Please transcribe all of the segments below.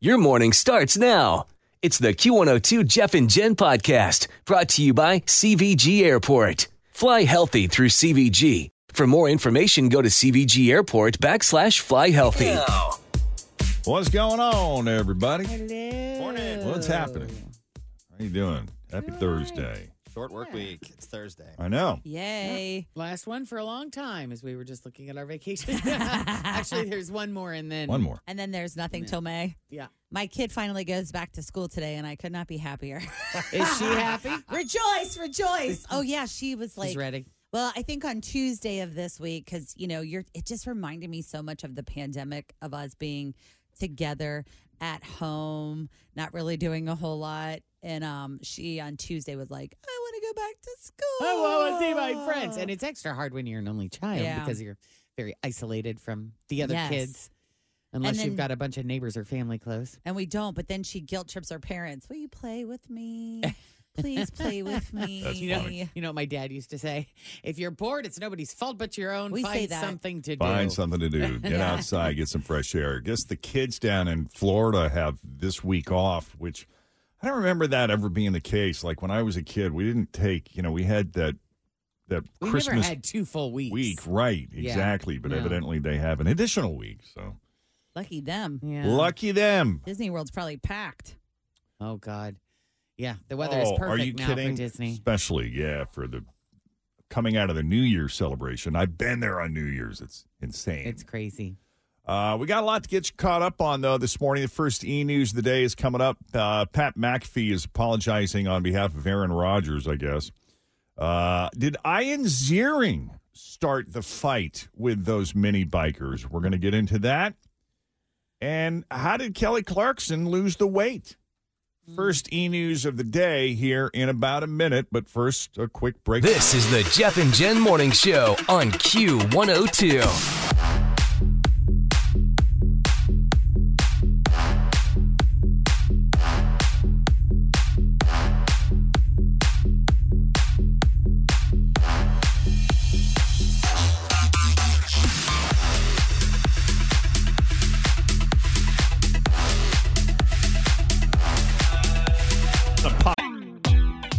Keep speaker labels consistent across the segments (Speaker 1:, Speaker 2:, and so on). Speaker 1: Your morning starts now. It's the Q102 Jeff and Jen podcast brought to you by CVG Airport. Fly healthy through CVG. For more information, go to CVG Airport backslash fly healthy.
Speaker 2: What's going on, everybody? What's happening? How you doing? Happy Thursday.
Speaker 3: Short work week. It's Thursday.
Speaker 2: I know.
Speaker 4: Yay.
Speaker 5: Last one for a long time, as we were just looking at our vacation. Actually, there's one more, and then
Speaker 2: One more.
Speaker 4: And then there's nothing till May.
Speaker 5: Yeah,
Speaker 4: My kid finally goes back to school today, and I could not be happier.
Speaker 5: is she happy?
Speaker 4: rejoice, rejoice. Oh, yeah. She was like,
Speaker 5: She's ready.
Speaker 4: well, I think on Tuesday of this week, because, you know, you're, it just reminded me so much of the pandemic of us being together at home, not really doing a whole lot. And um, she on Tuesday was like, I want to go back to school.
Speaker 5: Oh, I want to see my friends, and it's extra hard when you're an only child
Speaker 4: Yeah.
Speaker 5: because you're very isolated from the other
Speaker 4: Yes.
Speaker 5: kids, unless
Speaker 4: then-
Speaker 5: you've got a bunch of neighbors or family close.
Speaker 4: And we don't. But then she guilt trips her parents. Will you play with me? Please play with me.
Speaker 2: That's
Speaker 5: You know, you know what my dad used to say: if you're bored, it's nobody's fault but your own.
Speaker 4: We say
Speaker 5: Find
Speaker 4: that.
Speaker 5: something to
Speaker 2: Find
Speaker 5: do.
Speaker 2: something to do. Get
Speaker 4: Yeah.
Speaker 2: outside, get some fresh air. Guess the kids down in Florida have this week off, which I don't remember that ever being the case. Like when I was a kid, we didn't take, you know, we had that that
Speaker 5: we
Speaker 2: Christmas
Speaker 5: never had two full weeks.
Speaker 2: week, right?
Speaker 5: Yeah.
Speaker 2: Exactly. But
Speaker 5: No.
Speaker 2: evidently they have an additional week. So
Speaker 4: Lucky them.
Speaker 5: Yeah.
Speaker 2: lucky them.
Speaker 4: Disney World's probably packed.
Speaker 5: Oh God. Yeah, the weather is
Speaker 2: Oh,
Speaker 5: perfect
Speaker 2: are you
Speaker 5: now
Speaker 2: kidding?
Speaker 5: for Disney.
Speaker 2: Especially, yeah, for the coming out of the New Year's celebration. I've been there on New Year's. It's insane.
Speaker 5: It's crazy.
Speaker 2: Uh, we got a lot to get you caught up on, though, this morning. The first e news of the day is coming up. Uh, Pat McAfee is apologizing on behalf of Aaron Rodgers, I guess. Uh, did Ian Ziering start the fight with those mini bikers? We're going to get into that. And how did Kelly Clarkson lose the weight? First e news of the day here in about a minute, but first, a quick break.
Speaker 1: This is the Jeff and Jen Morning Show on Q102.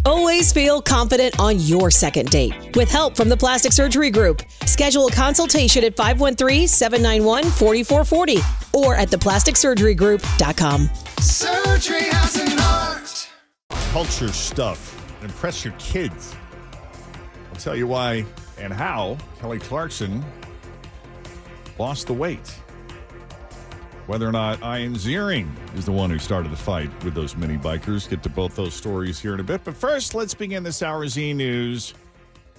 Speaker 6: Always feel confident on your second date. With help from the Plastic Surgery Group, schedule a consultation at 513 791 4440 or at theplasticsurgerygroup.com.
Speaker 7: Surgery has an art.
Speaker 2: culture stuff and impress your kids. I'll tell you why and how Kelly Clarkson lost the weight. Whether or not Ian Ziering is the one who started the fight with those mini bikers. Get to both those stories here in a bit. But first, let's begin this hour's E News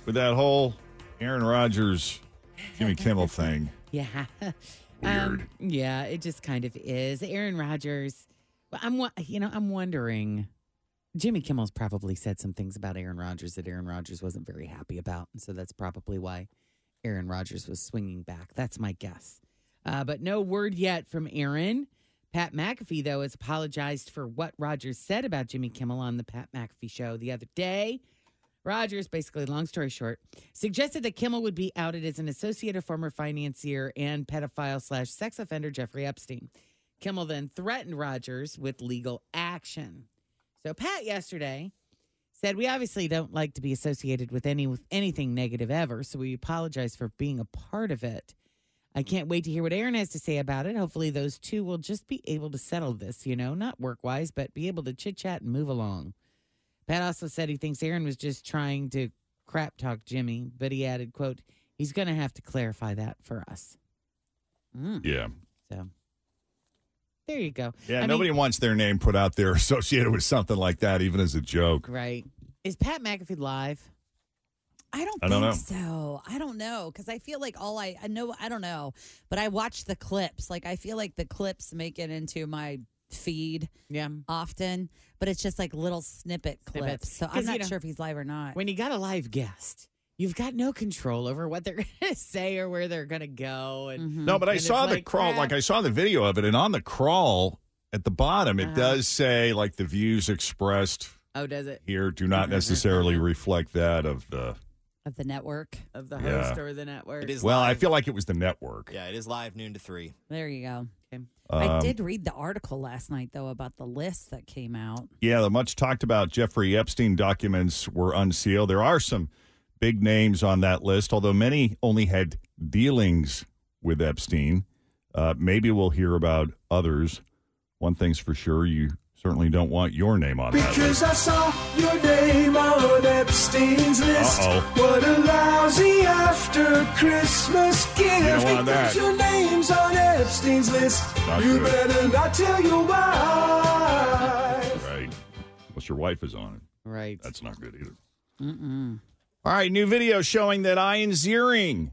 Speaker 2: with that whole Aaron Rodgers, Jimmy Kimmel thing.
Speaker 5: Yeah.
Speaker 2: Weird.
Speaker 5: Um, yeah, it just kind of is. Aaron Rodgers. Well, I'm wa- you know, I'm wondering Jimmy Kimmel's probably said some things about Aaron Rodgers that Aaron Rodgers wasn't very happy about, and so that's probably why Aaron Rodgers was swinging back. That's my guess. Uh, but no word yet from Aaron. Pat McAfee, though, has apologized for what Rodgers said about Jimmy Kimmel on the Pat McAfee show the other day. Rogers, basically, long story short, suggested that Kimmel would be outed as an associate of former financier and pedophile slash sex offender Jeffrey Epstein. Kimmel then threatened Rogers with legal action. So Pat yesterday said, "We obviously don't like to be associated with any with anything negative ever, so we apologize for being a part of it." I can't wait to hear what Aaron has to say about it. Hopefully, those two will just be able to settle this, you know, not work wise, but be able to chit chat and move along. Pat also said he thinks Aaron was just trying to crap talk Jimmy, but he added, quote, he's going to have to clarify that for us. Mm,
Speaker 2: Yeah.
Speaker 5: so there you go.
Speaker 2: Yeah,
Speaker 5: I mean-
Speaker 2: nobody wants their name put out there associated with something like that, even as a joke.
Speaker 5: Right. Is Pat McAfee live?
Speaker 4: I don't
Speaker 2: I
Speaker 4: think
Speaker 2: don't
Speaker 4: so. I don't know because I feel like all I, I know I don't know, but I watch the clips. Like I feel like the clips make it into my feed
Speaker 5: Yeah.
Speaker 4: often, but it's just like little snippet
Speaker 5: Snippets.
Speaker 4: clips. So
Speaker 5: 'Cause,
Speaker 4: I'm
Speaker 5: you
Speaker 4: not
Speaker 5: know,
Speaker 4: sure if he's live or not.
Speaker 5: When you got a live guest, you've got no control over what they're going to say or where they're going to go. And
Speaker 4: Mm-hmm.
Speaker 2: No, but I
Speaker 5: Mm-hmm. And it's
Speaker 2: saw the
Speaker 5: like,
Speaker 2: crawl,
Speaker 5: crap.
Speaker 2: like I saw the video of it, and on the crawl at the bottom,
Speaker 5: Uh-huh.
Speaker 2: it does say like the views expressed
Speaker 5: oh, does it
Speaker 2: here do
Speaker 5: Mm-hmm.
Speaker 2: not necessarily reflect that of the.
Speaker 4: of the network.
Speaker 5: of the
Speaker 2: Yeah.
Speaker 5: host or the network?
Speaker 3: It is
Speaker 2: Well, I
Speaker 3: live.
Speaker 2: feel like it was the network.
Speaker 3: Yeah, it is live noon to three.
Speaker 4: There you go. I
Speaker 2: Um,
Speaker 4: did read the article last night though about the list that came out.
Speaker 2: Yeah, the much talked about Jeffrey Epstein documents were unsealed. There are some big names on that list, although many only had dealings with Epstein. Uh, maybe we'll hear about others. One thing's for sure you certainly don't want your name on that list.
Speaker 7: I saw your name on Epstein's list.
Speaker 2: Uh-oh.
Speaker 7: What a lousy after Christmas gift.
Speaker 2: don't want that.
Speaker 7: Because Your name's on Epstein's list.
Speaker 2: Not
Speaker 7: you
Speaker 2: good.
Speaker 7: better not tell your wife.
Speaker 2: Right. Unless your wife is on it.
Speaker 5: Right.
Speaker 2: That's not good either. All right, new video showing that Ian Ziering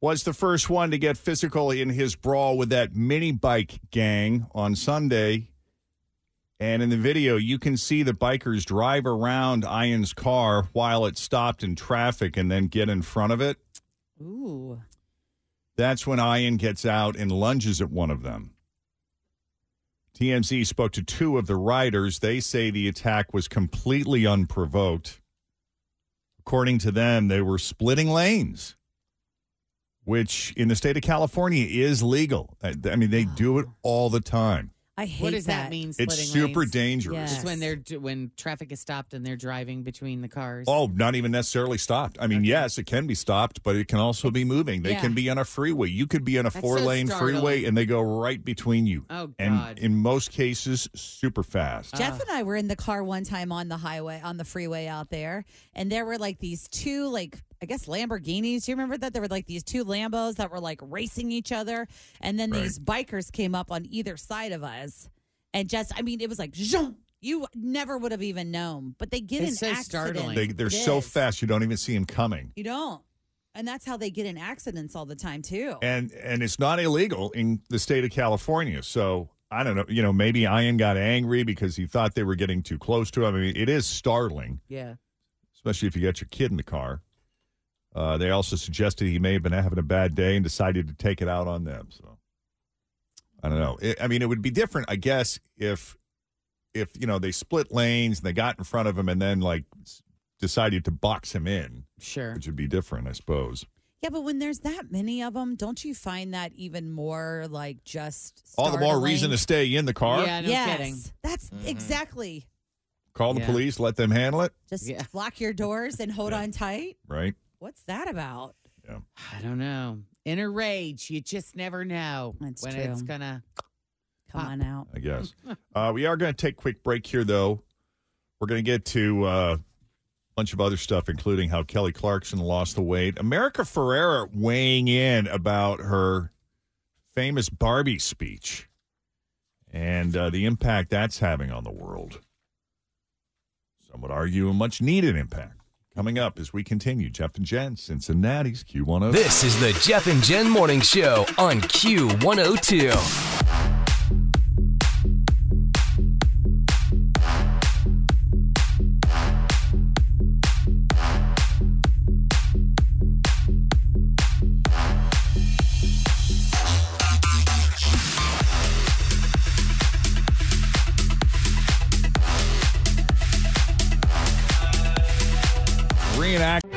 Speaker 2: was the first one to get physical in his brawl with that mini bike gang on Sunday. And in the video, you can see the bikers drive around Ian's car while it stopped in traffic and then get in front of it.
Speaker 4: Ooh.
Speaker 2: That's when Ian gets out and lunges at one of them. TMZ spoke to two of the riders. They say the attack was completely unprovoked. According to them, they were splitting lanes, which in the state of California is legal. I I mean, they do it all the time.
Speaker 4: I hate
Speaker 5: what does that, mean? Splitting
Speaker 2: It's super
Speaker 5: lanes?
Speaker 2: dangerous.
Speaker 4: Yeah.
Speaker 5: Just when
Speaker 4: Yes.
Speaker 5: they're when traffic is stopped and they're driving between the cars.
Speaker 2: Oh, not even necessarily stopped. I mean, yes, it can be stopped, but it can also be moving. They
Speaker 4: Yeah.
Speaker 2: can be on a freeway. You could be on a
Speaker 5: That's so
Speaker 2: four lane
Speaker 5: startling.
Speaker 2: freeway and they go right between you.
Speaker 5: Oh, God.
Speaker 2: And in most cases, super fast.
Speaker 4: Jeff and I were in the car one time on the highway, on the freeway out there, and there were like these two, like, I guess Lamborghinis. Do you remember that? There were like these two Lambos that were like racing each other. And then
Speaker 2: Right.
Speaker 4: these bikers came up on either side of us. And just, I mean, it was like, zoom. you never would have even known, but they get
Speaker 5: It's
Speaker 4: in
Speaker 5: so
Speaker 4: accidents.
Speaker 5: startling.
Speaker 2: They, they're
Speaker 4: It
Speaker 2: so
Speaker 4: is.
Speaker 2: fast you don't even see them coming.
Speaker 4: You don't. And that's how they get in accidents all the time, too.
Speaker 2: And and it's not illegal in the state of California. So I don't know. You know, maybe Ian got angry because he thought they were getting too close to him. I mean, it is startling,
Speaker 5: yeah.
Speaker 2: especially if you got your kid in the car. Uh, they also suggested he may have been having a bad day and decided to take it out on them. So I don't know. It, I mean, it would be different, I guess, if if you know they split lanes and they got in front of him and then like s- decided to box him in,
Speaker 5: Sure.
Speaker 2: which would be different, I suppose.
Speaker 4: Yeah, but when there's that many of them, don't you find that even more like just
Speaker 2: All the more
Speaker 4: startling?
Speaker 2: reason to stay in the car.
Speaker 5: Yeah. No kidding.
Speaker 4: That's
Speaker 3: Mm-hmm.
Speaker 4: exactly.
Speaker 2: Call the
Speaker 5: Yeah.
Speaker 2: police, let them handle it.
Speaker 4: Just
Speaker 5: Yeah.
Speaker 4: lock your doors and hold on tight.
Speaker 2: Right.
Speaker 4: What's that about?
Speaker 5: I don't know. Inner rage. You just never know
Speaker 4: That's
Speaker 5: when
Speaker 4: true.
Speaker 5: it's gonna.
Speaker 4: Come
Speaker 5: Pop.
Speaker 4: on out.
Speaker 2: I guess. uh, we are going to take a quick break here, though. We're going to get to uh, a bunch of other stuff, including how Kelly Clarkson lost the weight. America Ferrera weighing in about her famous Barbie speech and uh, the impact that's having on the world. Some would argue a much needed impact. Coming up as we continue, Jeff and Jen, Cincinnati's oh. Q102.
Speaker 1: This is the Jeff and Jen Morning Show on Q102. oh.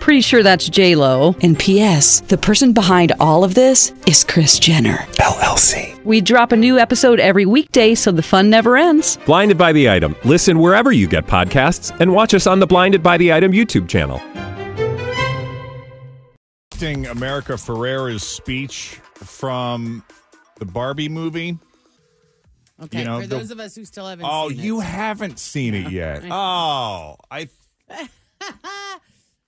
Speaker 8: Pretty sure that's J Lo. And P.S. The person behind all of this is Chris Jenner LLC. We drop a new episode every weekday, so the fun never ends.
Speaker 9: Blinded by the Item. Listen wherever you get podcasts and watch us on the Blinded by the Item YouTube channel.
Speaker 2: Acting America Ferrera's speech from the Barbie movie.
Speaker 5: Okay,
Speaker 2: You know,
Speaker 5: for
Speaker 2: the-
Speaker 5: those of us who still haven't
Speaker 2: Oh,
Speaker 5: seen
Speaker 2: you
Speaker 5: it.
Speaker 2: haven't seen it yet. oh, I.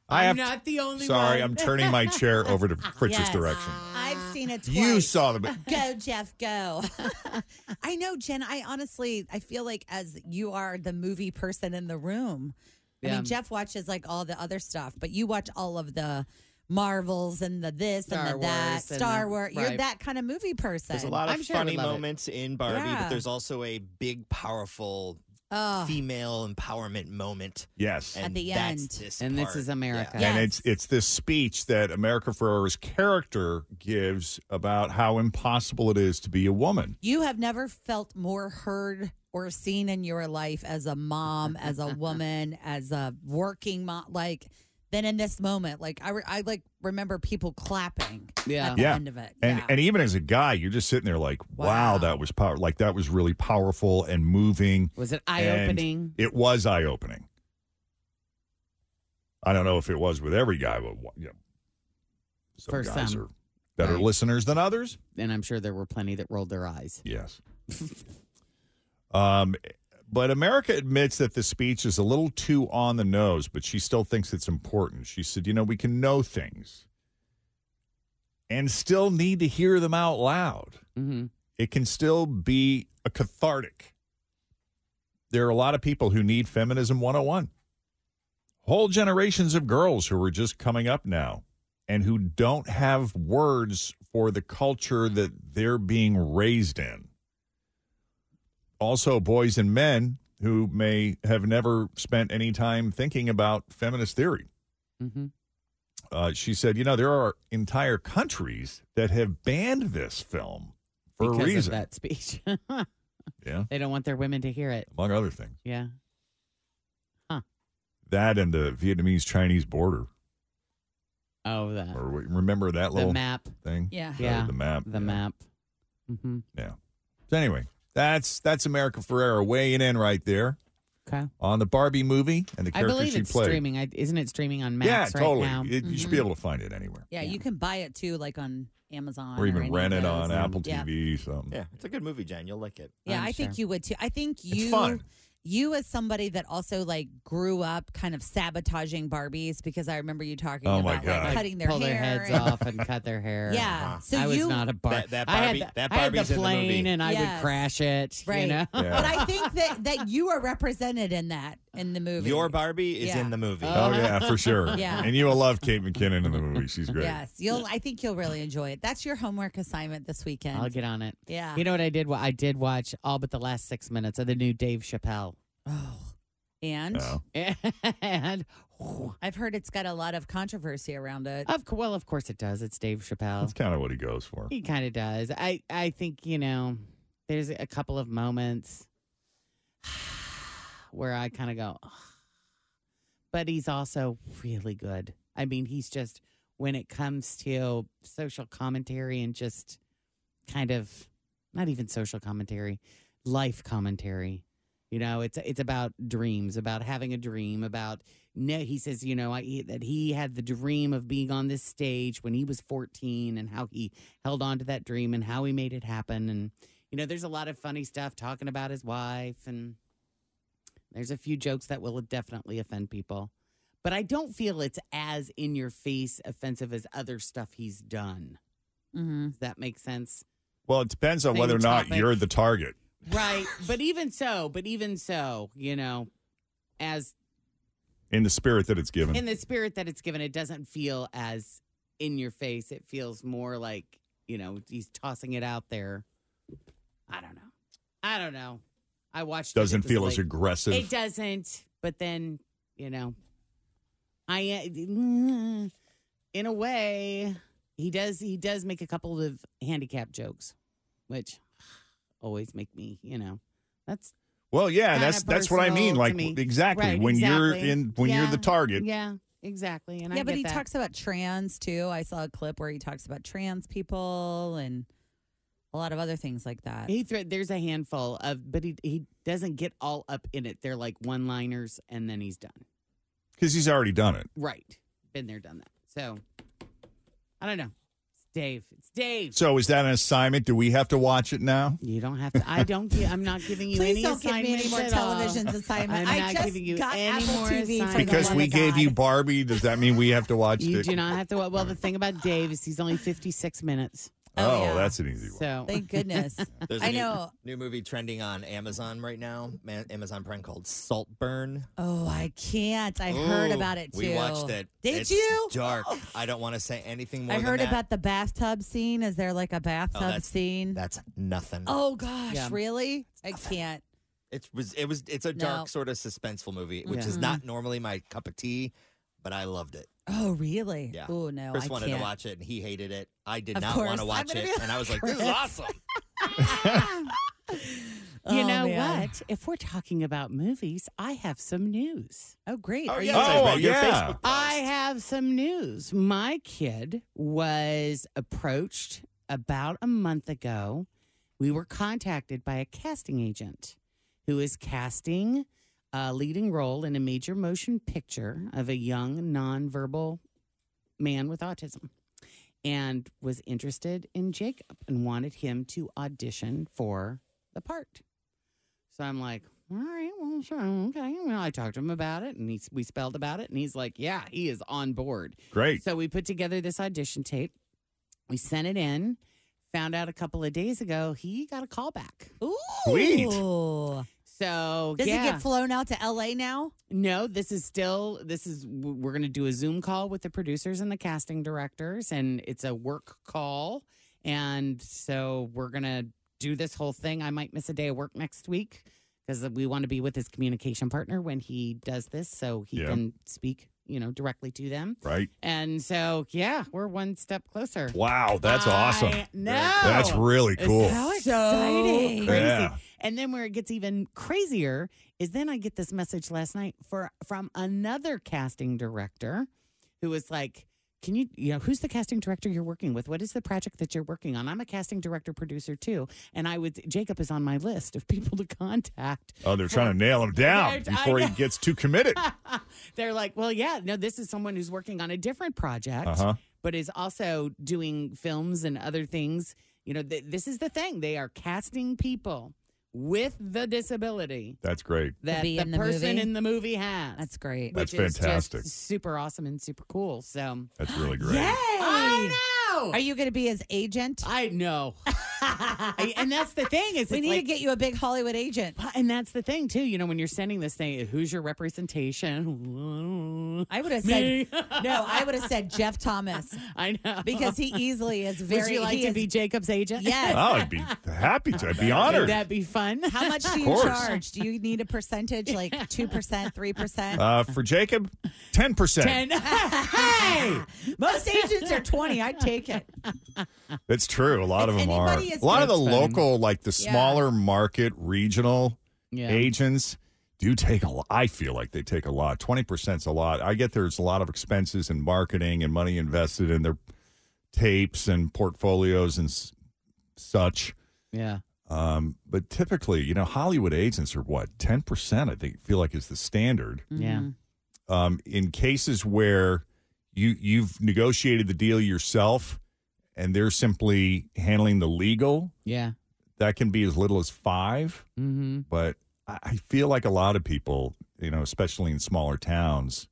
Speaker 2: I
Speaker 5: I'm
Speaker 2: have
Speaker 5: not the only
Speaker 2: Sorry,
Speaker 5: one.
Speaker 2: I'm turning my chair over to Fritz's
Speaker 4: Yes.
Speaker 2: direction.
Speaker 4: I've seen it twice.
Speaker 2: You saw the.
Speaker 4: Go, Jeff, go. I know, Jen. I honestly, I feel like as you are the movie person in the room. I
Speaker 5: Yeah.
Speaker 4: mean, Jeff watches like all the other stuff, but you watch all of the Marvels and the this
Speaker 5: Star
Speaker 4: and the that,
Speaker 5: Wars and
Speaker 4: Star
Speaker 5: the-
Speaker 4: Wars. You're
Speaker 5: right.
Speaker 4: that kind of movie person.
Speaker 3: There's a lot of
Speaker 5: I'm sure I would
Speaker 3: funny
Speaker 5: love it.
Speaker 3: moments in Barbie,
Speaker 4: Yeah.
Speaker 3: but there's also a big, powerful
Speaker 4: Oh.
Speaker 3: female empowerment moment.
Speaker 2: Yes.
Speaker 3: And
Speaker 4: the
Speaker 3: that's
Speaker 4: end.
Speaker 3: This
Speaker 5: And this
Speaker 3: part.
Speaker 5: is America.
Speaker 4: Yeah.
Speaker 2: And
Speaker 4: Yes.
Speaker 2: it's it's this speech that America Ferrera's character gives about how impossible it is to be a woman.
Speaker 4: You have never felt more heard or seen in your life as a mom, as a woman, as a working mom, like than in this moment. Like I, re- I like remember people clapping
Speaker 5: Yeah.
Speaker 4: at the
Speaker 2: Yeah.
Speaker 4: end of it.
Speaker 2: And
Speaker 4: yeah.
Speaker 2: and even as a guy, you're just sitting there like, wow,
Speaker 4: Wow.
Speaker 2: that was power like that was really powerful and moving.
Speaker 5: Was it eye
Speaker 2: and
Speaker 5: opening?
Speaker 2: It was eye opening. I don't know if it was with every guy, but wha- you know, some
Speaker 5: For
Speaker 2: guys
Speaker 5: some.
Speaker 2: are better
Speaker 5: Right.
Speaker 2: listeners than others.
Speaker 5: And I'm sure there were plenty that rolled their eyes.
Speaker 2: Yes. um, but America admits that the speech is a little too on the nose, but she still thinks it's important. She said, you know, we can know things and still need to hear them out loud.
Speaker 5: hmm
Speaker 2: It can still be a cathartic. There are a lot of people who need Feminism 101. Whole generations of girls who are just coming up now and who don't have words for the culture that they're being raised in. Also, boys and men who may have never spent any time thinking about feminist theory.
Speaker 4: Mm-hmm.
Speaker 5: hmm
Speaker 2: Uh, she said, you know, there are entire countries that have banned this film for
Speaker 5: because
Speaker 2: a reason.
Speaker 5: of that speech.
Speaker 2: Yeah,
Speaker 5: they don't want their women to hear it.
Speaker 2: among other things.
Speaker 5: Yeah.
Speaker 2: That and the Vietnamese Chinese border.
Speaker 5: Oh, the
Speaker 2: Or we- remember that
Speaker 5: the
Speaker 2: little
Speaker 5: map,
Speaker 2: thing?
Speaker 4: Yeah.
Speaker 2: Showed
Speaker 5: Yeah.
Speaker 2: The map.
Speaker 5: the
Speaker 2: yeah.
Speaker 5: map. hmm
Speaker 2: Yeah. So anyway, that's that's America Ferrera weighing in right there
Speaker 5: Okay.
Speaker 2: on the Barbie movie and the
Speaker 5: I
Speaker 2: character
Speaker 5: believe
Speaker 2: she
Speaker 5: it's
Speaker 2: played.
Speaker 5: streaming. I, isn't it streaming on Max
Speaker 2: yeah,
Speaker 5: right
Speaker 2: totally.
Speaker 5: now? Mm-hmm.
Speaker 2: It- You should be able to find it anywhere.
Speaker 4: yeah, you can buy it too, like on Amazon
Speaker 2: Or even
Speaker 4: any
Speaker 2: rent
Speaker 4: of
Speaker 2: it
Speaker 4: those.
Speaker 2: on Apple
Speaker 4: Yeah.
Speaker 2: TV, something.
Speaker 3: Yeah, it's a good movie, Jen. You'll like it.
Speaker 4: Yeah,
Speaker 5: I'm
Speaker 4: i think
Speaker 5: sure.
Speaker 4: you would too. I think you
Speaker 2: fun.
Speaker 4: you as somebody that also like grew up kind of sabotaging Barbies because I remember you talking
Speaker 2: Oh, my
Speaker 4: about
Speaker 2: God. Uh-huh.
Speaker 4: like cutting their
Speaker 5: pull
Speaker 4: hair
Speaker 5: their heads
Speaker 4: and-
Speaker 5: off and cut their hair.
Speaker 4: Yeah. So
Speaker 5: I was
Speaker 4: you
Speaker 5: not a bar-
Speaker 3: That- that
Speaker 5: I
Speaker 3: Barbie-
Speaker 5: had the,
Speaker 3: that
Speaker 5: I had
Speaker 3: Barbie's
Speaker 5: the
Speaker 3: in the
Speaker 5: plane
Speaker 3: movie.
Speaker 5: and I
Speaker 4: Yes.
Speaker 5: would crash it.
Speaker 4: Right.
Speaker 5: You know?
Speaker 2: Yeah.
Speaker 4: But I think that that you are represented in that in the movie.
Speaker 3: Your Barbie is
Speaker 4: Yeah.
Speaker 3: in the movie.
Speaker 2: Oh yeah, for sure.
Speaker 4: Yeah.
Speaker 2: And you will love Kate McKinnon in the movie. She's great.
Speaker 4: Yes, you'll. I think you'll really enjoy it. That's your homework assignment this weekend.
Speaker 5: I'll get on it.
Speaker 4: Yeah.
Speaker 5: You know what I did? Well, I did watch all but the last six minutes of the new Dave Chappelle.
Speaker 4: oh, and
Speaker 2: No.
Speaker 5: and oh,
Speaker 4: I've heard it's got a lot of controversy around it.
Speaker 5: of cou- well, of course it does. It's Dave Chappelle.
Speaker 2: That's kind of what he goes for.
Speaker 5: He kind of does. I I think you know, there's a couple of moments where I kind of go, "Ah." but he's also really good. I mean, he's just when it comes to social commentary and just kind of not even social commentary, life commentary. You know, it's it's about dreams, about having a dream, about no. He says, you know, I, that he had the dream of being on this stage when he was fourteen, and how he held on to that dream and how he made it happen. And you know, there's a lot of funny stuff talking about his wife, and there's a few jokes that will definitely offend people. But I don't feel it's as in your face offensive as other stuff he's done.
Speaker 4: Mm-hmm.
Speaker 5: Does that make sense?
Speaker 2: Well, it depends on
Speaker 5: Same
Speaker 2: whether or not
Speaker 5: topic.
Speaker 2: you're the target.
Speaker 5: Right. But even so, but even so, you know, as
Speaker 2: In the spirit that it's given.
Speaker 5: in the spirit that it's given, it doesn't feel as in your face. It feels more like, you know, he's tossing it out there. I don't know. I don't know. I watched it. It
Speaker 2: Doesn't
Speaker 5: was
Speaker 2: feel
Speaker 5: like-
Speaker 2: as aggressive.
Speaker 5: It doesn't. But then, you know, I uh, in a way, he does he does make a couple of handicap jokes, which always make me, you know, that's
Speaker 2: Well, Oh, yeah,
Speaker 5: kinda
Speaker 2: that's that's what I
Speaker 5: personal
Speaker 2: mean.
Speaker 5: to
Speaker 2: Like
Speaker 5: me.
Speaker 2: exactly
Speaker 5: Right,
Speaker 2: when you're
Speaker 5: exactly.
Speaker 2: in when you're the
Speaker 5: Yeah,
Speaker 2: target,
Speaker 5: Yeah. Exactly. And
Speaker 4: yeah,
Speaker 5: I
Speaker 4: but
Speaker 5: get
Speaker 4: he
Speaker 5: that.
Speaker 4: talks about trans too. I saw a clip where he talks about trans people and a lot of other things like that.
Speaker 5: He thre- there's a handful of, but he he doesn't get all up in it. They're like one liners, and then he's done.
Speaker 2: because he's already done it.
Speaker 5: Right, been there, done that. So I don't know. It's Dave. It's Dave.
Speaker 2: So is that an assignment? Do we have to watch it now?
Speaker 5: You don't have to. I don't. gi- I'm not giving you
Speaker 4: Please
Speaker 5: any
Speaker 4: don't give me any
Speaker 5: assignments
Speaker 4: more
Speaker 5: at all.
Speaker 4: television assignment.
Speaker 5: I'm
Speaker 4: I
Speaker 5: not
Speaker 4: just
Speaker 5: giving you
Speaker 4: got
Speaker 5: any
Speaker 4: Apple
Speaker 5: more
Speaker 4: TV for the
Speaker 5: assignments.
Speaker 2: Because we gave you Barbie, does that mean we have to watch
Speaker 5: You
Speaker 2: it?
Speaker 5: do not have to. Well, the thing about Dave is he's only 56 minutes.
Speaker 2: Oh, that's an easy one.
Speaker 5: So
Speaker 4: Thank goodness.
Speaker 3: There's a
Speaker 4: I
Speaker 3: new-
Speaker 4: know.
Speaker 3: New, movie trending on Amazon right now. Ma- Amazon Prime called Saltburn.
Speaker 4: Oh, I can't. I heard
Speaker 3: Ooh,
Speaker 4: about it too.
Speaker 3: We watched it.
Speaker 4: Did
Speaker 3: It's
Speaker 4: you? Oh.
Speaker 3: Dark. I don't want to say anything more.
Speaker 4: I
Speaker 3: than
Speaker 4: heard
Speaker 3: that.
Speaker 4: about the bathtub scene. Is there like a
Speaker 5: Oh,
Speaker 4: bathtub
Speaker 3: that's-
Speaker 4: scene?
Speaker 3: That's nothing.
Speaker 4: Oh gosh,
Speaker 3: Yeah.
Speaker 4: really? I can't.
Speaker 3: It was. It was. It's a dark
Speaker 4: No. Mm-hmm.
Speaker 3: sort of suspenseful movie, which
Speaker 4: Yeah.
Speaker 3: is not normally my cup of tea, but I loved it.
Speaker 4: Oh really?
Speaker 3: Yeah.
Speaker 4: Oh no,
Speaker 3: Chris
Speaker 4: I
Speaker 3: wanted
Speaker 4: can't.
Speaker 3: to watch it, and he hated it. I did
Speaker 4: Of
Speaker 3: not want
Speaker 4: course,
Speaker 3: to
Speaker 4: I'm
Speaker 3: watch
Speaker 4: gonna
Speaker 3: it,
Speaker 4: be like
Speaker 3: and I was like, "This is
Speaker 4: Chris.
Speaker 3: awesome."
Speaker 5: you
Speaker 4: Oh,
Speaker 5: know
Speaker 4: man.
Speaker 5: what? If we're talking about movies, I have some news.
Speaker 4: Oh great.
Speaker 5: Oh,
Speaker 4: Are
Speaker 5: yeah.
Speaker 4: you-
Speaker 5: Oh,
Speaker 4: Sorry,
Speaker 5: yeah.
Speaker 4: Facebook post.
Speaker 5: I have some news. My kid was approached about a month ago. We were contacted by a casting agent who is casting a leading role in a major motion picture of a young nonverbal man with autism and was interested in Jacob and wanted him to audition for the part. So I'm like, all right, well, sure, okay. Well, I talked to him about it, and he, we spelled about it, and he's like, yeah, he is on board.
Speaker 2: Great.
Speaker 5: So we put together this audition tape. We sent it in. Found out a couple of days ago, he got a call back.
Speaker 4: Ooh.
Speaker 2: Sweet.
Speaker 5: So
Speaker 4: Does
Speaker 5: yeah.
Speaker 4: he get flown out to LA now?
Speaker 5: No, this is still this is w- we're going to do a Zoom call with the producers and the casting directors and it's a work call and so we're going to do this whole thing. I might miss a day of work next week because we want to be with his communication partner when he does this so he
Speaker 2: Yeah.
Speaker 5: can speak, you know, directly to them.
Speaker 2: Right?
Speaker 5: And so yeah, we're one step closer.
Speaker 2: Wow, that's
Speaker 5: I
Speaker 2: awesome.
Speaker 5: know.
Speaker 2: That's really
Speaker 5: This
Speaker 2: cool.
Speaker 5: is so
Speaker 4: exciting.
Speaker 5: Crazy.
Speaker 2: Yeah.
Speaker 5: And then where it gets even crazier is then I get this message last night for from another casting director who was like, Can you you know, who's the casting director you're working with? What is the project that you're working on? I'm a casting director producer too. And I would Jacob is on my list of people to contact.
Speaker 2: Oh, they're trying to nail him down
Speaker 5: There's- I
Speaker 2: before he
Speaker 5: know.
Speaker 2: gets too committed.
Speaker 5: They're like, Well, yeah, no, this is someone who's working on a different project
Speaker 2: Uh-huh.
Speaker 5: but is also doing films and other things. You know, th- this is the thing. They are casting people with the disability
Speaker 2: That's great.
Speaker 5: that
Speaker 4: be
Speaker 5: the,
Speaker 4: in the
Speaker 5: person
Speaker 4: movie?
Speaker 5: in the movie has.
Speaker 4: That's great.
Speaker 2: That's
Speaker 5: which is just
Speaker 2: fantastic.
Speaker 5: super awesome and super cool. So
Speaker 2: That's really great.
Speaker 4: Yay!
Speaker 5: know.
Speaker 4: Are you going to be his agent?
Speaker 5: I know. I- and that's the thing is
Speaker 4: we need
Speaker 5: it's
Speaker 4: to
Speaker 5: like-
Speaker 4: get you a big Hollywood agent.
Speaker 5: and that's the thing too, you know, when you're sending this thing, who's your representation?
Speaker 4: I would have said
Speaker 5: Me.
Speaker 4: no. I would have said Jeff Thomas
Speaker 5: I know
Speaker 4: because he easily is very.
Speaker 5: Would you like
Speaker 4: he
Speaker 5: to
Speaker 4: is-
Speaker 5: be Jacob's agent?
Speaker 4: Yes.
Speaker 2: Oh, I'd be happy to. I'd be
Speaker 5: Would
Speaker 2: honored.
Speaker 5: that be fun?
Speaker 4: How much do you
Speaker 2: course.
Speaker 4: charge? Do you need a percentage, like two percent, three percent?
Speaker 2: Uh, for Jacob, 10%.
Speaker 5: hey,
Speaker 4: Most agents are twenty. I take it.
Speaker 2: That's true. A lot of
Speaker 4: If
Speaker 2: them are.
Speaker 4: anybody
Speaker 2: A
Speaker 4: is-
Speaker 2: lot of the
Speaker 5: That's fine.
Speaker 2: local, like the
Speaker 4: Yeah.
Speaker 2: smaller market, regional
Speaker 5: Yeah.
Speaker 2: agents do take a lot. I feel like they take a lot. 20% is a lot. I get there's a lot of expenses and marketing and money invested in their tapes and portfolios and s- such.
Speaker 5: Yeah.
Speaker 2: Um, but typically, you know, Hollywood agents are what, 10%, I think, feel like is the standard.
Speaker 5: Yeah.
Speaker 4: Mm-hmm.
Speaker 2: um, in cases where you you've negotiated the deal yourself and they're simply handling the legal
Speaker 5: Yeah.
Speaker 2: that can be as little as five
Speaker 5: Mm-hmm.
Speaker 2: but i I feel like a lot of people you know especially in smaller towns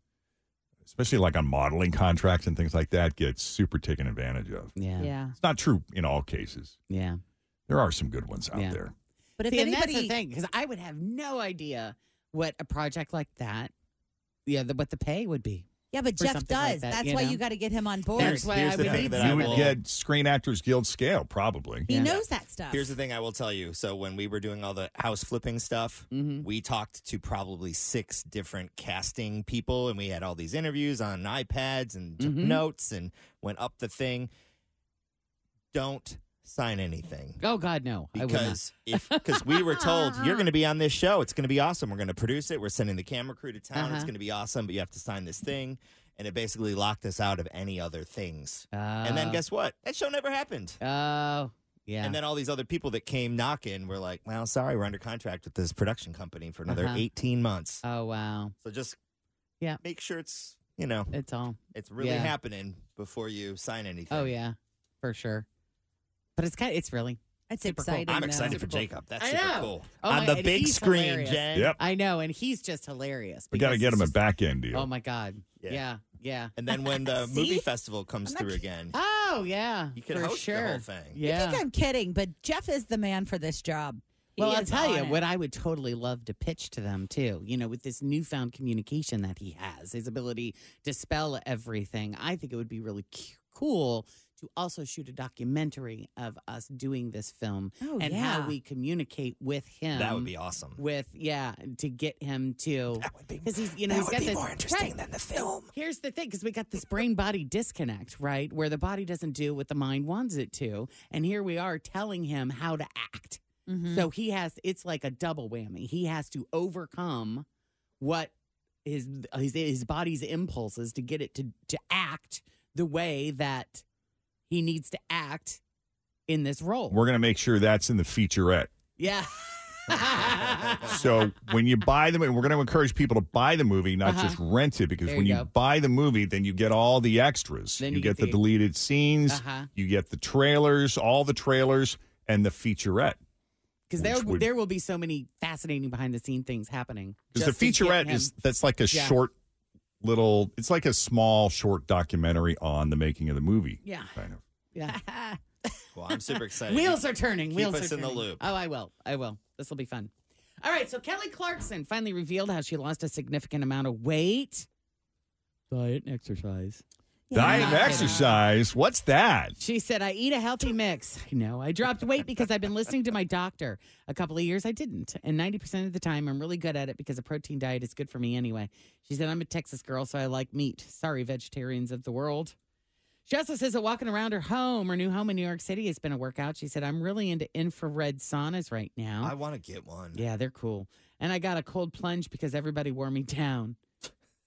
Speaker 2: especially like on modeling contracts and things like that get super taken advantage of
Speaker 5: Yeah.
Speaker 4: Yeah.
Speaker 2: it's not true in all cases
Speaker 5: Yeah.
Speaker 2: there are some good ones out
Speaker 5: Yeah.
Speaker 2: there
Speaker 4: But if
Speaker 5: See, and that's
Speaker 4: anybody,
Speaker 5: the thing, because I would have no idea what a project like that, yeah, the, what the pay would be.
Speaker 4: yeah, but
Speaker 5: for
Speaker 4: Jeff
Speaker 5: something like
Speaker 4: does.
Speaker 5: that,
Speaker 4: That's
Speaker 5: you
Speaker 4: why
Speaker 5: know?
Speaker 4: you got to get him on board.
Speaker 5: That's why
Speaker 3: here's
Speaker 5: I
Speaker 3: the
Speaker 5: would
Speaker 3: thing
Speaker 5: need
Speaker 3: that I
Speaker 2: you
Speaker 5: someone.
Speaker 2: would get screen actors guild scale probably
Speaker 4: he
Speaker 5: Yeah.
Speaker 4: knows that stuff.
Speaker 3: Here's the thing I will tell you. So when we were doing all the house flipping stuff,
Speaker 5: Mhm.
Speaker 3: we talked to probably six different casting people and we had all these interviews on iPads and took
Speaker 5: Mhm.
Speaker 3: notes and went up the thing. Don't sign anything.
Speaker 5: Oh God, no! I would not.
Speaker 3: Because if because we were told you're going to be on this show, it's going to be awesome. We're going to produce it. We're sending the camera crew to town.
Speaker 5: Uh-huh.
Speaker 3: It's going to be awesome. But you have to sign this thing, and it basically locked us out of any other things. and then
Speaker 5: Oh.
Speaker 3: guess what? That show never happened.
Speaker 5: Oh, yeah.
Speaker 3: And then all these other people that came knocking were like, well, sorry, we're under contract with this production company for another
Speaker 5: Uh-huh.
Speaker 3: 18 months.
Speaker 5: Oh, wow.
Speaker 3: So just
Speaker 5: Yeah.
Speaker 3: make sure it's, you know,
Speaker 5: it's all.
Speaker 3: it's really
Speaker 5: Yeah.
Speaker 3: happening before you sign anything.
Speaker 5: Oh, yeah, for sure. But it's kind of, it's really.
Speaker 4: That's
Speaker 5: super cool.
Speaker 3: exciting, I'm though. excited for Jacob. That's
Speaker 5: I
Speaker 3: super
Speaker 5: know.
Speaker 3: cool.
Speaker 5: Oh
Speaker 3: On
Speaker 5: my-
Speaker 3: the
Speaker 5: and
Speaker 3: big
Speaker 5: he's
Speaker 3: screen,
Speaker 5: hilarious.
Speaker 3: Jen. Yep.
Speaker 5: I know, and he's just hilarious.
Speaker 2: We got to
Speaker 5: because
Speaker 2: get him a
Speaker 5: it's
Speaker 2: back end
Speaker 5: just-
Speaker 2: deal.
Speaker 5: Oh my god.
Speaker 3: Yeah.
Speaker 5: Yeah. Yeah.
Speaker 3: And then when the
Speaker 5: See?
Speaker 3: movie festival comes through again,
Speaker 5: Oh yeah.
Speaker 3: you can
Speaker 5: for
Speaker 3: host
Speaker 5: sure.
Speaker 3: the whole thing.
Speaker 5: Yeah.
Speaker 4: I think I'm kidding, but Jeff is the man for this job. He
Speaker 5: Well, I'll
Speaker 4: is
Speaker 5: tell
Speaker 4: on
Speaker 5: you
Speaker 4: it.
Speaker 5: what I would totally love to pitch to them too. You know, with this newfound communication that he has, his ability to spell everything, I think it would be really cu- cool to also shoot a documentary of us doing this film
Speaker 4: Oh,
Speaker 5: and
Speaker 4: yeah.
Speaker 5: how we communicate with him.
Speaker 3: That would be awesome.
Speaker 5: With yeah, to get him to because he's you know
Speaker 3: that
Speaker 5: he's
Speaker 3: would
Speaker 5: got
Speaker 3: be
Speaker 5: this
Speaker 3: more interesting
Speaker 5: Right.
Speaker 3: than the film.
Speaker 5: Here's the thing, because we got this brain body disconnect, right? Where the body doesn't do what the mind wants it to. And here we are telling him how to act.
Speaker 10: Mm-hmm.
Speaker 5: So he has, it's like a double whammy. He has to overcome what his, his, his body's impulses to get it to, to act the way that he needs to act in this role.
Speaker 2: We're going to make sure that's in the featurette.
Speaker 5: yeah.
Speaker 2: So when you buy the movie, we're going to encourage people to buy the movie, not
Speaker 5: Uh-huh.
Speaker 2: just rent it, because
Speaker 5: There
Speaker 2: when
Speaker 5: you
Speaker 2: you
Speaker 5: go.
Speaker 2: buy the movie, then you get all the extras.
Speaker 5: Then
Speaker 2: you,
Speaker 5: you
Speaker 2: get,
Speaker 5: get
Speaker 2: the,
Speaker 5: the-
Speaker 2: deleted scenes,
Speaker 5: Uh-huh.
Speaker 2: you get the trailers, all the trailers, and the featurette.
Speaker 5: Because there,
Speaker 2: Which would-
Speaker 5: there will be so many fascinating behind the scene things happening.
Speaker 2: Because
Speaker 5: just to
Speaker 2: the
Speaker 5: get
Speaker 2: featurette
Speaker 5: him-
Speaker 2: is that's like a
Speaker 5: Yeah.
Speaker 2: short little, it's like a small short documentary on the making of the movie.
Speaker 5: Yeah.
Speaker 2: Kind of.
Speaker 5: Yeah.
Speaker 3: Well, I'm super excited.
Speaker 5: Wheels are turning.
Speaker 3: Keep
Speaker 5: Wheels
Speaker 3: us
Speaker 5: are
Speaker 3: in the
Speaker 5: turning.
Speaker 3: loop.
Speaker 5: Oh, I will. I will. This will be fun. All right. So Kelly Clarkson finally revealed how she lost a significant amount of weight. Diet and exercise.
Speaker 2: Diet and
Speaker 5: Not kidding.
Speaker 2: exercise. What's that?
Speaker 5: She said, I eat a healthy mix. No, I dropped weight because I've been listening to my doctor. A couple of years I didn't. And 90% of the time, I'm really good at it because a protein diet is good for me anyway. She said, I'm a Texas girl, so I like meat. Sorry, vegetarians of the world. She also says that walking around her home, her new home in New York City, has been a workout. She said, I'm really into infrared saunas right now.
Speaker 3: I want to get one.
Speaker 5: yeah, they're cool. And I got a cold plunge because everybody wore me down.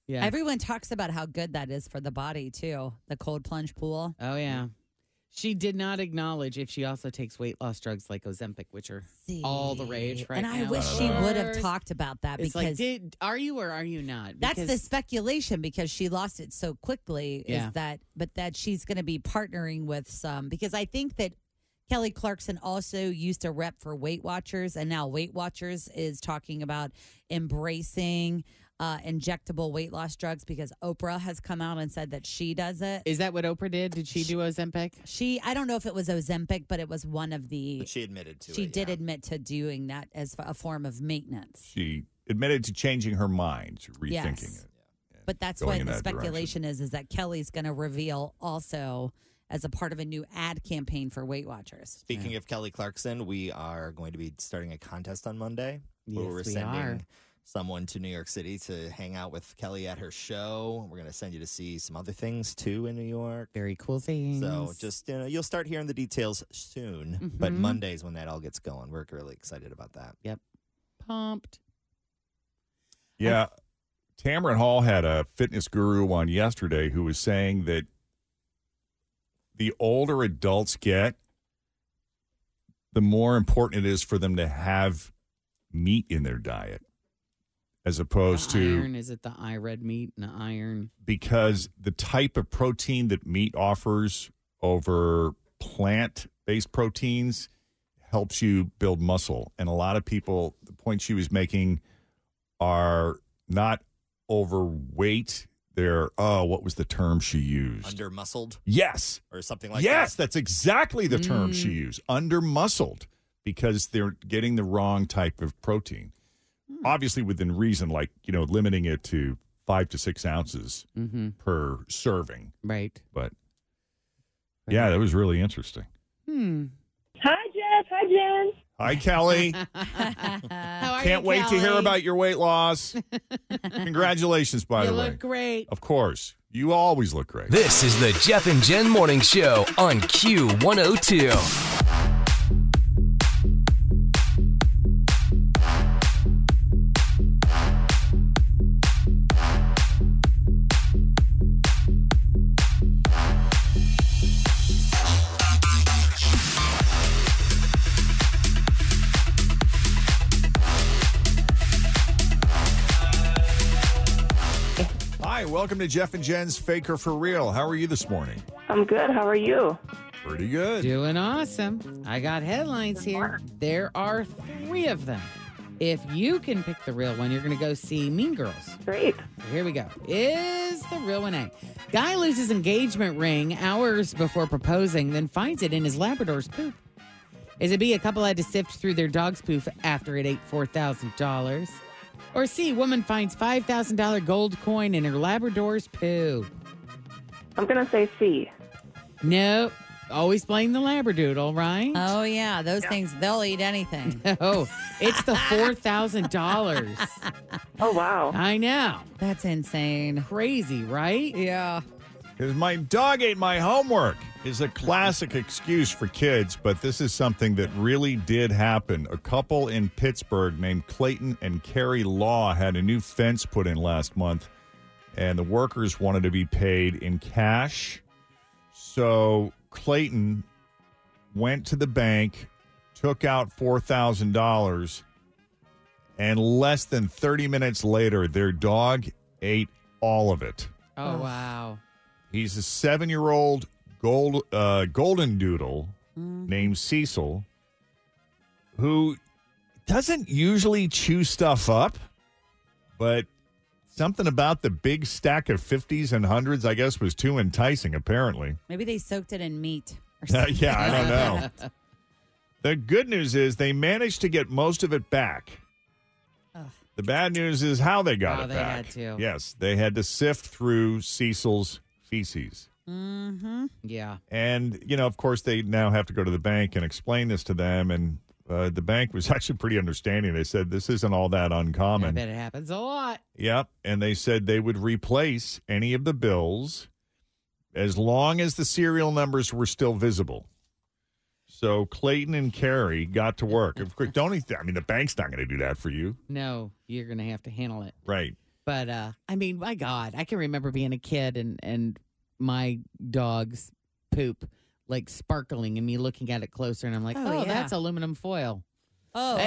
Speaker 5: Yeah.
Speaker 4: Everyone talks about how good that is for the body too. The cold plunge pool.
Speaker 5: oh, yeah. She did not acknowledge if she also takes weight loss drugs like Ozempic, which are all the rage right
Speaker 4: and
Speaker 5: now.
Speaker 4: I wish she would have talked about that
Speaker 5: It's like,
Speaker 4: because
Speaker 5: did, are you or are you not?
Speaker 4: that's the
Speaker 5: Because-
Speaker 4: speculation because she lost it so quickly
Speaker 5: Yeah.
Speaker 4: is that but that she's going to be partnering with some because I think that Kelly Clarkson also used to rep for Weight Watchers and now Weight Watchers is talking about embracing uh, injectable weight loss drugs because Oprah has come out and said that she does it.
Speaker 5: Is that what Oprah did? Did she do Ozempic?
Speaker 4: She I don't know if it was Ozempic but it was one of the
Speaker 3: But she admitted to it.
Speaker 4: she did
Speaker 3: yeah.
Speaker 4: admit to doing that as a form of maintenance.
Speaker 2: She admitted to changing her mind, to rethinking
Speaker 4: Yes.
Speaker 2: it.
Speaker 4: But that's
Speaker 2: going
Speaker 4: what
Speaker 2: in
Speaker 4: the
Speaker 2: that
Speaker 4: speculation is: is that Kelly's going to reveal also as a part of a new ad campaign for Weight Watchers.
Speaker 3: Speaking of Kelly Clarkson, we are going to be starting a contest on Monday where
Speaker 5: Yes,
Speaker 3: we're
Speaker 5: we
Speaker 3: sending
Speaker 5: are.
Speaker 3: someone to New York City to hang out with Kelly at her show. We're going to send you to see some other things too in New York.
Speaker 5: Very cool things.
Speaker 3: So just you know, you'll start hearing the details soon. But
Speaker 5: Mhm.
Speaker 3: Monday's when that all gets going. We're really excited about that.
Speaker 5: pumped.
Speaker 2: Yeah. Tamron Hall had a fitness guru on yesterday who was saying that the older adults get, the more important it is for them to have meat in their diet as opposed
Speaker 5: The
Speaker 2: to
Speaker 5: iron is it the I red meat and the iron?
Speaker 2: because the type of protein that meat offers over plant based proteins helps you build muscle. And a lot of people, the point she was making, are not overweight. They're, oh, what was the term she used?
Speaker 3: Under muscled
Speaker 2: yes.
Speaker 3: or something like
Speaker 2: yes,
Speaker 3: that.
Speaker 2: that's exactly the term she used. Under muscled because they're getting the wrong type of protein. Obviously, within reason, like, you know, limiting it to five to six ounces
Speaker 5: Mm-hmm.
Speaker 2: per serving.
Speaker 5: Right.
Speaker 2: But yeah, that was really interesting.
Speaker 5: Hmm.
Speaker 11: Hi, Jeff. Hi, Jen.
Speaker 2: Hi, Kelly.
Speaker 5: How are
Speaker 2: Can't
Speaker 5: you,
Speaker 2: wait to hear
Speaker 5: Kelly?
Speaker 2: about your weight loss. Congratulations, by
Speaker 5: you
Speaker 2: the way.
Speaker 5: look great.
Speaker 2: Of course. You always look great.
Speaker 1: This is the Jeff and Jen Morning Show on Q102.
Speaker 2: Hi, welcome to Jeff and Jen's Faker for Real. How are you this morning?
Speaker 11: I'm good. How are you?
Speaker 2: Pretty good.
Speaker 5: Doing awesome. I got headlines here. There are three of them. If you can pick the real one, you're going to go see Mean Girls.
Speaker 11: Great.
Speaker 5: Here we go. Is the real one A? Guy loses engagement ring hours before proposing, then finds it in his Labrador's poop. Is it B? A couple had to sift through their dog's poop after it ate four thousand dollars. Or C? Woman finds five thousand dollar gold coin in her Labrador's poo.
Speaker 11: I'm gonna say C.
Speaker 5: No, always blame the Labradoodle, right?
Speaker 4: Oh yeah, those things they'll eat anything.
Speaker 5: No, it's the four thousand dollars.
Speaker 11: Oh wow!
Speaker 5: I know.
Speaker 4: That's insane.
Speaker 5: Crazy, right?
Speaker 4: Yeah.
Speaker 2: Because my dog ate my homework is a classic excuse for kids, but this is something that really did happen. A couple in Pittsburgh named Clayton and Carrie Law had a new fence put in last month, and the workers wanted to be paid in cash. So Clayton went to the bank, took out $4,000, and less than 30 minutes later, their dog ate all of it.
Speaker 5: Oh wow.
Speaker 2: He's a seven year old gold uh, golden doodle
Speaker 5: Mm.
Speaker 2: named Cecil who doesn't usually chew stuff up, but something about the big stack of 50s and 100s, I guess, was too enticing, apparently.
Speaker 4: Maybe they soaked it in meat.
Speaker 2: Yeah,
Speaker 4: Or something.
Speaker 2: I don't know. The good news is they managed to get most of it back. The bad news is how they got
Speaker 5: How
Speaker 2: it
Speaker 5: they
Speaker 2: back.
Speaker 5: had to.
Speaker 2: Yes, they had to sift through Cecil's feces.
Speaker 4: mm-hmm.
Speaker 5: Yeah.
Speaker 2: And, you know, of course, they now have to go to the bank and explain this to them. And uh, the bank was actually pretty understanding. They said, this isn't all that
Speaker 5: I
Speaker 2: uncommon.
Speaker 5: bet it happens a lot.
Speaker 2: Yep. And they said they would replace any of the bills as long as the serial numbers were still visible. So Clayton and Carrie got to work. Of course, don't, e, I mean, the bank's not going to do that for you.
Speaker 5: No, you're gonna have to handle it.
Speaker 2: Right.
Speaker 5: But uh I mean, my God, I can remember being a kid and and my dog's poop like sparkling and me looking at it closer and I'm like,
Speaker 4: Oh,
Speaker 5: oh,
Speaker 4: yeah.
Speaker 5: that's aluminum foil.
Speaker 4: Oh, or, or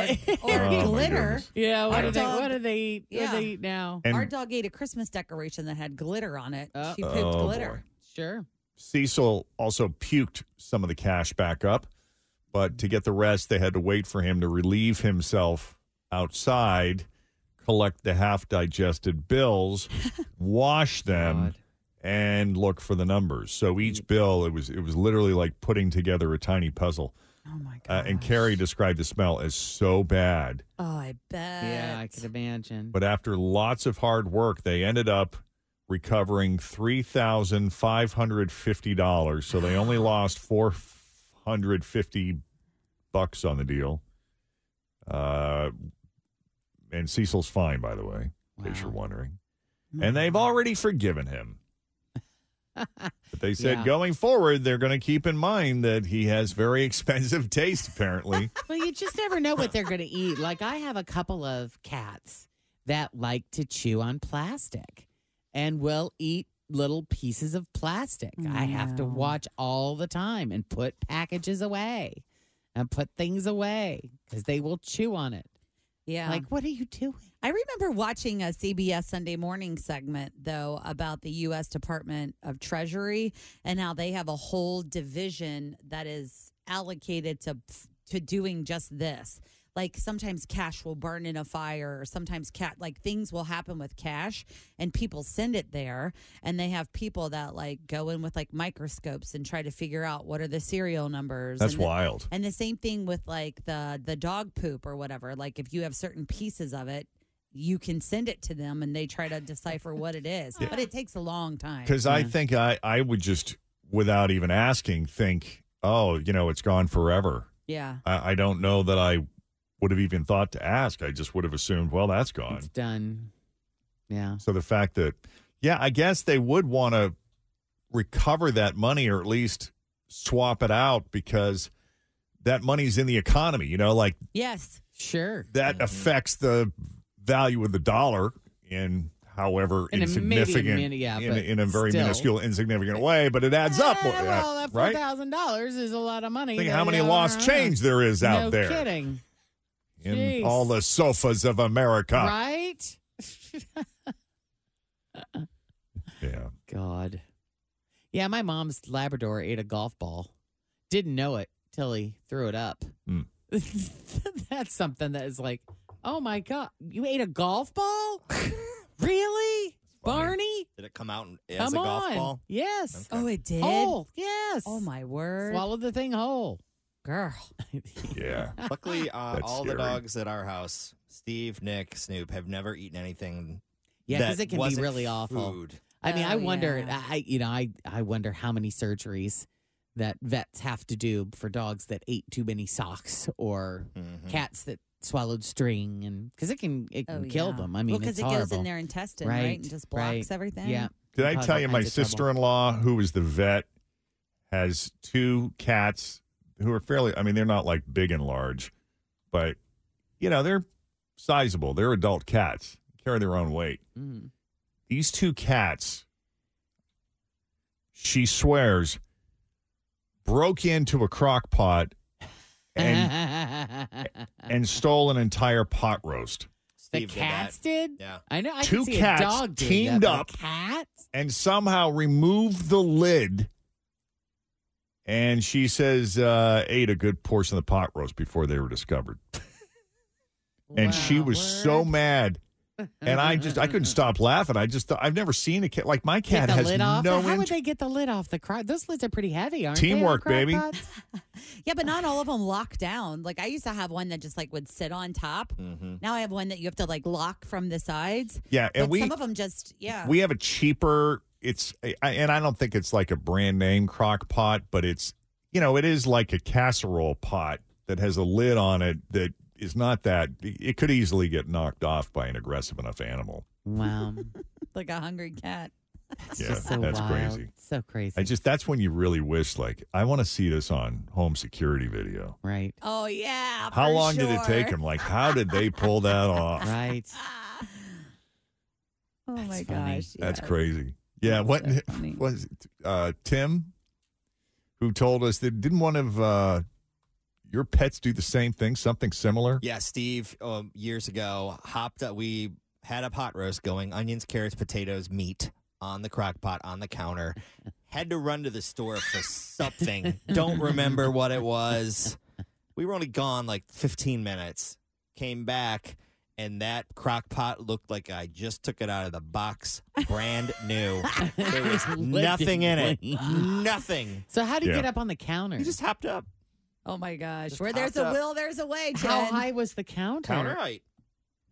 Speaker 2: Oh, my
Speaker 4: glitter.
Speaker 2: goodness.
Speaker 5: Yeah, what
Speaker 4: Our
Speaker 5: do they
Speaker 4: dog-
Speaker 5: what do they eat? What
Speaker 4: Yeah.
Speaker 5: do they eat now?
Speaker 2: And-
Speaker 4: Our dog ate a Christmas decoration that had glitter on it.
Speaker 5: Uh,
Speaker 4: she pooped
Speaker 2: Oh,
Speaker 4: glitter.
Speaker 5: Sure.
Speaker 2: Cecil also puked some of the cash back up, but to get the rest, they had to wait for him to relieve himself outside, collect the half digested bills, wash them.
Speaker 5: God.
Speaker 2: And look for the numbers. So each bill, it was it was literally like putting together a tiny puzzle.
Speaker 4: Oh my
Speaker 2: Uh,
Speaker 4: god.
Speaker 2: and Carrie described the smell as so bad,
Speaker 4: Oh, I bet.
Speaker 5: Yeah, I could imagine.
Speaker 2: but after lots of hard work, they ended up recovering three thousand five hundred fifty dollars. So they only lost four hundred fifty bucks on the deal. Uh, and Cecil's fine, by the way, in case you're wondering. And they've already forgiven him. But they said
Speaker 5: Yeah.
Speaker 2: going forward, they're going to keep in mind that he has very expensive taste, apparently.
Speaker 5: well, you just never know what they're going to eat. Like I have a couple of cats that like to chew on plastic and will eat little pieces of plastic. I have to
Speaker 4: Wow.
Speaker 5: watch all the time and put packages away and put things away cuz they will chew on it.
Speaker 4: Yeah.
Speaker 5: Like what are you doing?
Speaker 4: I remember watching a CBS Sunday morning segment, though, about the U.S. Department of Treasury and how they have a whole division that is allocated to to doing just this. Like sometimes cash will burn in a fire, or sometimes cat like things will happen with cash, and people send it there, and they have people that like go in with like microscopes and try to figure out what are the serial numbers.
Speaker 2: That's
Speaker 4: and the-
Speaker 2: wild.
Speaker 4: and the same thing with like the the dog poop or whatever. Like if you have certain pieces of it, you can send it to them and they try to decipher what it is. But it takes a long time.
Speaker 2: Because I think I, I would just, without even asking, think, oh, you know, it's gone forever.
Speaker 4: Yeah.
Speaker 2: I, I don't know that I would have even thought to ask. I just would have assumed, well, that's gone.
Speaker 5: It's done. Yeah.
Speaker 2: So the fact that, yeah, I guess they would want to recover that money or at least swap it out because that money's in the economy, you know, like
Speaker 4: Yes.
Speaker 5: Sure.
Speaker 2: that affects the value of the dollar in however
Speaker 5: In a maybe a
Speaker 2: insignificant,
Speaker 5: mini- yeah,
Speaker 2: in,
Speaker 5: but
Speaker 2: in a very
Speaker 5: still.
Speaker 2: minuscule, insignificant way, but it adds up.
Speaker 5: Eh, well, that four
Speaker 2: right?
Speaker 5: thousand dollars is a lot of money.
Speaker 2: Think
Speaker 5: that,
Speaker 2: how many
Speaker 5: you know,
Speaker 2: lost change there is out
Speaker 5: no
Speaker 2: there
Speaker 5: kidding,
Speaker 2: in
Speaker 5: Jeez.
Speaker 2: all the sofas of America.
Speaker 5: right?
Speaker 2: Yeah.
Speaker 5: God. Yeah, my mom's Labrador ate a golf ball. Didn't know it till he threw it up.
Speaker 2: Mm.
Speaker 5: That's something that is like, oh my God, you ate a golf ball? really? Barney?
Speaker 3: Did it come out as
Speaker 5: Come
Speaker 3: a golf
Speaker 5: on.
Speaker 3: ball?
Speaker 5: Yes.
Speaker 4: Oh, it did.
Speaker 5: Whole. Yes.
Speaker 4: Oh my word,
Speaker 5: Swallowed the thing whole.
Speaker 4: girl.
Speaker 2: Yeah.
Speaker 3: Luckily, uh,
Speaker 2: That's
Speaker 3: all the
Speaker 2: scary.
Speaker 3: dogs at our house, Steve, Nick, Snoop, have never eaten anything.
Speaker 5: Yeah, because
Speaker 3: that
Speaker 5: it can be
Speaker 3: wasn't
Speaker 5: really awful.
Speaker 3: food.
Speaker 5: I mean,
Speaker 4: Oh,
Speaker 5: I wonder.
Speaker 4: yeah.
Speaker 5: I you know, I I wonder how many surgeries that vets have to do for dogs that ate too many socks or
Speaker 3: Mhm.
Speaker 5: cats that swallowed string, and because it can it
Speaker 4: Oh,
Speaker 5: can kill
Speaker 4: yeah.
Speaker 5: them. I mean,
Speaker 4: well,
Speaker 5: it's
Speaker 4: it
Speaker 5: horrible.
Speaker 4: goes in their intestine, right, and just blocks
Speaker 5: right.
Speaker 4: everything.
Speaker 5: Yeah.
Speaker 2: Did I
Speaker 5: Cause
Speaker 2: tell
Speaker 5: all
Speaker 2: you my
Speaker 5: kinds of trouble.
Speaker 2: sister in law, who is the vet, has two cats who are fairly, I mean, they're not like big and large, but, you know, they're sizable. They're adult cats, carry their own weight.
Speaker 5: Mm.
Speaker 2: These two cats, she swears, broke into a crock pot and, and stole an entire pot roast.
Speaker 5: the
Speaker 3: Steve did that.
Speaker 5: cats did.
Speaker 3: Yeah.
Speaker 5: I know. I
Speaker 2: Two
Speaker 5: can see
Speaker 2: cats
Speaker 5: a dog doing
Speaker 2: teamed
Speaker 5: that,
Speaker 2: up.
Speaker 5: but a cat.
Speaker 2: and somehow removed the lid. And she says uh, ate a good portion of the pot roast before they were discovered. And she
Speaker 5: Wow,
Speaker 2: was so
Speaker 5: word.
Speaker 2: mad. And I just I couldn't stop laughing. I just thought I've never seen a cat like my
Speaker 5: Get
Speaker 2: cat
Speaker 5: the
Speaker 2: has
Speaker 5: lid off.
Speaker 2: no
Speaker 5: How would
Speaker 2: int-
Speaker 5: they get the lid off the crock? Those lids are pretty heavy, aren't they?
Speaker 2: Teamwork,
Speaker 5: the crock
Speaker 2: baby.
Speaker 5: pots?
Speaker 4: Yeah, but not all of them lock down. Like I used to have one that just like would sit on top. Now I have one that you have to like lock from the sides.
Speaker 2: Mm-hmm. Yeah, and
Speaker 4: but
Speaker 2: we
Speaker 4: some of them just yeah.
Speaker 2: we have a cheaper it's I, and I don't think it's like a brand name crock pot, but it's you know, it is like a casserole pot that has a lid on it that is not that it could easily get knocked off by an aggressive enough animal.
Speaker 5: Wow.
Speaker 4: like a hungry cat.
Speaker 5: That's
Speaker 2: Yeah,
Speaker 5: just so
Speaker 2: that's
Speaker 5: wild.
Speaker 2: crazy.
Speaker 5: So crazy.
Speaker 2: I just that's when you really wish like I want to see this on home security video.
Speaker 5: right.
Speaker 4: Oh yeah.
Speaker 2: How
Speaker 4: for
Speaker 2: long did it
Speaker 4: sure.
Speaker 2: take him? Like how did they pull that off?
Speaker 5: Right.
Speaker 4: Oh my
Speaker 5: funny.
Speaker 4: gosh.
Speaker 2: That's
Speaker 4: yeah.
Speaker 2: crazy. Yeah,
Speaker 4: That's
Speaker 2: what
Speaker 4: so funny.
Speaker 2: was it, uh Tim who told us that didn't one of uh your pets do the same thing, something similar?
Speaker 3: Yeah, Steve, um, years ago, hopped up. We had a pot roast going onions, carrots, potatoes, meat on the crock pot on the counter. Had to run to the store for something. Don't remember what it was. We were only gone like 15 minutes. Came back, and that crock pot looked like I just took it out of the box, brand new. There was nothing in it. Nothing.
Speaker 5: So how do you
Speaker 2: Yeah.
Speaker 5: get up on the counter?
Speaker 3: You just hopped up.
Speaker 4: Oh my gosh.
Speaker 3: Just
Speaker 4: Where there's
Speaker 3: popped
Speaker 4: a
Speaker 3: up.
Speaker 4: will, there's a way, Jen.
Speaker 5: how high was the counter?
Speaker 3: Counter height.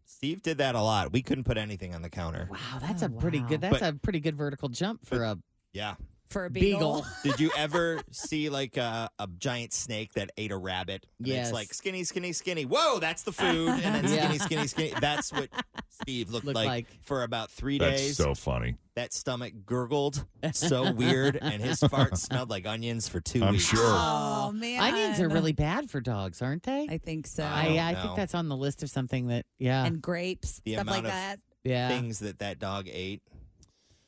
Speaker 3: Steve did that a lot. We couldn't put anything on the counter.
Speaker 5: Wow, that's a
Speaker 4: Oh,
Speaker 5: pretty good.
Speaker 4: wow.
Speaker 5: That's
Speaker 3: But-
Speaker 5: a pretty good vertical jump for a
Speaker 3: Yeah.
Speaker 4: for a beagle.
Speaker 5: beagle.
Speaker 3: Did you ever see like a, a giant snake that ate a rabbit? And
Speaker 5: Yes.
Speaker 3: It's like skinny, skinny, skinny. Whoa, that's the food. And then
Speaker 5: Yeah.
Speaker 3: skinny, skinny, skinny. That's what Steve looked,
Speaker 5: Looked
Speaker 3: like,
Speaker 5: like.
Speaker 3: for about three
Speaker 2: That's
Speaker 3: days.
Speaker 2: so funny.
Speaker 3: that stomach gurgled so weird, and his fart smelled like onions for 2
Speaker 2: I'm
Speaker 3: weeks.
Speaker 2: sure.
Speaker 4: Oh man.
Speaker 5: Onions are really bad for dogs, aren't they?
Speaker 4: I think so.
Speaker 3: I
Speaker 5: I,
Speaker 3: don't
Speaker 5: I
Speaker 3: know.
Speaker 5: think that's on the list of something that yeah
Speaker 4: and grapes,
Speaker 3: The
Speaker 4: stuff like
Speaker 3: amount of-
Speaker 4: that.
Speaker 5: yeah.
Speaker 3: Things that that dog ate.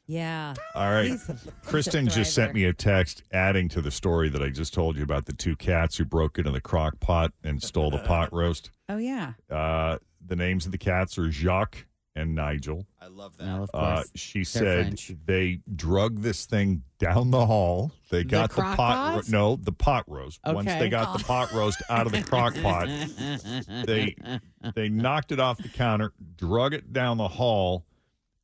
Speaker 4: Yeah.
Speaker 2: All right.
Speaker 4: He's a-
Speaker 2: Kristen
Speaker 4: he's a
Speaker 2: just sent
Speaker 4: thriver.
Speaker 2: me a text adding to the story that I just told you about the two cats who broke into the crock pot and stole the pot roast.
Speaker 4: Oh yeah.
Speaker 2: Uh, the names of the cats are Jacques and Nigel.
Speaker 3: I love that.
Speaker 5: Well, of
Speaker 2: Uh,
Speaker 5: course.
Speaker 2: she
Speaker 5: They're
Speaker 2: said
Speaker 5: French.
Speaker 2: they drug this thing down the hall. They
Speaker 5: The
Speaker 2: got the,
Speaker 5: crock
Speaker 2: pot.
Speaker 5: pot?
Speaker 2: no, the pot roast. Once
Speaker 5: Okay.
Speaker 2: they got the pot roast out of the crock pot, they they knocked it off the counter, drug it down the hall,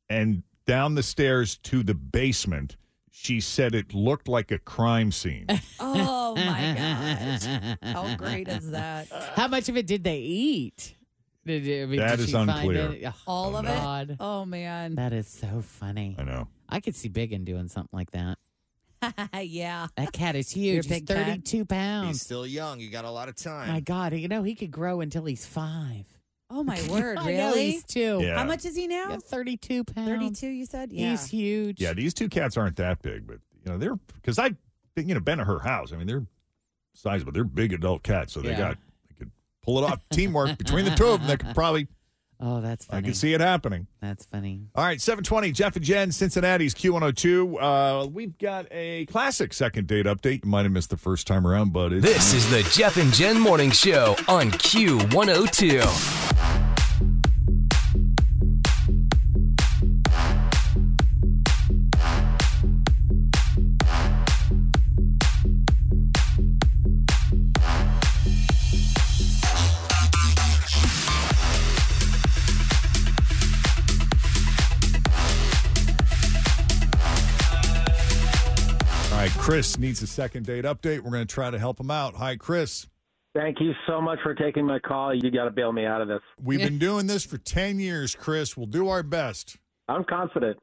Speaker 2: and down the stairs to the basement. She said it looked like a crime scene.
Speaker 4: Oh my gosh. How great is that?
Speaker 5: How much of it did they eat? Did, I mean,
Speaker 2: That
Speaker 5: did
Speaker 2: is
Speaker 5: she find
Speaker 2: unclear.
Speaker 5: it? Ugh,
Speaker 4: All of it.
Speaker 5: God.
Speaker 4: Oh man.
Speaker 5: That is so funny.
Speaker 2: I know.
Speaker 5: I could see Biggin doing something like that.
Speaker 4: yeah.
Speaker 5: That cat is huge. He's
Speaker 4: big cat.
Speaker 5: 32
Speaker 3: He's
Speaker 5: pounds.
Speaker 3: still young. You got a lot of time.
Speaker 5: My God, you know, he could grow until he's five.
Speaker 4: Oh my word.
Speaker 5: I know
Speaker 4: Really?
Speaker 5: he's two.
Speaker 2: Yeah.
Speaker 4: How much is he now?
Speaker 5: Yeah, 32 pounds.
Speaker 4: Thirty-two. You said. Yeah.
Speaker 5: He's huge.
Speaker 2: Yeah, these two cats aren't that big, but you know they're because I you know been at her house. I mean they're sizable. They're big adult cats, so they
Speaker 5: Yeah.
Speaker 2: got they could pull it off. Teamwork between the two of them, they could probably
Speaker 5: Oh, that's
Speaker 2: I
Speaker 5: funny.
Speaker 2: could see it happening.
Speaker 5: That's funny.
Speaker 2: All right, 720, Jeff and Jen, Cincinnati's Q102. Uh, we've got a classic second date update. You might have missed the first time around, but it's
Speaker 1: This is the Jeff and Jen Morning Show on Q102.
Speaker 2: Chris needs a second date update. We're going to try to help him out. Hi, Chris.
Speaker 12: Thank you so much for taking my call. You got to bail me out of this.
Speaker 2: We've been doing this for 10 years, Chris. We'll do our best.
Speaker 12: I'm confident.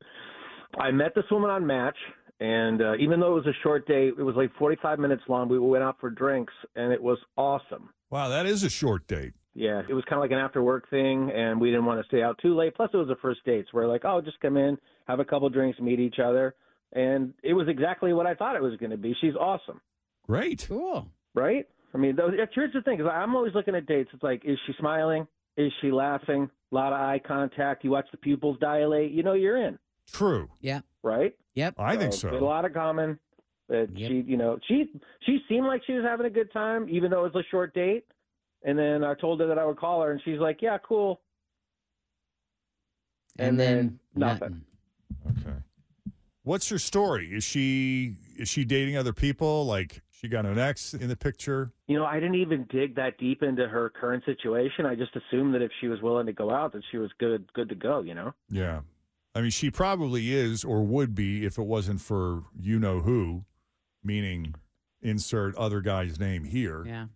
Speaker 12: I met this woman on Match, and uh, even though it was a short date, it was like 45 minutes long. We went out for drinks, and it was awesome.
Speaker 2: Wow, that is a short date.
Speaker 12: Yeah, it was kind of like an after work thing, and we didn't want to stay out too late. Plus, it was the first date, so we're like, oh, just come in, have a couple drinks, meet each other. And it was exactly what I thought it was going to be. She's awesome.
Speaker 2: Great.
Speaker 5: Cool.
Speaker 12: Right? I mean, those, here's the thing: is I'm always looking at dates. It's like, is she smiling? Is she laughing? A lot of eye contact. You watch the pupils dilate. You know, you're in.
Speaker 2: True.
Speaker 5: Yeah.
Speaker 12: Right.
Speaker 5: Yep.
Speaker 2: I think so.
Speaker 12: they had A lot of common. That she, you know, she she seemed like she was having a good time, even though it was a short date. And then I told her that I would call her, and she's like, "Yeah, cool."
Speaker 5: And, then,
Speaker 12: nothing.
Speaker 2: Okay. What's her story? Is she is she dating other people? Like she got an ex in the picture?
Speaker 12: You know, I didn't even dig that deep into her current situation. I just assumed that if she was willing to go out, that she was good good to go. You know.
Speaker 2: Yeah. I mean, she probably is or would be if it wasn't for you know who, meaning insert other guy's name here.
Speaker 5: Yeah.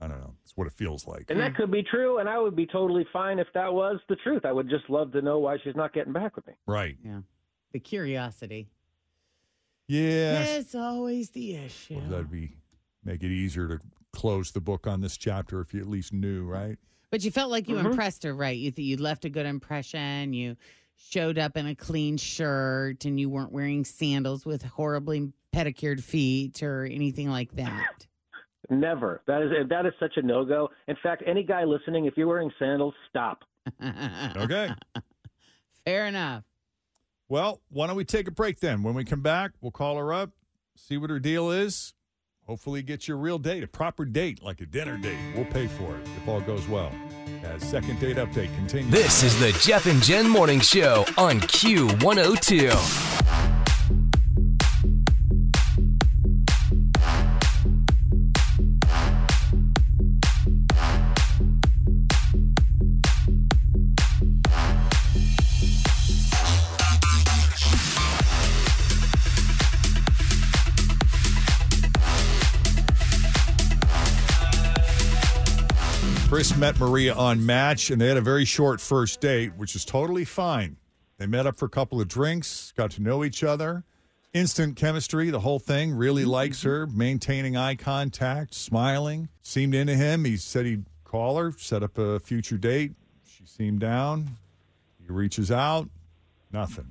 Speaker 2: I don't know. It's what it feels like.
Speaker 12: And that could be true, and I would be totally fine if that was the truth. I would just love to know why she's not getting back with me.
Speaker 2: Right.
Speaker 5: Yeah. The curiosity.
Speaker 2: Yes.
Speaker 5: It's always the issue.
Speaker 2: Well, that'd be make it easier to close the book on this chapter if you at least knew, right?
Speaker 5: But you felt like you
Speaker 2: Mhm.
Speaker 5: impressed her, right? You th- you left a good impression. You showed up in a clean shirt, and you weren't wearing sandals with horribly pedicured feet or anything like that.
Speaker 12: Never. That is that is such a no go. In fact, any guy listening, if you're wearing sandals, stop.
Speaker 2: Okay.
Speaker 5: Fair enough.
Speaker 2: Well, why don't we take a break then? When we come back, we'll call her up, see what her deal is. Hopefully, get you a real date, a proper date, like a dinner date. We'll pay for it if all goes well. As second date update continues.
Speaker 1: This is the Jeff and Jen Morning Show on Q102.
Speaker 2: Chris met Maria on Match, and they had a very short first date, which is totally fine. They met up for a couple of drinks, got to know each other, instant chemistry, the whole thing. Really likes her, maintaining eye contact, smiling, seemed into him. He said he'd call her, set up a future date. She seemed down. He reaches out, nothing.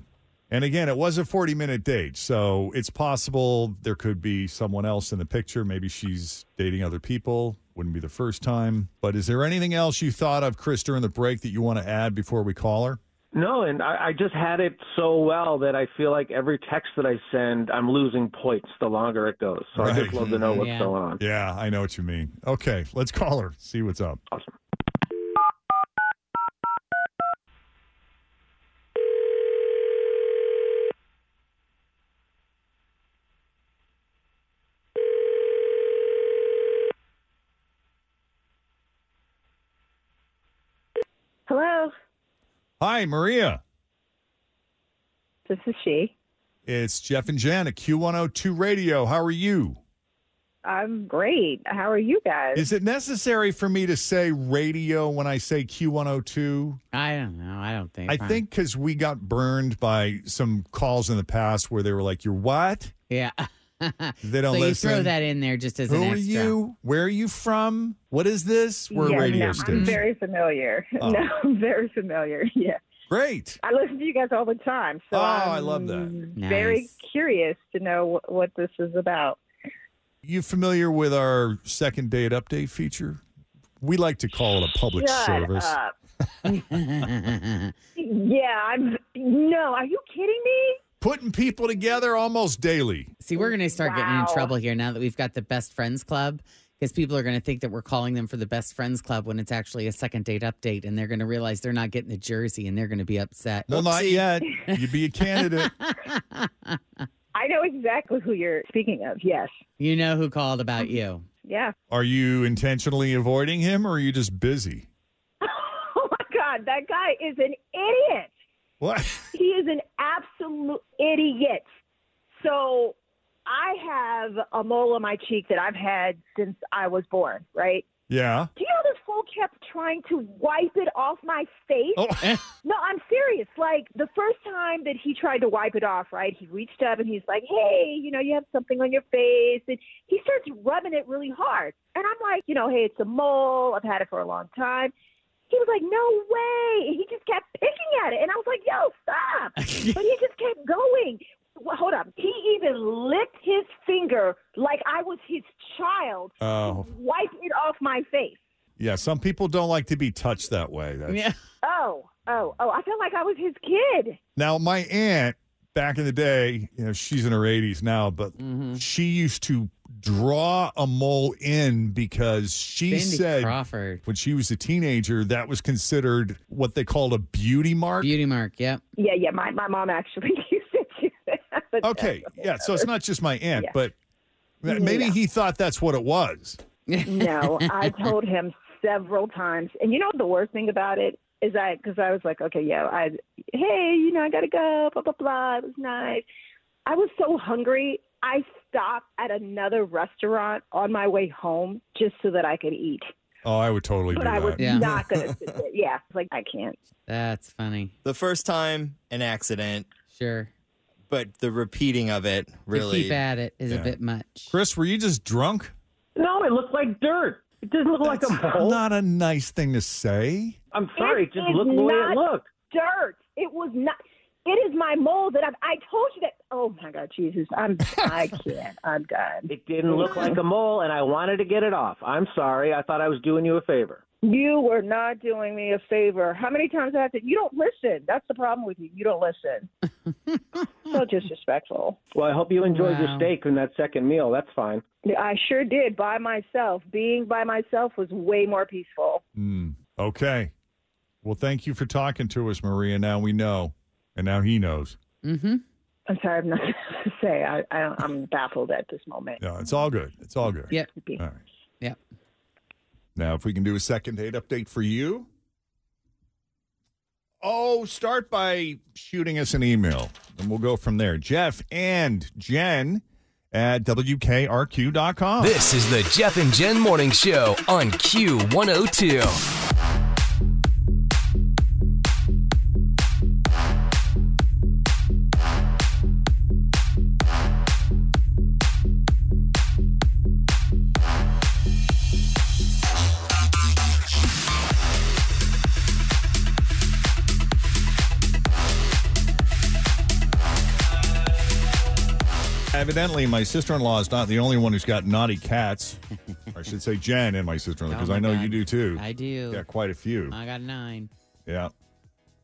Speaker 2: And again, it was a 40 minute date, so it's possible there could be someone else in the picture. Maybe she's dating other people. Wouldn't be the first time. But is there anything else you thought of, Chris, during the break that you want to add before we call her?
Speaker 12: No, and I, I just had it so well that I feel like every text that I send, I'm losing points the longer it goes. So I just
Speaker 2: Right. Mm-hmm.
Speaker 12: love to know what's
Speaker 2: Yeah.
Speaker 12: going on.
Speaker 2: Yeah, I know what you mean. Okay, let's call her, see what's up.
Speaker 12: Awesome.
Speaker 11: Hello,
Speaker 2: Hi, Maria.
Speaker 11: this is she.
Speaker 2: It's Jeff and Jan at Q102 Radio. How are you?
Speaker 11: I'm great. How are you guys?
Speaker 2: Is it necessary for me to say radio when I say Q102?
Speaker 5: I don't know. I don't think.
Speaker 2: I think because we got burned by some calls in the past where they were like, "You're what?
Speaker 5: Yeah.
Speaker 2: They don't
Speaker 5: so
Speaker 2: listen."
Speaker 5: You throw that in there just as
Speaker 2: Who
Speaker 5: an
Speaker 2: are
Speaker 5: extra.
Speaker 2: you? Where are you from? What is this? We're
Speaker 11: yeah,
Speaker 2: a radio
Speaker 11: no,
Speaker 2: station.
Speaker 11: I'm very familiar.
Speaker 2: Oh.
Speaker 11: No, I'm very familiar. Yeah.
Speaker 2: Great.
Speaker 11: I listen to you guys all the time. So
Speaker 2: oh,
Speaker 11: I'm
Speaker 2: I love that.
Speaker 11: Very curious to know wh- what this is about.
Speaker 2: You familiar with our second date update feature? We like to call it a public
Speaker 11: Shut
Speaker 2: service.
Speaker 11: up. Yeah, I'm. No, are you kidding me?
Speaker 2: Putting people together almost daily.
Speaker 5: See, we're going to start getting in
Speaker 11: Wow.
Speaker 5: trouble here now that we've got the best friends club because people are going to think that we're calling them for the best friends club when it's actually a second date update and they're going to realize they're not getting the jersey and they're going to be upset.
Speaker 2: Well, not
Speaker 5: Oopsie.
Speaker 2: yet. You'd be a candidate.
Speaker 11: I know exactly who you're speaking of. Yes.
Speaker 5: You know who called about you.
Speaker 11: Yeah.
Speaker 2: are you intentionally avoiding him or are you just busy?
Speaker 11: Oh my God, that guy is an idiot.
Speaker 2: What?
Speaker 11: He is an absolute idiot. So I have a mole on my cheek that I've had since I was born, right?
Speaker 2: Yeah.
Speaker 11: Do you know this fool kept trying to wipe it off my face? no, I'm serious. Like the first time that he tried to wipe it off, right? He reached up and he's like, "Hey, you know, you have something on your face," and he starts rubbing it really hard. And I'm like, you know, hey, it's a mole. I've had it for a long time. He was like, "No way!" And he just kept picking at it, and I was like, "Yo, stop!" but he just kept going. Well, hold up. He even licked his finger like I was his child.
Speaker 2: Oh,
Speaker 11: Wipe it off my face.
Speaker 2: yeah. Some people don't like to be touched that way. That's,
Speaker 11: Oh, oh, oh! I felt like I was his kid.
Speaker 2: Now, my aunt back in the day, you know, she's in her 80s now, but
Speaker 5: Mm-hmm.
Speaker 2: she used to draw a mole in because she
Speaker 5: Cindy
Speaker 2: said
Speaker 5: Crawford.
Speaker 2: when she was a teenager that was considered what they called a beauty mark.
Speaker 5: Beauty mark, yep.
Speaker 11: Yeah, yeah. My my mom actually used it. too. But that's
Speaker 2: Okay,
Speaker 11: a whole
Speaker 2: yeah, so it's not just my aunt,
Speaker 11: Yeah.
Speaker 2: but ma- maybe
Speaker 11: Yeah.
Speaker 2: he thought that's what it was.
Speaker 11: no, I told him several times. And you know what the worst thing about it is I because I was like, okay, yeah, I hey, you know, I gotta go, blah blah blah. It was nice. I was so hungry. I stopped at another restaurant on my way home just so that I could eat.
Speaker 2: Oh, I would totally
Speaker 11: But
Speaker 3: do
Speaker 11: I was
Speaker 3: that. Yeah.
Speaker 11: not gonna. sit there. Yeah, like I can't.
Speaker 5: That's funny.
Speaker 3: The first time, an accident.
Speaker 5: Sure.
Speaker 3: But the repeating of it really.
Speaker 5: keep at it is a bit much.
Speaker 2: Chris, were you just drunk?
Speaker 12: No, it looked like dirt. It doesn't look
Speaker 2: That's
Speaker 12: like a mole.
Speaker 2: not a nice thing to say.
Speaker 12: I'm sorry, it just
Speaker 11: is
Speaker 12: looked the way
Speaker 11: not
Speaker 12: it looked.
Speaker 11: Dirt. It was not. It is my mole that I've, I told you that. Oh my God, Jesus! I'm. I can't. I'm done.
Speaker 12: It didn't look like a mole, and I wanted to get it off. I'm sorry. I thought I was doing you a favor.
Speaker 11: You were not doing me a favor. How many times I have to? You don't listen. That's the problem with you. You don't listen. so disrespectful.
Speaker 12: Well, I hope you enjoyed your
Speaker 11: Wow.
Speaker 12: steak and that second meal. That's fine.
Speaker 11: I sure did by myself. Being by myself was way more peaceful.
Speaker 2: Hmm. Okay. Well, thank you for talking to us, Maria. Now we know, and now he knows.
Speaker 11: Mm-hmm. I'm sorry. I'm not to say. I, I don't, I'm baffled at this moment.
Speaker 2: No, it's all good. It's all good.
Speaker 5: Yep.
Speaker 2: All right.
Speaker 5: Yep.
Speaker 2: Now, if we can do a second date update for you. Oh, start by shooting us an email, and we'll go from there. Jeff and Jen at WKRQ.com.
Speaker 1: This is the Jeff and Jen Morning Show on Q102.
Speaker 2: Evidently, my sister in law is not the only one who's got naughty cats. I should say Jen and my sister in law,
Speaker 5: Oh
Speaker 2: because
Speaker 5: my
Speaker 2: I know
Speaker 5: God.
Speaker 2: you do too.
Speaker 5: I do.
Speaker 2: Yeah, quite a few.
Speaker 5: I got nine.
Speaker 2: Yeah.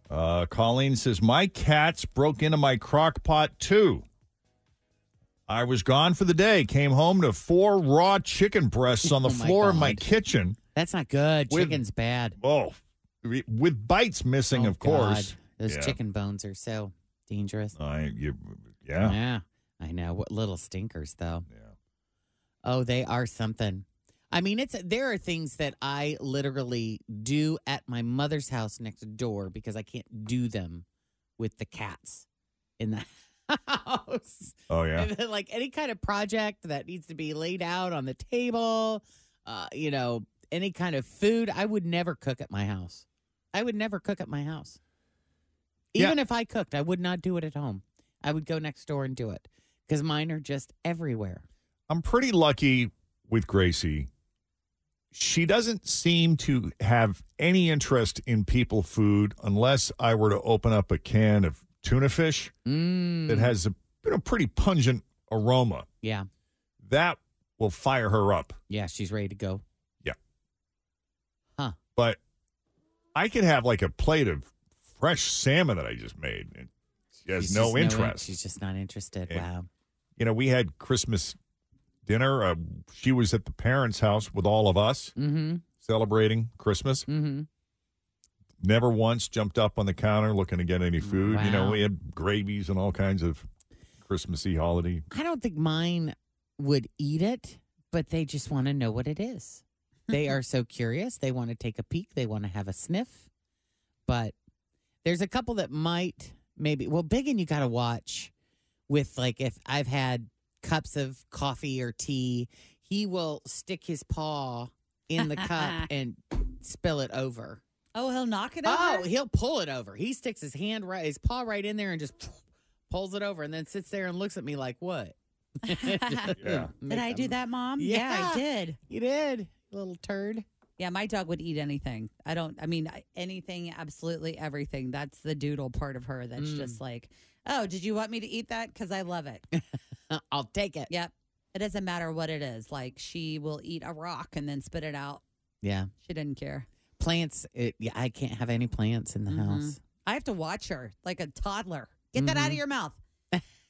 Speaker 2: Uh, Colleen says, My cats broke into my crock pot too. I was gone for the day, came home to four raw chicken breasts on the
Speaker 5: Oh, my
Speaker 2: floor of my kitchen.
Speaker 5: That's not good.
Speaker 2: With-
Speaker 5: Chicken's bad.
Speaker 2: Oh, with bites missing, of course.
Speaker 5: Oh God. Those
Speaker 2: Yeah.
Speaker 5: chicken bones are so dangerous.
Speaker 2: I, you, yeah.
Speaker 5: Yeah. I know. What little stinkers though. Yeah. Oh, they are something. I mean, it's there are things that I literally do at my mother's house next door because I can't do them with the cats in the house.
Speaker 2: Oh, yeah.
Speaker 5: And then, like any kind of project that needs to be laid out on the table, uh, you know, any kind of food, I would never cook at my house. I would never cook at my house.
Speaker 2: Yeah.
Speaker 5: Even if I cooked, I would not do it at home. I would go next door and do it because mine are just everywhere.
Speaker 2: I'm pretty lucky with Gracie. She doesn't seem to have any interest in people food unless I were to open up a can of tuna fish
Speaker 5: Mm.
Speaker 2: that has a you know, pretty pungent aroma.
Speaker 5: Yeah.
Speaker 2: That will fire her up.
Speaker 5: Yeah. She's ready to go.
Speaker 2: Yeah.
Speaker 5: Huh.
Speaker 2: But I could have like a plate of fresh salmon that I just made. And she has
Speaker 5: She's just
Speaker 2: no
Speaker 5: in-
Speaker 2: interest.
Speaker 5: she's just not interested.
Speaker 2: Yeah.
Speaker 5: Wow.
Speaker 2: you know, we had Christmas dinner. Uh, she was at the parents' house with all of us
Speaker 5: Mm
Speaker 2: celebrating Christmas.
Speaker 5: hmm. Mm hmm.
Speaker 2: Never once jumped up on the counter looking to get any food. You know,
Speaker 5: Wow.
Speaker 2: we had gravies and all kinds of Christmassy holiday.
Speaker 5: I don't think mine would eat it, but they just want to know what it is. They are so curious. They want to take a peek. They want to have a sniff. But there's a couple that might maybe. Well, Big and you got to watch with like if I've had cups of coffee or tea, he will stick his paw in the cup and spill it over.
Speaker 4: Oh, he'll knock it
Speaker 5: Oh,
Speaker 4: over?
Speaker 5: he'll pull it over. He sticks his hand right, his paw right in there, and just pulls it over, and then sits there and looks at me like, "What?
Speaker 4: Yeah. Did I do that, Mom? yeah I did.
Speaker 5: You did, little turd.
Speaker 4: Yeah, my dog would eat anything. I don't. I mean, I- anything, absolutely everything. That's the doodle part of her. That's
Speaker 5: Mm.
Speaker 4: just like, oh, did you want me to eat that? Because I love it.
Speaker 5: I'll take it.
Speaker 4: Yep. It doesn't matter what it is. Like she will eat a rock and then spit it out.
Speaker 5: Yeah,
Speaker 4: She didn't care.
Speaker 5: plants. It, yeah, I can't have any plants in the house.
Speaker 4: I have to watch her like a toddler. Get that out of
Speaker 5: Mhm.
Speaker 4: your mouth.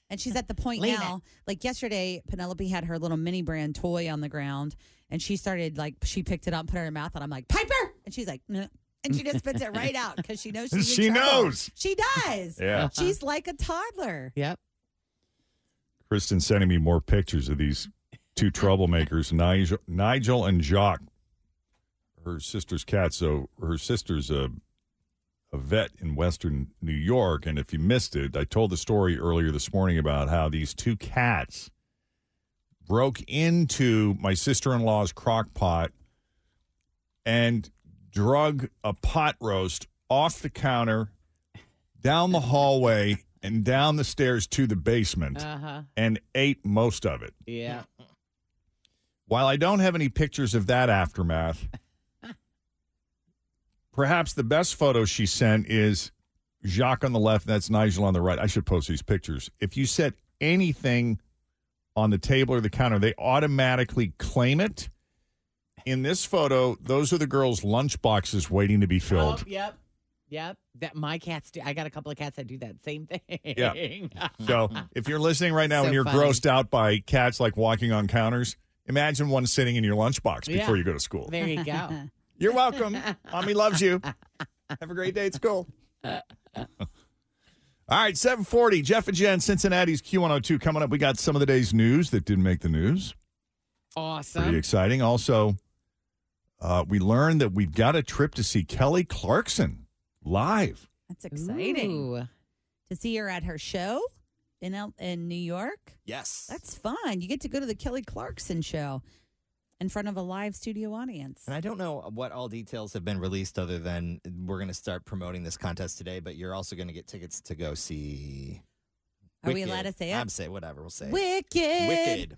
Speaker 4: And she's at the point
Speaker 5: Leave
Speaker 4: now. Like yesterday, Penelope had her little mini brand toy on the ground and she started like, she picked it up, put it in her mouth, and I'm like, Piper! And she's like, "Nuh." and she just spits it right out because she knows she's in
Speaker 2: She
Speaker 4: trouble.
Speaker 2: knows.
Speaker 4: She does.
Speaker 2: Yeah.
Speaker 4: She's like a toddler.
Speaker 5: Uh-huh. Yep.
Speaker 2: Kristen sending me more pictures of these two troublemakers, Nigel, Nigel and Jock, her sister's cat. So her sister's a a vet in Western New York, and if you missed it, I told the story earlier this morning about how these two cats broke into my sister-in-law's crock pot and drug a pot roast off the counter down the hallway and down the stairs to the basement
Speaker 5: huh.
Speaker 2: and ate most of it.
Speaker 5: Uh-huh. Yeah.
Speaker 2: While I don't have any pictures of that aftermath, perhaps the best photo she sent is Jacques on the left, and that's Nigel on the right. I should post these pictures. If you set anything on the table or the counter, they automatically claim it. In this photo, those are the girls' lunch boxes waiting to be filled.
Speaker 5: Oh, yep. Yep. That my cats do. I got a couple of cats that do that same thing.
Speaker 2: Yeah. So if you're listening right now
Speaker 5: So
Speaker 2: and you're
Speaker 5: funny.
Speaker 2: grossed out by cats like walking on counters, imagine one sitting in your lunchbox
Speaker 5: Yeah.
Speaker 2: before you go to school.
Speaker 5: There you go.
Speaker 2: You're welcome. Mommy loves you. Have a great day at school. All right, 740, Jeff and Jen, Cincinnati's Q102 coming up. We got some of the day's news that didn't make the news.
Speaker 5: Awesome.
Speaker 2: Pretty exciting. Also, uh, we learned that we've got a trip to see Kelly Clarkson live.
Speaker 4: That's exciting. To see her at her show in, L- in New York.
Speaker 3: Yes.
Speaker 4: That's fun. You get to go to the Kelly Clarkson show in front of a live studio audience.
Speaker 3: And I don't know what all details have been released other than we're going to start promoting this contest today, but you're also going to get tickets to go see.
Speaker 4: Are we allowed to say it?
Speaker 3: I'm say whatever we'll say. it.
Speaker 4: Wicked.
Speaker 3: Wicked.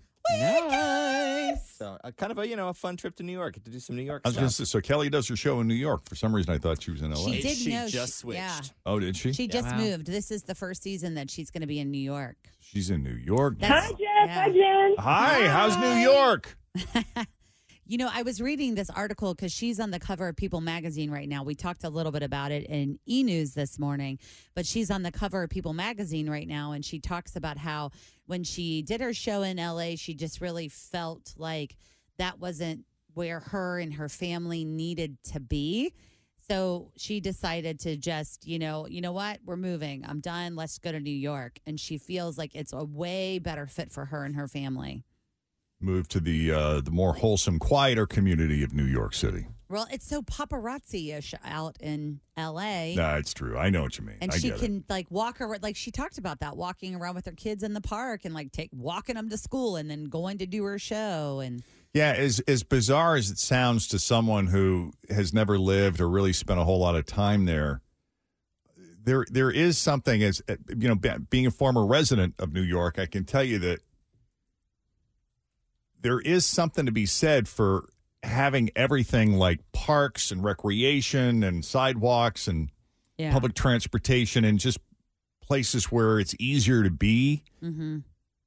Speaker 4: Nice.
Speaker 3: So uh, kind of a you know a fun trip to New York to do some New York
Speaker 2: I was going to
Speaker 3: stuff.
Speaker 2: say, so Kelly does her show in New York. For some reason, I thought she was in L.A.
Speaker 4: She did
Speaker 3: She
Speaker 4: know
Speaker 3: just
Speaker 4: she, yeah.
Speaker 3: switched.
Speaker 2: Oh, did she?
Speaker 4: She just moved. This is the first season that she's going to be in New York.
Speaker 2: She's in New York.
Speaker 4: That's-
Speaker 2: now.
Speaker 4: yeah.
Speaker 2: Hi, how's New York?
Speaker 4: You know, I was reading this article because she's on the cover of People magazine right now. We talked a little bit about it in e news this morning, but she's on the cover of People magazine right now. And she talks about how when she did her show in LA, she just really felt like that wasn't where her and her family needed to be. So she decided to just, you know, you know what? We're moving. I'm done. Let's go to New York. And she feels like it's a way better fit for her and her family.
Speaker 2: Moved to the uh, the more wholesome, quieter community of New York City.
Speaker 4: Well, it's so paparazzi ish out in LA.
Speaker 2: That's true. I know what you mean.
Speaker 4: And
Speaker 2: I
Speaker 4: she
Speaker 2: get it.
Speaker 4: can like walk around, like she talked about that, walking around with her kids in the park and like take walking them to school and then going to do her show. And
Speaker 2: Yeah, as as bizarre as it sounds to someone who has never lived or really spent a whole lot of time there, there there is something as uh, you know, be- being a former resident of New York, I can tell you that there is something to be said for having everything like parks and recreation and sidewalks and
Speaker 4: Yeah.
Speaker 2: public transportation and just places where it's easier to be
Speaker 4: Mhm.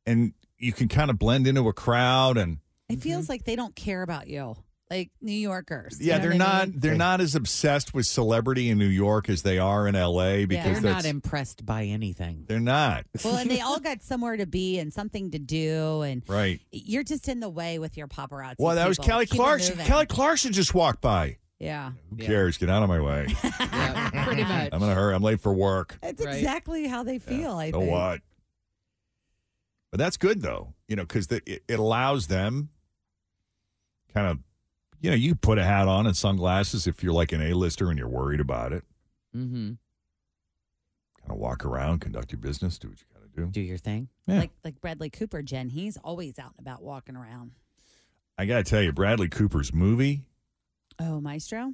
Speaker 2: and you can kind of blend into a crowd and
Speaker 5: Mm-hmm.
Speaker 4: it feels like they don't care about you, like New Yorkers. You
Speaker 2: Yeah,
Speaker 4: know
Speaker 2: they're
Speaker 4: what I
Speaker 2: not
Speaker 4: mean?
Speaker 2: they're not as obsessed with celebrity in New York as they are in LA because
Speaker 5: They're
Speaker 2: that's,
Speaker 5: not impressed by anything.
Speaker 2: they're not.
Speaker 4: Well, and they all got somewhere to be and something to do. And
Speaker 2: right.
Speaker 4: you're just in the way with your paparazzi.
Speaker 2: Well, that was
Speaker 4: people.
Speaker 2: Kelly
Speaker 4: Keep it
Speaker 2: Clarkson.
Speaker 4: moving.
Speaker 2: Kelly Clarkson just walked by.
Speaker 4: Yeah.
Speaker 2: Who cares? Get out of my way.
Speaker 5: Pretty much.
Speaker 2: I'm in a hurry. I'm late for work.
Speaker 4: That's exactly how they feel, I
Speaker 2: So
Speaker 4: think.
Speaker 2: what? But that's good though, you know, because it, it allows them kind of, you know, you put a hat on and sunglasses if you're like an A-lister and you're worried about it.
Speaker 5: Mm-hmm.
Speaker 2: Kind of walk around, conduct your business, do what you got to
Speaker 5: Do your thing.
Speaker 4: Like like Bradley Cooper, Jen. He's always out and about walking around.
Speaker 2: I got to tell you, Bradley Cooper's movie
Speaker 4: Oh, Maestro.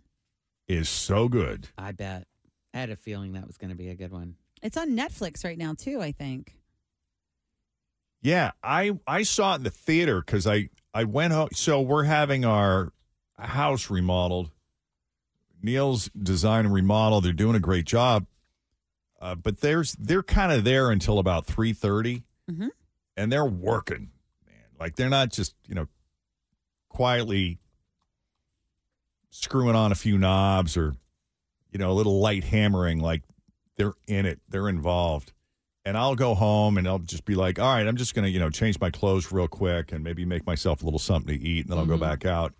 Speaker 2: is so good.
Speaker 5: I bet. I had a feeling that was going to be a good one.
Speaker 4: It's on Netflix right now too. I think.
Speaker 2: Yeah, I I saw it in the theater because I I went home. So we're having our house remodeled. Neil's design and remodel. They're doing a great job, uh, but there's they're kind of there until about three
Speaker 4: Mhm.
Speaker 2: and they're working, man. Like they're not just you know quietly screwing on a few knobs or you know a little light hammering. Like they're in it. They're involved and I'll go home and I'll just be like, all right, I'm just going to, you know, change my clothes real quick and maybe make myself a little something to eat. And then I'll go back out.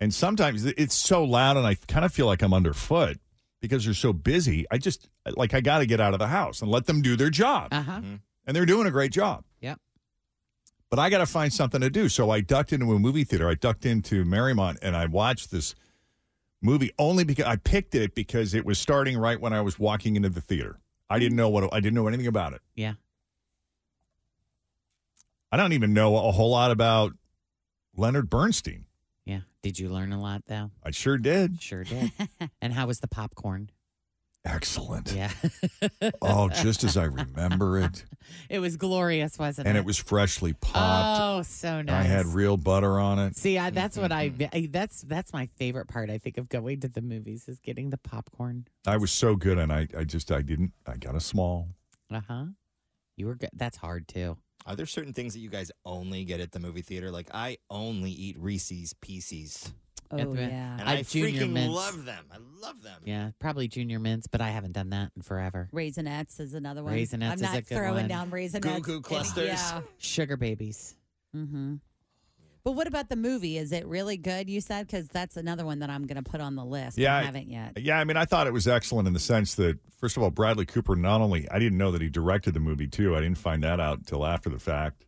Speaker 2: And sometimes it's so loud and I kind of feel like I'm underfoot because they're so busy. I just, like, I got to get out of the house and let them do their job.
Speaker 5: Uh huh.
Speaker 2: And they're doing a great job.
Speaker 5: Yep.
Speaker 2: But I got to find something to do. So I ducked into a movie theater. I ducked into Marymount and I watched this movie only because I picked it because it was starting right when I was walking into the theater. I didn't know what I didn't know anything about it.
Speaker 5: Yeah.
Speaker 2: I don't even know a whole lot about Leonard Bernstein.
Speaker 5: Yeah. Did you learn a lot though?
Speaker 2: I sure did.
Speaker 5: Sure did. and how was the popcorn?
Speaker 2: Excellent.
Speaker 5: Yeah.
Speaker 2: Oh, just as I remember it.
Speaker 5: It was glorious, wasn't
Speaker 2: And
Speaker 5: it?
Speaker 2: it was freshly popped.
Speaker 5: Oh, so
Speaker 2: I
Speaker 5: nice.
Speaker 2: had real butter on it.
Speaker 5: See,
Speaker 4: Mm,
Speaker 5: I, that's what I, I- That's that's my favorite part. I think of going to the movies is getting the popcorn.
Speaker 2: I was so good and I, I just I didn't I got a small.
Speaker 5: Uh huh. You were good. That's hard too.
Speaker 3: Are there certain things that you guys only get at the movie theater? Like I only eat Reese's Pieces.
Speaker 4: Oh
Speaker 5: At the-
Speaker 4: yeah.
Speaker 3: And
Speaker 5: I
Speaker 3: I,
Speaker 5: junior
Speaker 3: freaking
Speaker 5: mints.
Speaker 3: love them. I love them.
Speaker 5: Yeah, probably junior mints, but I haven't done that in forever.
Speaker 4: Raisinets is another one.
Speaker 5: Raisinets
Speaker 4: I'm
Speaker 5: is
Speaker 4: not
Speaker 5: a good
Speaker 4: throwing
Speaker 5: one.
Speaker 4: down raisinets.
Speaker 3: Goo goo
Speaker 4: in-
Speaker 3: clusters.
Speaker 4: Yeah.
Speaker 5: Sugar babies.
Speaker 4: Mm-hmm. But what about the movie? Is it really good? You said because that's another one that I'm going to put on the list. I
Speaker 2: I-
Speaker 4: haven't yet.
Speaker 2: Yeah, I mean, I thought it was excellent in the sense that, first of all, Bradley Cooper not only I didn't know that he directed the movie too. I didn't find that out till after the fact.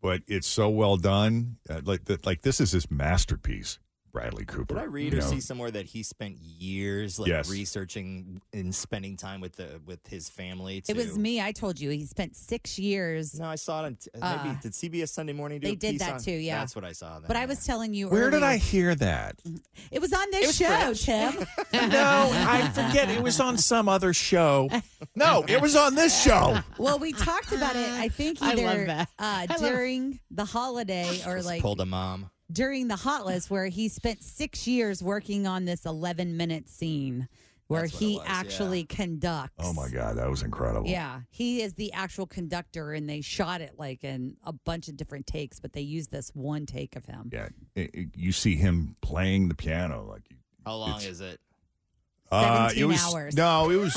Speaker 2: But it's so well done. Uh, like that, like this is his masterpiece, Bradley Cooper.
Speaker 3: Did I read
Speaker 2: you
Speaker 3: or
Speaker 2: know.
Speaker 3: see somewhere that he spent years like
Speaker 2: Yes.
Speaker 3: researching and spending time with the with his family? To,
Speaker 4: It was me. I told you he spent six years.
Speaker 3: No, I saw it on t-
Speaker 4: Uh,
Speaker 3: maybe did CBS Sunday Morning do
Speaker 4: they
Speaker 3: a
Speaker 4: did
Speaker 3: piece
Speaker 4: that
Speaker 3: on-
Speaker 4: too, yeah.
Speaker 3: that's what I saw. Then.
Speaker 4: But I was telling you.
Speaker 2: Where did
Speaker 4: earlier-
Speaker 2: I hear that?
Speaker 4: It was on this show, Tim.
Speaker 2: No, I forget. It was on some other show. No, it was on this show.
Speaker 4: Well, we talked about it. I think
Speaker 5: I love
Speaker 4: either
Speaker 5: that.
Speaker 4: uh, during the holiday or
Speaker 3: Just
Speaker 4: like
Speaker 3: pulled a mom.
Speaker 4: during the hot list, where he spent six years working on this 11 minute scene where
Speaker 3: That's what it
Speaker 4: he
Speaker 3: was, yeah.
Speaker 4: actually conducts.
Speaker 2: Oh my god, that was incredible.
Speaker 4: Yeah, he is the actual conductor, and they shot it like in a bunch of different takes, but they used this one take of him.
Speaker 2: Yeah, it- it- you see him playing the piano like. you-
Speaker 3: How long
Speaker 2: It's- Uh,
Speaker 3: is it?
Speaker 2: it
Speaker 4: 17
Speaker 2: was
Speaker 4: hours.
Speaker 2: no, it was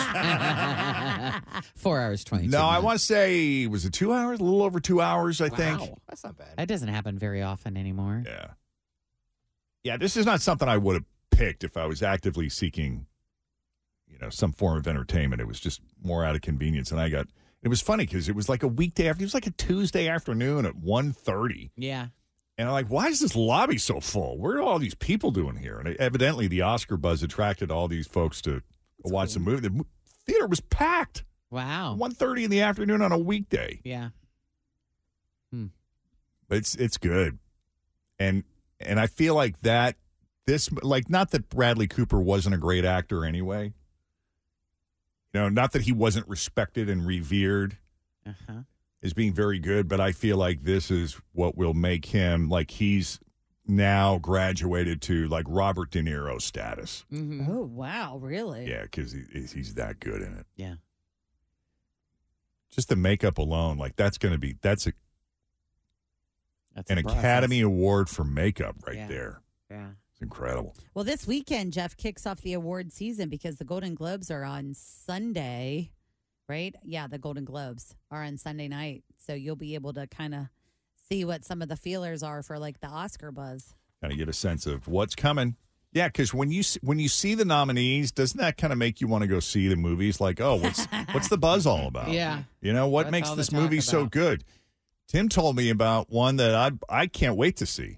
Speaker 5: Four hours twenty.
Speaker 2: no. I want to say was it two hours? A little over two hours, I think.
Speaker 3: That's not bad.
Speaker 5: That doesn't happen very often anymore.
Speaker 2: Yeah, yeah. This is not something I would have picked if I was actively seeking, you know, some form of entertainment. It was just more out of convenience, and I got. It was funny because it was like a weekday after. It was like a Tuesday afternoon at 1.30.
Speaker 5: Yeah.
Speaker 2: And I'm like, why is this lobby so full? What are all these people doing here? And evidently, the Oscar buzz attracted all these folks to watch the movie. The mo- theater was packed.
Speaker 5: Wow.
Speaker 2: 1.30 in the afternoon on a weekday.
Speaker 5: Yeah.
Speaker 2: It's it's good, and and I feel like that this like not that Bradley Cooper wasn't a great actor anyway. You know, not that he wasn't respected and revered
Speaker 5: Uh huh.
Speaker 2: as being very good, but I feel like this is what will make him like he's now graduated to like Robert De Niro status.
Speaker 5: hmm
Speaker 3: Mm-hmm.
Speaker 4: Oh wow, really?
Speaker 2: Yeah, because he, he's- he's that good in it.
Speaker 5: Yeah.
Speaker 2: Just the makeup alone, like that's going to be that's a,
Speaker 5: That's
Speaker 2: an
Speaker 5: a process.
Speaker 2: Academy Award for makeup right
Speaker 5: Yeah.
Speaker 2: there.
Speaker 5: Yeah.
Speaker 2: It's incredible.
Speaker 4: Well, this weekend Jeff kicks off the award season because the Golden Globes are on Sunday, right? Yeah, the Golden Globes are on Sunday night, so you'll be able to kind of see what some of the feelers are for like the Oscar buzz.
Speaker 2: Kind of get a sense of what's coming. Yeah, because when you s- when you see the nominees, doesn't that kind of make you want to go see the movies? Like, oh, what's what's the buzz all about?
Speaker 5: Yeah.
Speaker 2: You know what
Speaker 5: What's
Speaker 2: makes
Speaker 5: all the
Speaker 2: this
Speaker 5: talk
Speaker 2: movie so
Speaker 5: about?
Speaker 2: good? Tim told me about one that I I can't wait to see.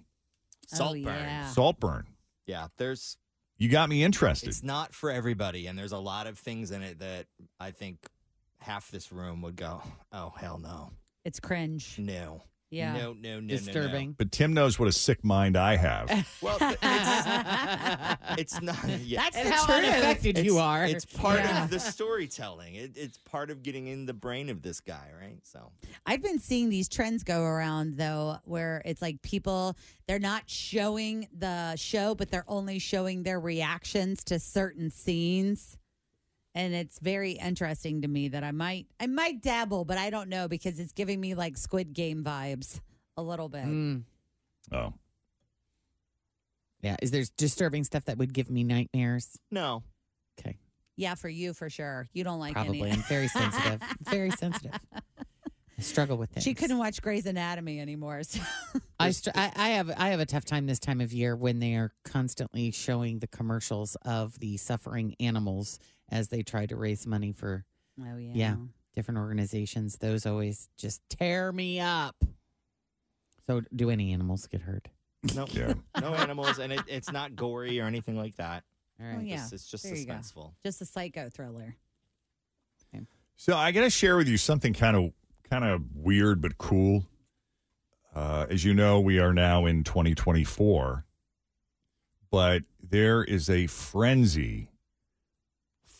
Speaker 3: Saltburn.
Speaker 4: Oh,
Speaker 5: Ah.
Speaker 4: yeah.
Speaker 2: Saltburn.
Speaker 3: Yeah, there's
Speaker 2: You got me interested.
Speaker 3: it's not for everybody, and there's a lot of things in it that I think half this room would go, "Oh hell no,
Speaker 4: it's cringe."
Speaker 3: No,
Speaker 4: Yeah.
Speaker 3: no, no, no, no, no.
Speaker 2: But Tim knows what a sick mind I have.
Speaker 3: Well, it's, it's not. Yeah.
Speaker 5: That's And the how truth. unaffected you
Speaker 3: It's-
Speaker 5: are.
Speaker 3: It's part
Speaker 5: Yeah.
Speaker 3: of the storytelling. It, it's part of getting in the brain of this guy, right? So
Speaker 4: I've been seeing these trends go around though, where it's like people they're not showing the show, but they're only showing their reactions to certain scenes. And it's very interesting to me that I might I might dabble, but I don't know because it's giving me like Squid Game vibes a little bit.
Speaker 5: Mm.
Speaker 2: Oh.
Speaker 5: Yeah. Is there disturbing stuff that would give me nightmares?
Speaker 3: no,
Speaker 4: Yeah, for you for sure. You don't like
Speaker 5: Probably.
Speaker 4: Any.
Speaker 5: I'm very sensitive. very sensitive. I struggle with things.
Speaker 4: she couldn't watch Grey's Anatomy anymore. So.
Speaker 5: I, str- I I have I have a tough time this time of year when they are constantly showing the commercials of the suffering animals as they try to raise money for
Speaker 4: Oh yeah.
Speaker 5: different organizations. Those always just tear me up. So do any animals get hurt?
Speaker 3: no, no animals, and it, it's not gory or anything like that.
Speaker 5: All
Speaker 4: Oh, yeah.
Speaker 3: it's, just
Speaker 4: There you go.
Speaker 3: suspenseful.
Speaker 4: Just a psycho thriller.
Speaker 2: So I got to share with you something kind of kind of weird but cool. Uh, as you know, we are now in 2024, but there is a frenzy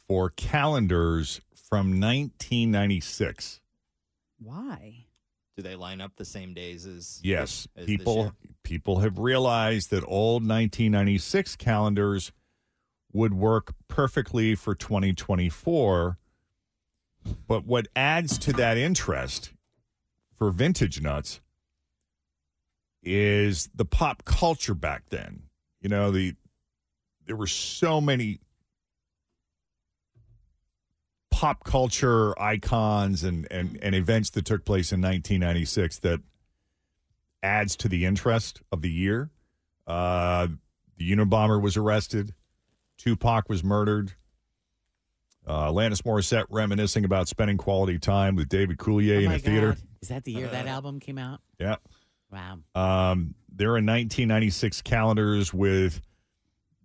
Speaker 2: for calendars from 1996.
Speaker 4: Why?
Speaker 3: Do they line up the same days as?
Speaker 2: Yes,
Speaker 3: as this
Speaker 2: people
Speaker 3: year?
Speaker 2: people have realized that old 1996 calendars would work perfectly for 2024. But what adds to that interest for vintage nuts is the pop culture back then. You know, the there were so many pop culture icons and and, and events that took place in 1996 that adds to the interest of the year. Uh, the Unabomber was arrested. Tupac was murdered. Uh, Alanis Morissette reminiscing about spending quality time with David Coulier in
Speaker 5: Oh my
Speaker 2: a theater.
Speaker 5: God. Is that the year that album came out?
Speaker 2: Yeah.
Speaker 5: Wow.
Speaker 2: Um, there are 1996 calendars with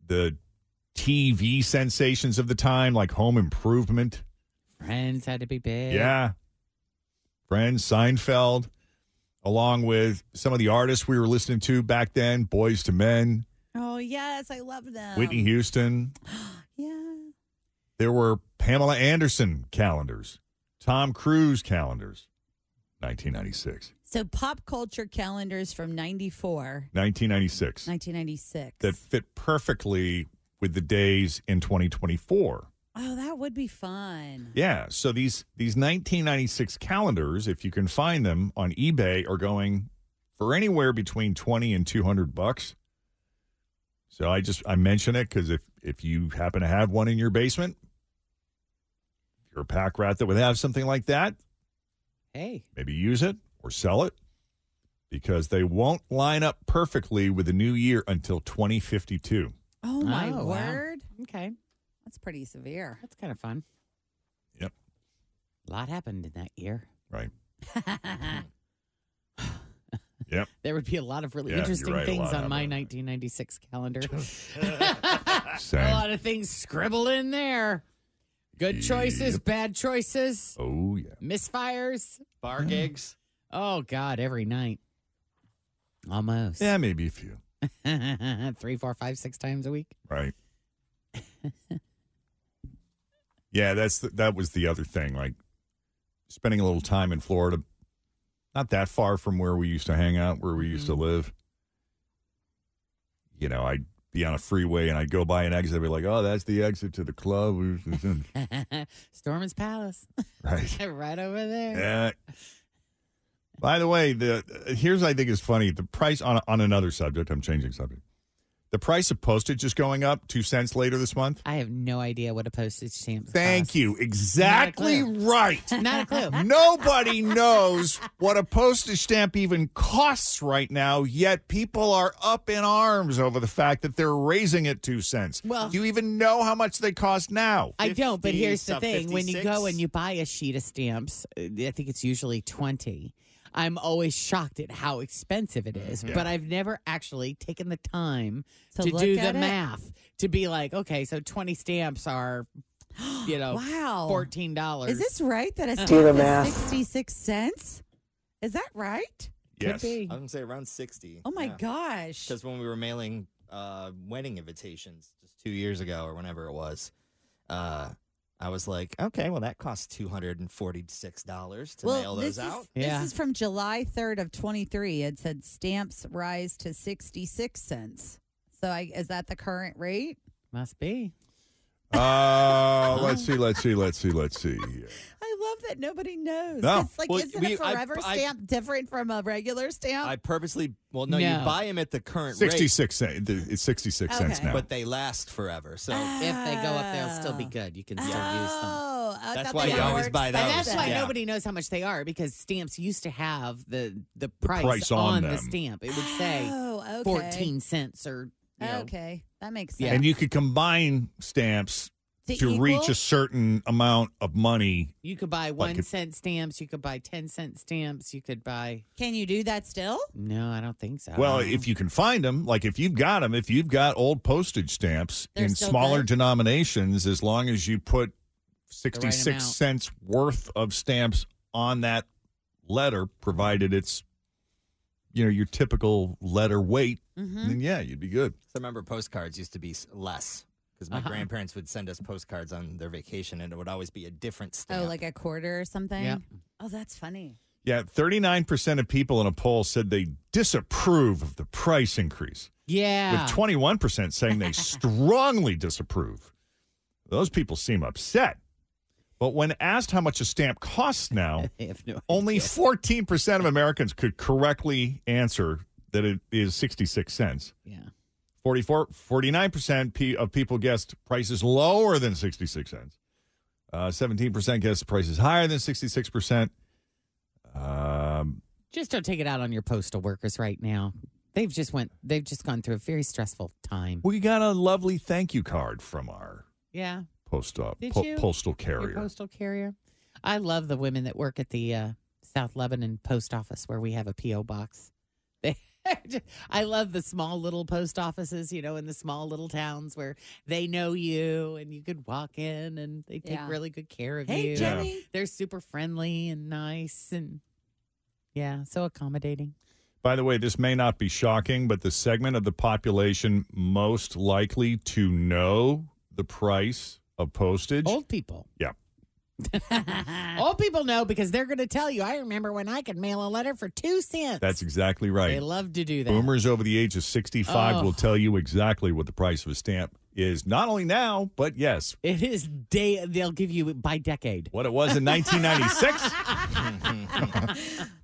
Speaker 2: the TV sensations of the time, like Home Improvement.
Speaker 5: Friends had to be big.
Speaker 2: Yeah. Friends, Seinfeld, along with some of the artists we were listening to back then, Boys to Men,
Speaker 4: Oh yes, I love them.
Speaker 2: Whitney Houston. Um, yeah. There were Pamela Anderson calendars, Tom Cruise calendars, 1996.
Speaker 4: So pop culture calendars from 94,
Speaker 2: 1996.
Speaker 4: 1996.
Speaker 2: that fit perfectly with the days in 2024.
Speaker 4: Oh, that would be fun.
Speaker 2: Yeah, so these these 1996 calendars, if you can find them on eBay, are going for anywhere between 20 and 200 bucks. So I just I mention it because if if you happen to have one in your basement, if you're a pack rat that would have something like that,
Speaker 5: Hey.
Speaker 2: maybe use it or sell it because they won't line up perfectly with the new year until 2052.
Speaker 4: Oh my
Speaker 5: Oh, wow.
Speaker 4: word.
Speaker 5: Okay.
Speaker 4: That's pretty severe.
Speaker 5: That's kind of fun.
Speaker 2: Yep.
Speaker 5: A lot happened in that year.
Speaker 2: Right. Yep.
Speaker 5: There would be a lot of really
Speaker 2: Yeah, you're
Speaker 5: interesting
Speaker 2: right, a
Speaker 5: things
Speaker 2: lot
Speaker 5: on
Speaker 2: of
Speaker 5: my 1996 calendar.
Speaker 2: Same.
Speaker 5: a lot of things scribbled in there. Good choices, bad choices,
Speaker 2: Oh yeah.
Speaker 5: misfires.
Speaker 3: Bar gigs.
Speaker 5: Oh God, every night. Almost.
Speaker 2: Yeah, maybe a few.
Speaker 5: Three, four, five, six times a week.
Speaker 2: Right. yeah, that's the, that was the other thing. Like spending a little time in Florida, not that far from where we used to hang out, where we used to live. You know, I'd be on a freeway and I'd go by an exit. I'd be like, "Oh, that's the exit to the club."
Speaker 5: Storm's Palace.
Speaker 2: Right.
Speaker 5: right over there.
Speaker 2: Yeah. Eh. By the way, the here's what I think is funny the price on on another subject. I'm changing subject. The price of postage is going up two cents later this month.
Speaker 5: I have no idea what a postage stamp.
Speaker 2: Thank you. Exactly right.
Speaker 5: Not a clue.
Speaker 2: Nobody knows what a postage stamp even costs right now, yet people are up in arms over the fact that they're raising it two cents.
Speaker 5: Well-
Speaker 2: Do you even know how much they cost now?
Speaker 5: I don't, but
Speaker 3: 50,
Speaker 5: here's the
Speaker 3: sub
Speaker 5: thing. When you go
Speaker 3: 56.
Speaker 5: and you buy a sheet of stamps, uh, I think it's usually 20. I'm always shocked at how expensive it
Speaker 2: Mm-hmm.
Speaker 5: is, but I've never actually taken the time
Speaker 4: To
Speaker 5: to,
Speaker 4: look
Speaker 5: do
Speaker 4: at
Speaker 5: the
Speaker 4: it?
Speaker 5: math to be like, okay, so 20 stamps are you know,
Speaker 4: Wow.
Speaker 5: fourteen dollars. Uh-huh.
Speaker 4: Is this right that a
Speaker 5: Do
Speaker 4: stamp
Speaker 5: the
Speaker 4: is
Speaker 5: math.
Speaker 4: 66 cents? Is that right?
Speaker 3: Yes. I'm gonna say around sixty.
Speaker 4: Oh my gosh.
Speaker 3: Because when we were mailing uh, wedding invitations just two years ago or whenever it was, uh, I was like, okay, well that costs two hundred and forty-six dollars to mail
Speaker 4: this
Speaker 3: those
Speaker 4: is,
Speaker 3: out.
Speaker 4: This is from July 3rd of 23. It said stamps rise to 66 cents. So I, is that the current rate?
Speaker 5: Must be.
Speaker 2: Uh, let's see, let's see, let's see, let's see.
Speaker 4: I love that nobody knows.
Speaker 2: No.
Speaker 4: It's like,
Speaker 2: Well,
Speaker 4: isn't
Speaker 2: we-
Speaker 4: a
Speaker 2: I-
Speaker 4: forever
Speaker 2: I-
Speaker 4: stamp different from a regular stamp?
Speaker 3: I purposely. Well, no,
Speaker 2: No.
Speaker 3: you buy them at the current rate.
Speaker 2: 66 cents. It's 66 cents
Speaker 4: Okay.
Speaker 2: now.
Speaker 3: but they last forever. So
Speaker 5: if they go up, they'll still be good. You can still use them.
Speaker 4: Oh,
Speaker 3: I That's thought why they you were always buy those.
Speaker 5: And that's why
Speaker 3: Yeah.
Speaker 5: nobody knows how much they are because stamps used to have the the price,
Speaker 2: price on
Speaker 5: on,
Speaker 2: them.
Speaker 5: the stamp. It would say
Speaker 4: Oh, okay.
Speaker 5: fourteen cents or you know,
Speaker 4: okay. That makes sense. Oh,
Speaker 2: And you could combine stamps
Speaker 5: To
Speaker 2: to, reach
Speaker 5: equal?
Speaker 2: a certain amount of money.
Speaker 5: You could buy one cent
Speaker 2: it-
Speaker 5: stamps. You could buy ten cent stamps. You could buy.
Speaker 4: Can you do that still?
Speaker 5: No, I don't think so.
Speaker 2: Well, if you can find them, like if you've got them, if you've got old postage stamps
Speaker 5: They're
Speaker 2: in
Speaker 5: still
Speaker 2: smaller
Speaker 5: good?
Speaker 2: denominations, as long as you put 66
Speaker 5: amount.
Speaker 2: cents worth of stamps on that letter, provided it's, you know, your typical letter weight,
Speaker 5: Mm-hmm.
Speaker 4: Hmm?
Speaker 2: then yeah, you'd be good.
Speaker 3: So remember, postcards used to be s- less because my
Speaker 4: Uh-huh.
Speaker 3: grandparents would send us postcards on their vacation, and it would always be a different stamp.
Speaker 4: Oh, like a quarter or something?
Speaker 3: Yeah.
Speaker 4: Oh, that's funny.
Speaker 2: Yeah, 39% of people in a poll said they disapprove of the price increase.
Speaker 5: yeah,
Speaker 2: with 21% saying they strongly disapprove. Those people seem upset. But when asked how much a stamp costs now, only 14% of Americans could correctly answer that it is 66 cents.
Speaker 5: Yeah.
Speaker 2: 44, 49% pe- of people guessed prices lower than 66 cents. Uh, 17% guessed the price is higher than 66%. Um,
Speaker 5: just don't take it out on your postal workers right now. They've just went. They've just gone through a very stressful time.
Speaker 2: we got a lovely thank you card from our
Speaker 5: Yeah.
Speaker 2: post op,
Speaker 5: Did you?
Speaker 2: postal
Speaker 5: Your
Speaker 2: carrier.
Speaker 5: postal carrier. I love the women that work at the uh, South Lebanon post office where we have a PO box. They, I love the small little post offices, you know, in the small little towns where they know you and you could walk in and they take
Speaker 4: Yeah.
Speaker 5: really good care of
Speaker 4: Hey,
Speaker 5: you.
Speaker 4: Jenny. Yeah.
Speaker 5: They're super friendly and nice and yeah, so accommodating.
Speaker 2: By the way, this may not be shocking, but the segment of the population most likely to know the price of postage
Speaker 5: old people.
Speaker 2: Yeah.
Speaker 4: Ah.
Speaker 5: Old people know because they're going to tell you. I remember when I could mail a letter for two cents.
Speaker 2: That's exactly right.
Speaker 5: They love to do that.
Speaker 2: Boomers over the age of 65
Speaker 5: Oh.
Speaker 2: will tell you exactly what the price of a stamp is, not only now, but yes,
Speaker 5: It is day. They'll give you by decade.
Speaker 2: What it was in 1996.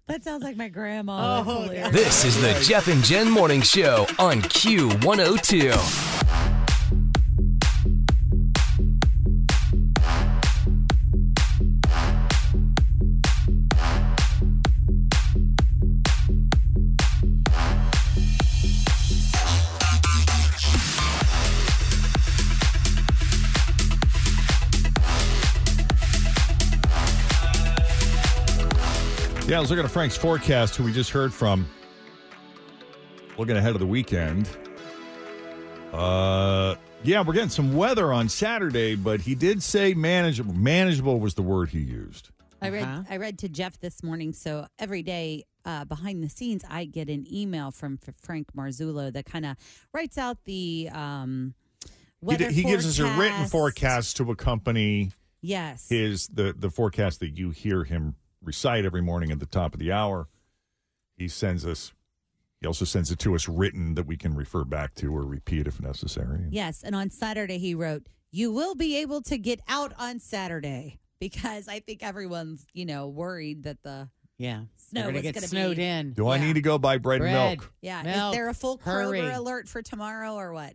Speaker 4: That sounds like my grandma.
Speaker 2: Oh,
Speaker 4: That's hilarious.
Speaker 1: This is the Jeff and Jen Morning Show on Q102.
Speaker 2: Yeah, I was looking at Frank's forecast, who we just heard from. Looking ahead of the weekend. Uh, yeah, we're getting some weather on Saturday, but he did say manageable. Manageable was the word he used.
Speaker 4: I read
Speaker 2: Uh-huh.
Speaker 4: I read to Jeff this morning. So every day uh, behind the scenes, I get an email from F- Frank Marzullo that kind of writes out the um,
Speaker 2: He,
Speaker 4: weather.
Speaker 2: d- he gives us a written
Speaker 4: forecast.
Speaker 2: forecast to accompany
Speaker 4: Yes.
Speaker 2: his the the forecast that you hear him recite every morning at the top of the hour. He sends us. He also sends it to us written that we can refer back to or repeat if necessary.
Speaker 4: Yes, and on Saturday he wrote, "You will be able to get out on Saturday because I think everyone's you know worried that the
Speaker 5: Yeah.
Speaker 4: snow
Speaker 5: They're gonna
Speaker 4: is
Speaker 5: get
Speaker 4: gonna
Speaker 5: snowed
Speaker 4: be,
Speaker 5: in.
Speaker 2: Do I need to go buy bread, and milk?
Speaker 4: Yeah,
Speaker 5: Milk.
Speaker 4: is there a full
Speaker 5: Hurry.
Speaker 4: Kroger alert for tomorrow or what?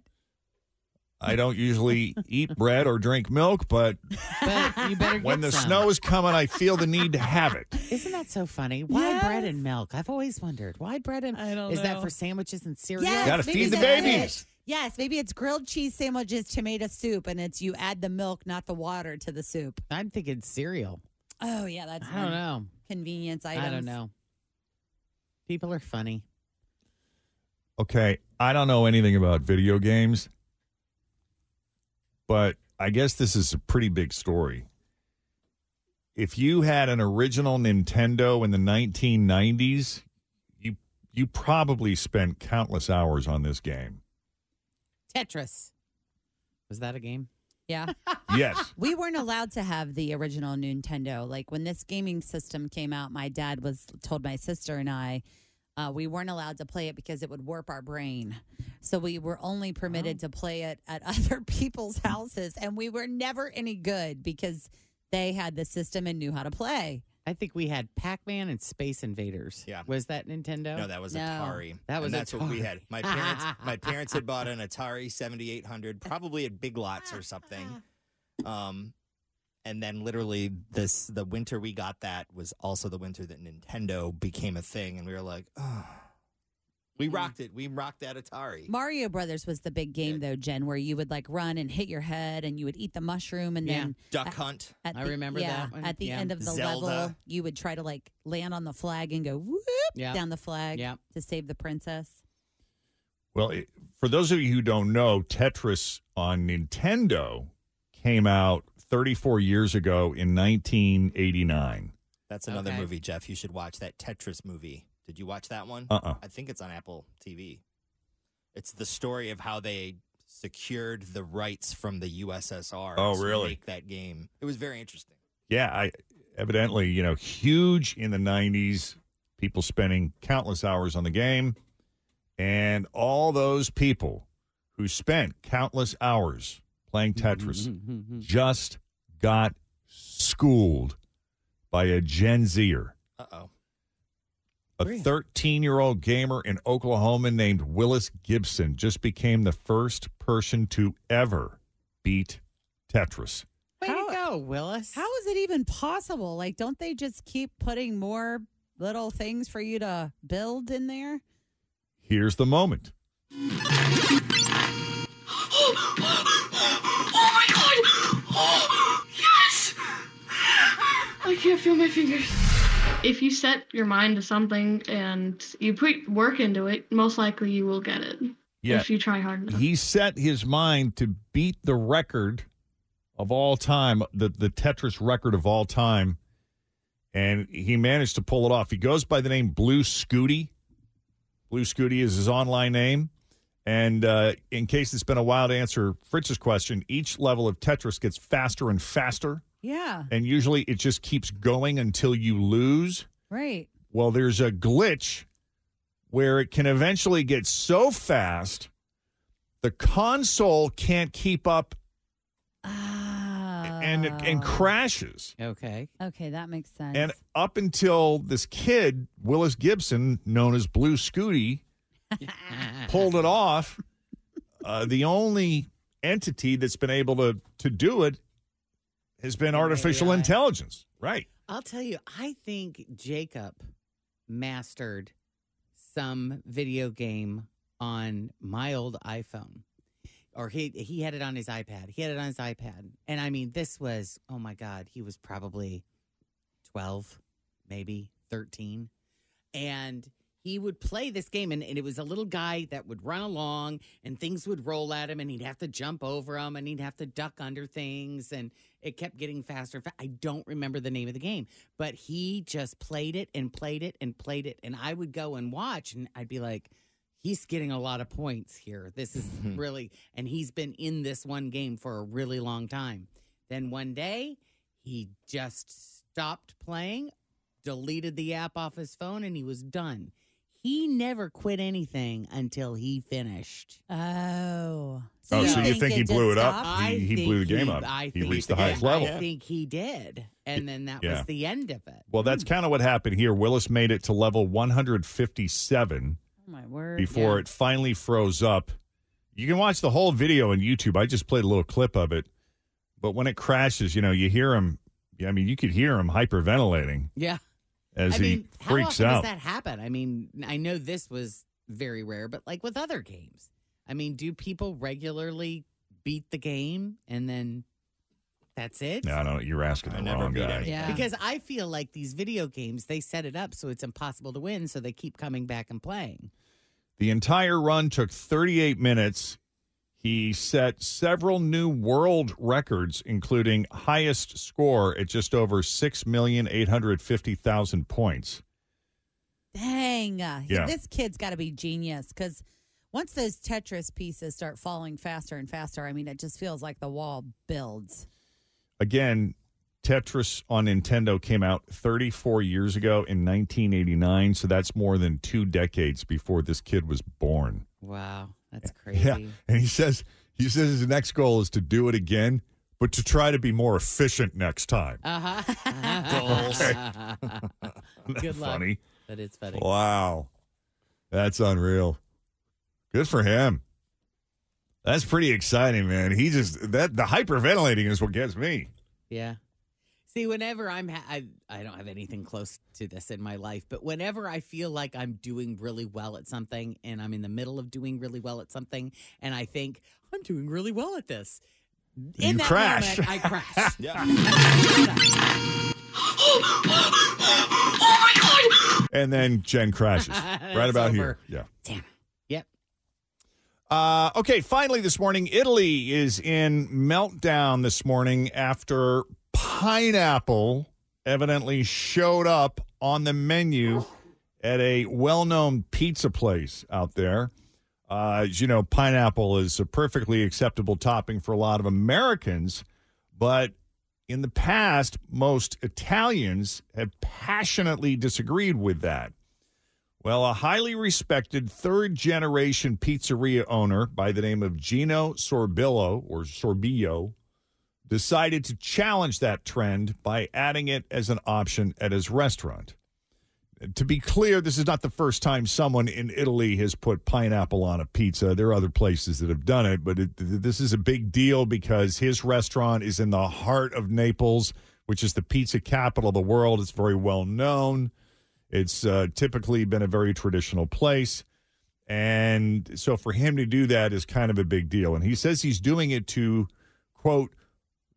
Speaker 2: I don't usually eat bread or drink milk, but
Speaker 5: But you better
Speaker 2: when the
Speaker 5: get some.
Speaker 2: snow is coming, I feel the need to have it.
Speaker 5: Isn't that so funny? Why bread and milk? I've always wondered why bread and I don't is that
Speaker 4: know.
Speaker 5: for sandwiches and cereal?
Speaker 4: Yes,
Speaker 2: Gotta
Speaker 4: maybe
Speaker 2: feed the
Speaker 4: that's
Speaker 2: babies.
Speaker 4: it. Yes, maybe it's grilled cheese sandwiches, tomato soup, and it's you add the milk, not the water, to the soup.
Speaker 5: I'm thinking cereal.
Speaker 4: Oh yeah, that's
Speaker 5: I don't
Speaker 4: one
Speaker 5: know.
Speaker 4: convenience items.
Speaker 5: I don't know. People are funny.
Speaker 2: Okay, I don't know anything about video games, but I guess this is a pretty big story. If you had an original Nintendo in the 1990s, you you probably spent countless hours on this game.
Speaker 5: Tetris. Was that a game?
Speaker 4: Yeah.
Speaker 2: Yes.
Speaker 4: we weren't allowed to have the original Nintendo. Like when this gaming system came out, my dad was told my sister and I uh, we weren't allowed to play it because it would warp our brain. So we were only permitted to play it at other people's houses, and we were never any good because they had the system and knew how to play.
Speaker 5: I think we had Pac Man and Space Invaders. Yeah. Was that Nintendo?
Speaker 3: No, that was Atari.
Speaker 5: That was
Speaker 3: and that's what we
Speaker 5: Atari.
Speaker 3: had. My parents, my parents had bought an Atari 7800, probably at Big Lots or something. Um, and then literally this the winter we got that was also the winter that Nintendo became a thing, and we were like, oh.
Speaker 4: Mm.
Speaker 3: we rocked it. We rocked that Atari.
Speaker 4: Mario Brothers was the big game, though, Jen, where you would like run and hit your head, and you would eat the mushroom, and then
Speaker 3: Duck Hunt.
Speaker 4: at the- yeah, At the end of the
Speaker 3: Zelda.
Speaker 4: level, you would try to like land on the flag and go whoop
Speaker 2: Yeah.
Speaker 4: down the flag
Speaker 2: Yeah.
Speaker 4: to save the princess.
Speaker 2: Well, it, for those of you who don't know, Tetris on Nintendo came out 34 years ago in 1989.
Speaker 3: That's another
Speaker 2: Okay.
Speaker 3: movie, Jeff. You should watch that Tetris movie. Did you watch that one?
Speaker 2: Uh-uh.
Speaker 3: I think it's on Apple TV. It's the story of how they secured the rights from the USSR.
Speaker 2: Oh,
Speaker 3: to
Speaker 2: really?
Speaker 3: Make that game. It was very interesting.
Speaker 2: Yeah, I evidently, you know, huge in the 90s, people spending countless hours on the game. And all those people who spent countless hours playing Tetris just got schooled by a Gen Zer.
Speaker 3: Uh oh.
Speaker 2: A 13 year old gamer in Oklahoma named Willis Gibson just became the first person to ever beat Tetris.
Speaker 5: Way to go, Willis.
Speaker 4: How is it even possible? Like, don't they just keep putting more little things for you to build in there?
Speaker 2: Here's the moment.
Speaker 7: Oh my god! Oh, yes!
Speaker 13: I can't feel my fingers. If you set your mind to something and you put work into it, most likely you will get it.
Speaker 2: Yeah.
Speaker 13: If you try hard enough.
Speaker 2: He set his mind to beat the record of all time, the, the Tetris record of all time, and he managed to pull it off. He goes by the name Blue Scooty. Blue Scooty is his online name. And uh, in case it's been a while to answer Fritz's question, each level of Tetris gets faster and faster.
Speaker 4: Yeah.
Speaker 2: And usually it just keeps going until you lose.
Speaker 4: Right.
Speaker 2: Well, there's a glitch where it can eventually get so fast the console can't keep up and and crashes.
Speaker 5: Okay.
Speaker 4: Okay, that makes sense.
Speaker 2: And up until this kid, Willis Gibson, known as Blue Scooty,
Speaker 7: Uh-uh.
Speaker 2: pulled it off, uh, the only entity that's been able to to do it has been artificial intelligence. Right.
Speaker 5: I'll tell you, I think Jacob mastered some video game on my old iPhone. Or he he had it on his iPad. He had it on his iPad. And I mean, this was, oh my God, he was probably 12, maybe 13. And he would play this game, and, and it was a little guy that would run along, and things would roll at him, and he'd have to jump over them, and he'd have to duck under things, and it kept getting faster. and fa- I don't remember the name of the game, but he just played it and played it and played it, and I would go and watch, and I'd be like, he's getting a lot of points here. This is really, and he's been in this one game for a really long time. Then one day, he just stopped playing, deleted the app off his phone, and he was done. He never quit anything until he finished.
Speaker 4: Oh.
Speaker 2: So Oh, you so you think think he it blew just it up? stopped?
Speaker 5: I
Speaker 2: He- he
Speaker 5: think
Speaker 2: blew the game up.
Speaker 5: I
Speaker 2: He
Speaker 5: think
Speaker 2: reached the highest
Speaker 5: yeah, I
Speaker 2: level.
Speaker 5: think he did. And then that
Speaker 2: Yeah.
Speaker 5: was the end of it.
Speaker 2: Well, that's kind of what happened here. Willis made it to level 157
Speaker 4: Oh, my word.
Speaker 2: before it finally froze up. You can watch the whole video on YouTube. I just played a little clip of it. But when it crashes, you know, you hear him. I mean, you could hear him hyperventilating
Speaker 5: Yeah.
Speaker 2: as
Speaker 5: I
Speaker 2: he
Speaker 5: mean,
Speaker 2: freaks
Speaker 5: how often
Speaker 2: out.
Speaker 5: Does that happen? I mean, I know this was very rare, but like with other games, I mean, do people regularly beat the game and then that's it?
Speaker 2: no, no, you're asking the wrong guy.
Speaker 5: Because I feel like these video games, they set it up so it's impossible to win, so they keep coming back and playing.
Speaker 2: The entire run took 38 minutes. He set several new world records, including highest score at just over six million eight hundred fifty thousand points.
Speaker 4: Dang. uh, he-
Speaker 2: Yeah.
Speaker 4: This kid's got to be genius because once those Tetris pieces start falling faster and faster, I mean, it just feels like the wall builds.
Speaker 2: Again, Tetris on Nintendo came out 34 years ago in 1989, so that's more than two decades before this kid was born.
Speaker 5: Wow, that's
Speaker 2: Yeah,
Speaker 5: crazy.
Speaker 2: and he says he says his next goal is to do it again, but to try to be more efficient next time.
Speaker 5: Uh huh.
Speaker 2: Goals.
Speaker 5: Good luck.
Speaker 2: Funny.
Speaker 5: That is funny.
Speaker 2: Wow, that's unreal. Good for him. That's pretty exciting, man. He just that the hyperventilating is what gets me.
Speaker 5: Yeah. See, whenever I'm, ha- I, I don't have anything close to this in my life, but whenever I feel like I'm doing really well at something and I'm in the middle of doing really well at something and I think, I'm doing really well at this. In
Speaker 2: You
Speaker 5: that
Speaker 2: crash.
Speaker 5: moment, I crash.
Speaker 7: Oh
Speaker 2: And then Jen crashes right
Speaker 5: It's
Speaker 2: about
Speaker 5: over.
Speaker 2: here. Yeah.
Speaker 5: Damn it. Yep.
Speaker 2: Uh, okay, finally this morning, Italy is in meltdown this morning after pineapple evidently showed up on the menu at a well known pizza place out there. Uh, as you know, pineapple is a perfectly acceptable topping for a lot of Americans, but in the past, most Italians have passionately disagreed with that. Well, a highly respected third generation pizzeria owner by the name of Gino Sorbillo or Sorbillo decided to challenge that trend by adding it as an option at his restaurant. To be clear, this is not the first time someone in Italy has put pineapple on a pizza. There are other places that have done it, but it, th- this is a big deal because his restaurant is in the heart of Naples, which is the pizza capital of the world. It's very well known. It's uh, typically been a very traditional place. And so for him to do that is kind of a big deal. And he says he's doing it to, quote,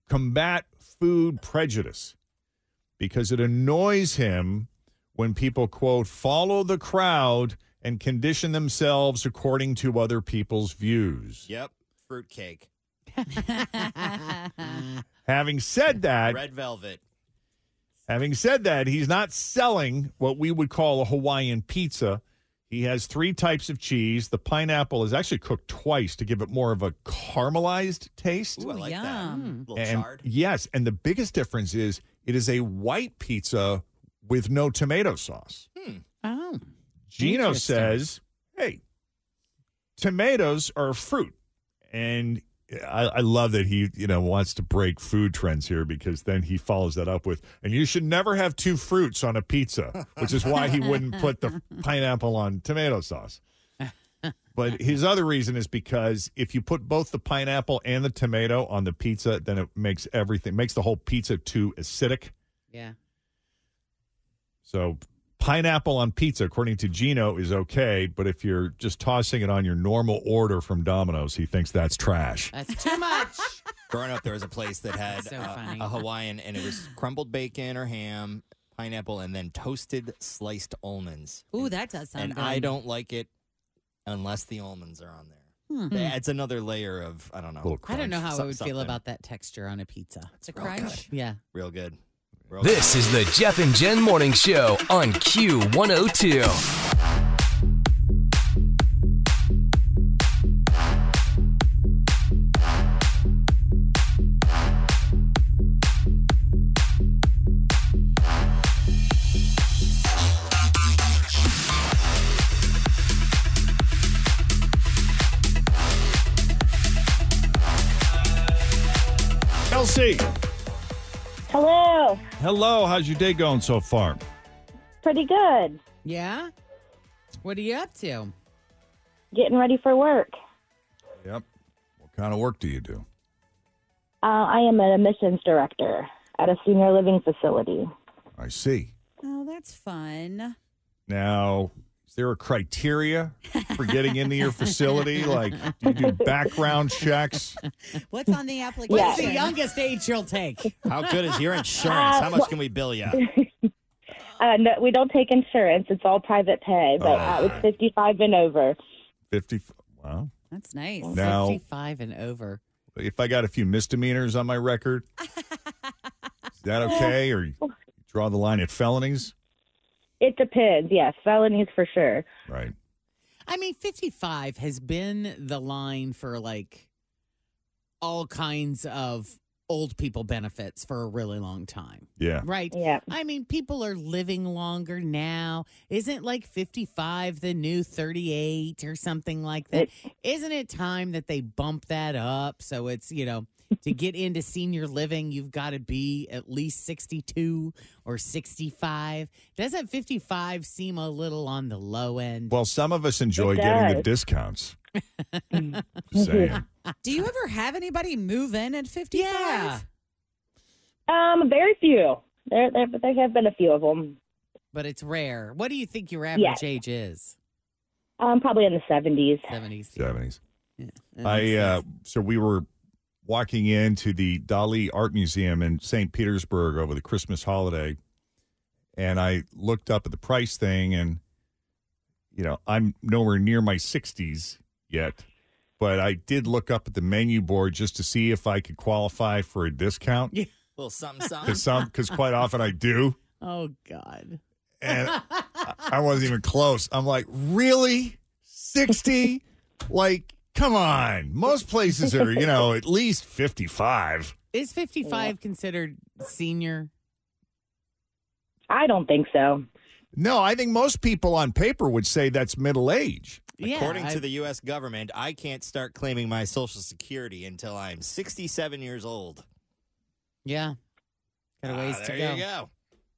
Speaker 2: combat food prejudice because it annoys him when people, quote, follow the crowd and condition themselves according to other people's views.
Speaker 3: Yep. Fruitcake.
Speaker 2: Having said that,
Speaker 3: Red velvet.
Speaker 2: Having said that, he's not selling what we would call a Hawaiian pizza. He has three types of cheese. The pineapple is actually cooked twice to give it more of a caramelized taste.
Speaker 3: Ooh, I like
Speaker 4: yum.
Speaker 3: that. Mm. little
Speaker 2: and,
Speaker 3: charred.
Speaker 2: Yes, and the biggest difference is it is a white pizza with no tomato sauce.
Speaker 5: Oh.
Speaker 2: Gino
Speaker 5: Interesting.
Speaker 2: says, "Hey, tomatoes are a fruit," and I, I love that he you know wants to break food trends here because then he follows that up with, "And you should never have two fruits on a pizza," which is why he wouldn't put the pineapple on tomato sauce. But his other reason is because if you put both the pineapple and the tomato on the pizza, then it makes everything makes the whole pizza too acidic.
Speaker 5: Yeah.
Speaker 2: So pineapple on pizza, according to Gino, is okay, but if you're just tossing it on your normal order from Domino's, he thinks that's trash.
Speaker 5: That's too much.
Speaker 3: Growing up, there was a place that had
Speaker 5: So
Speaker 3: uh,
Speaker 5: funny.
Speaker 3: a, Hawaiian, and it was crumbled bacon or ham, pineapple, and then toasted sliced almonds.
Speaker 4: Ooh, that does sound
Speaker 3: and
Speaker 4: good.
Speaker 3: I don't like it unless the almonds are on there.
Speaker 4: Hmm.
Speaker 3: That's another layer of I don't know.
Speaker 5: Mm-hmm. I don't know how I
Speaker 3: Some-
Speaker 5: would feel
Speaker 3: something.
Speaker 5: about that texture on a pizza. It's
Speaker 4: a crunch.
Speaker 5: Yeah.
Speaker 3: Real good. Real
Speaker 1: This is the Jeff and Jen Morning Show on Q102.
Speaker 2: Kelsey,
Speaker 14: Hello.
Speaker 2: hello, how's your day going so far?
Speaker 14: Pretty good.
Speaker 5: Yeah. What are you up to?
Speaker 14: Getting ready for work.
Speaker 2: Yep. What kind of work do you do?
Speaker 14: Uh, I am an admissions director at a senior living facility.
Speaker 2: I see.
Speaker 4: Oh, that's fun.
Speaker 2: Now, is there a criteria for getting into your facility? Like, do you do background checks?
Speaker 4: What's on the application?
Speaker 5: What's the youngest age you'll take?
Speaker 3: How good is your insurance?
Speaker 14: Uh,
Speaker 3: how much
Speaker 14: well-
Speaker 3: can we bill you?
Speaker 14: Uh, no, we don't take insurance. It's all private pay, but uh, it's 55 and over.
Speaker 2: 50. Wow.
Speaker 4: That's nice.
Speaker 2: Now-
Speaker 5: 55 and over.
Speaker 2: If I got a few misdemeanors on my record, is that okay? Or you draw the line at felonies?
Speaker 14: It depends. Yes, felonies for sure.
Speaker 2: Right.
Speaker 5: I mean, 55 has been the line for like all kinds of old people benefits for a really long time.
Speaker 2: Yeah.
Speaker 5: Right? Yeah. I mean, people are living longer now. Isn't like 55 the new 38 or something like that? Isn't it time that they bump that up so it's, you know, to get into senior living, you've got to be at least 62 or 65. Doesn't 55 seem a little on the low end?
Speaker 2: Well, some of us enjoy getting the
Speaker 5: does.
Speaker 2: discounts. Just saying.
Speaker 4: Do you ever have anybody move in at 55? Yeah.
Speaker 14: Um, very few. There, there, but there have been a few of them.
Speaker 5: But it's rare. What do you think your average
Speaker 14: Yes.
Speaker 5: age is?
Speaker 14: Um, probably in the seventies.
Speaker 5: 70s.
Speaker 2: 70s.
Speaker 5: that
Speaker 2: I
Speaker 5: makes
Speaker 2: uh, so we were walking into the Dali Art Museum in St. Petersburg over the Christmas holiday, and I looked up at the price thing, and you know I'm nowhere near my 60s yet, but I did look up at the menu board just to see if I could qualify for a discount.
Speaker 3: Well, something, something.
Speaker 2: Because some, because quite often I do,
Speaker 5: Oh, God.
Speaker 2: and I- I wasn't even close. I'm like, really, sixty? like, come on! Most places are, you know, at least fifty-five.
Speaker 5: Is 55 considered senior?
Speaker 14: I don't think so.
Speaker 2: No, I think most people on paper would say that's middle age.
Speaker 3: According to the U.S. government, I can't start claiming my Social Security until I'm 67 years old.
Speaker 5: Yeah. Got a ways
Speaker 3: Ah,
Speaker 5: to
Speaker 3: there
Speaker 5: go.
Speaker 3: you go.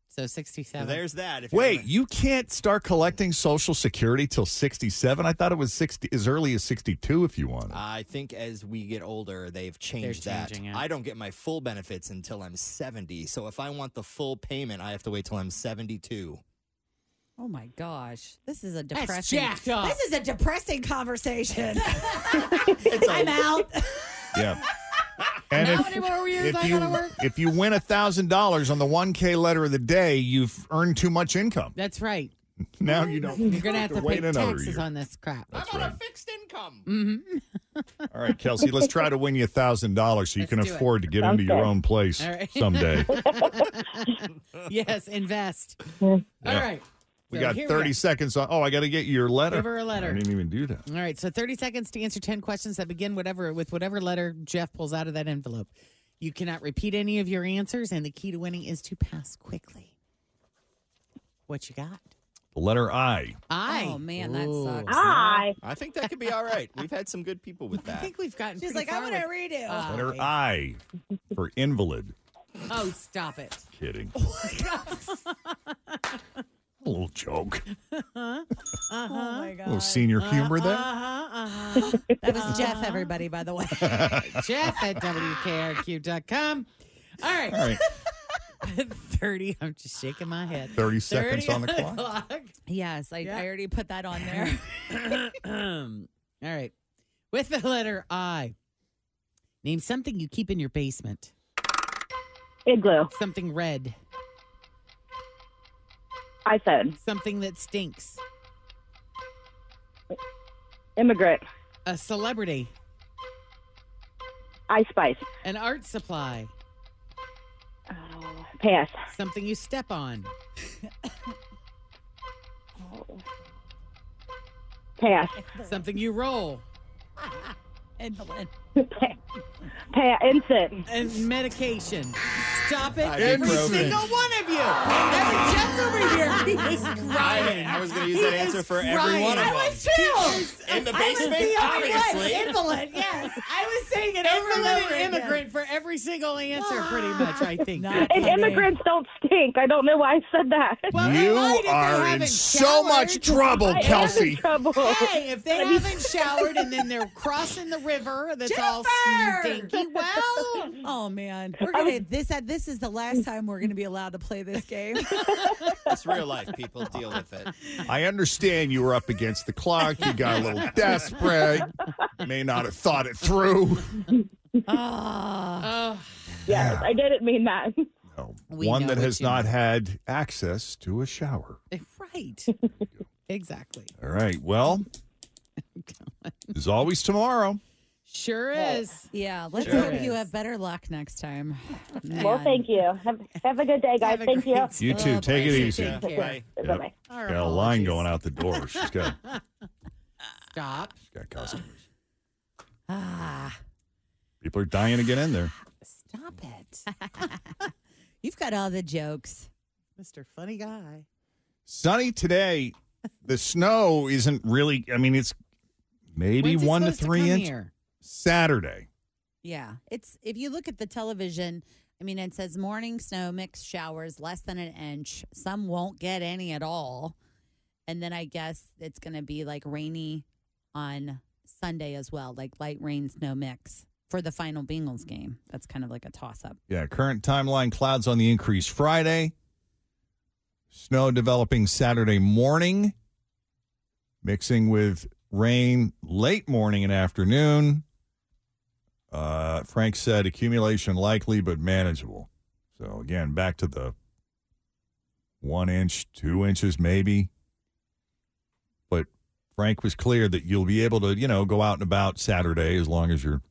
Speaker 5: So 67.
Speaker 3: There's that. If
Speaker 2: Wait, you can't start collecting Social Security till 67? I thought it was 60 as early as 62 if you want.
Speaker 3: I think as we get older, they've changed
Speaker 5: They're
Speaker 3: that.
Speaker 5: changing it.
Speaker 3: I don't get my full benefits until I'm 70. So if I want the full payment, I have to wait till I'm 72.
Speaker 4: Oh my gosh. This is a
Speaker 5: That's
Speaker 4: depressing.
Speaker 5: jacked up.
Speaker 4: This is a depressing conversation.
Speaker 3: I'm
Speaker 4: out.
Speaker 2: Yeah.
Speaker 4: Now anymore where you're not
Speaker 2: you,
Speaker 4: gonna work?
Speaker 2: if you win $1,000 on the 1K letter of the day, you've earned too much income.
Speaker 5: That's right.
Speaker 2: Now you don't.
Speaker 5: You're going to have to pay
Speaker 2: wait another
Speaker 5: taxes
Speaker 2: year.
Speaker 5: on this crap.
Speaker 2: That's right.
Speaker 3: Fixed income.
Speaker 2: All right, Kelsey, let's try to win you $1,000 so you can
Speaker 5: Let's do it.
Speaker 2: afford to get
Speaker 5: Sounds
Speaker 2: into your
Speaker 5: good.
Speaker 2: own place
Speaker 5: All right.
Speaker 2: someday.
Speaker 5: yes, invest. All right.
Speaker 2: We
Speaker 5: So
Speaker 2: got
Speaker 5: here
Speaker 2: 30 seconds on. Oh, I got to get you your letter.
Speaker 5: Give her a letter.
Speaker 2: I didn't even do that.
Speaker 5: All right, so 30 seconds to answer 10 questions that begin whatever with whatever letter Jeff pulls out of that envelope. You cannot repeat any of your answers and the key to winning is to pass quickly. What you got?
Speaker 2: The letter I.
Speaker 5: I.
Speaker 4: Oh, man, that sucks.
Speaker 3: I. I think that could be all right. We've had some good people with
Speaker 5: I
Speaker 3: that.
Speaker 5: think we've gotten
Speaker 4: She's
Speaker 5: pretty
Speaker 4: like, "I
Speaker 5: far
Speaker 4: wanna
Speaker 5: with-
Speaker 4: redo."
Speaker 5: Uh,
Speaker 2: Letter I for invalid.
Speaker 5: oh, stop it.
Speaker 2: Kidding. A little joke.
Speaker 4: Oh
Speaker 5: Uh-huh.
Speaker 4: my
Speaker 2: A little senior humor there.
Speaker 5: Uh-huh.
Speaker 4: That was Jeff, everybody, by the way.
Speaker 5: Jeff at WKRQ.com. All right.
Speaker 2: All right.
Speaker 5: 30. I'm just shaking my head.
Speaker 2: 30 seconds on the clock.
Speaker 4: Yes, I, I already put that on there.
Speaker 5: All right. With the letter I, name something you keep in your basement.
Speaker 14: Igloo.
Speaker 5: Something red.
Speaker 14: iPhone.
Speaker 5: Something that stinks.
Speaker 14: Immigrant.
Speaker 5: A celebrity.
Speaker 14: Ice Spice. Uh,
Speaker 5: An art supply.
Speaker 14: Pass.
Speaker 5: Something you step on.
Speaker 14: Pass.
Speaker 5: Something you roll.
Speaker 4: Invalid.
Speaker 14: Pass. Instant.
Speaker 5: And medication. Stop it.
Speaker 3: Ibuprofen.
Speaker 5: Every single one of you. Every Jeff over here. He is crying.
Speaker 3: I was going to use that
Speaker 5: He
Speaker 3: answer
Speaker 5: is
Speaker 3: for every
Speaker 5: crying.
Speaker 3: one of
Speaker 5: I
Speaker 3: them.
Speaker 5: was too.
Speaker 3: In the
Speaker 5: I was the
Speaker 3: basement,
Speaker 5: only one.
Speaker 3: obviously.
Speaker 5: Invalid, yes. I was saying an
Speaker 4: Over and
Speaker 5: invalid
Speaker 4: over again.
Speaker 5: and immigrant for every single answer, pretty much, I think.
Speaker 14: And immigrants don't stink. I don't know why I said that.
Speaker 2: you are in so much trouble,
Speaker 14: I am in
Speaker 2: Kelsey.
Speaker 14: trouble.
Speaker 5: Hey, if they haven't showered and then they're crossing the river, that's all stinky. Well,
Speaker 4: Oh man, we're gonna this. This is the last time we're gonna be allowed to play this game.
Speaker 3: It's real life, people. Deal with it.
Speaker 2: I understand you were up against the clock. You got a little desperate. May not have thought it through.
Speaker 14: Yes, I didn't mean that.
Speaker 5: ah. We
Speaker 2: One
Speaker 5: know
Speaker 2: that
Speaker 5: what
Speaker 2: has
Speaker 5: you
Speaker 2: not
Speaker 5: mean.
Speaker 2: had access to a shower.
Speaker 5: right. Exactly.
Speaker 2: All right. Well, There's always tomorrow.
Speaker 5: Sure
Speaker 4: is. Yeah. Let's
Speaker 2: Sure
Speaker 4: hope you
Speaker 2: is.
Speaker 4: have better luck next time.
Speaker 14: Well, thank you. Have, have a good day, guys. Thank you.
Speaker 2: You too. Take it easy.
Speaker 14: Take care.
Speaker 2: Yep.
Speaker 14: Bye-bye.
Speaker 2: Got a line going out the door. She's got,
Speaker 5: Stop.
Speaker 2: she's got customers.
Speaker 4: Ah,
Speaker 2: People are dying to get in there.
Speaker 4: stop it. You've got all the jokes.
Speaker 15: Mr. Funny Guy.
Speaker 2: Sunny today. The snow isn't really. I mean, it's maybe
Speaker 4: When's it
Speaker 2: one to
Speaker 4: supposed to
Speaker 2: three
Speaker 4: come
Speaker 2: inch.
Speaker 4: here?
Speaker 2: Saturday.
Speaker 4: Yeah. It's if you look at the television, I mean it says morning snow, mixed showers, less than an inch. Some won't get any at all. And then I guess it's going to be like rainy on Sunday as well, like light rain snow mix for the final Bengals game. That's kind of like a toss up.
Speaker 2: Yeah, current timeline clouds on the increase Friday. Snow developing Saturday morning, mixing with rain late morning and afternoon. Uh, Frank said accumulation likely but manageable. So again, back to the one inch, two inches maybe. But Frank was clear that you'll be able to, you know, go out and about Saturday as long as you're,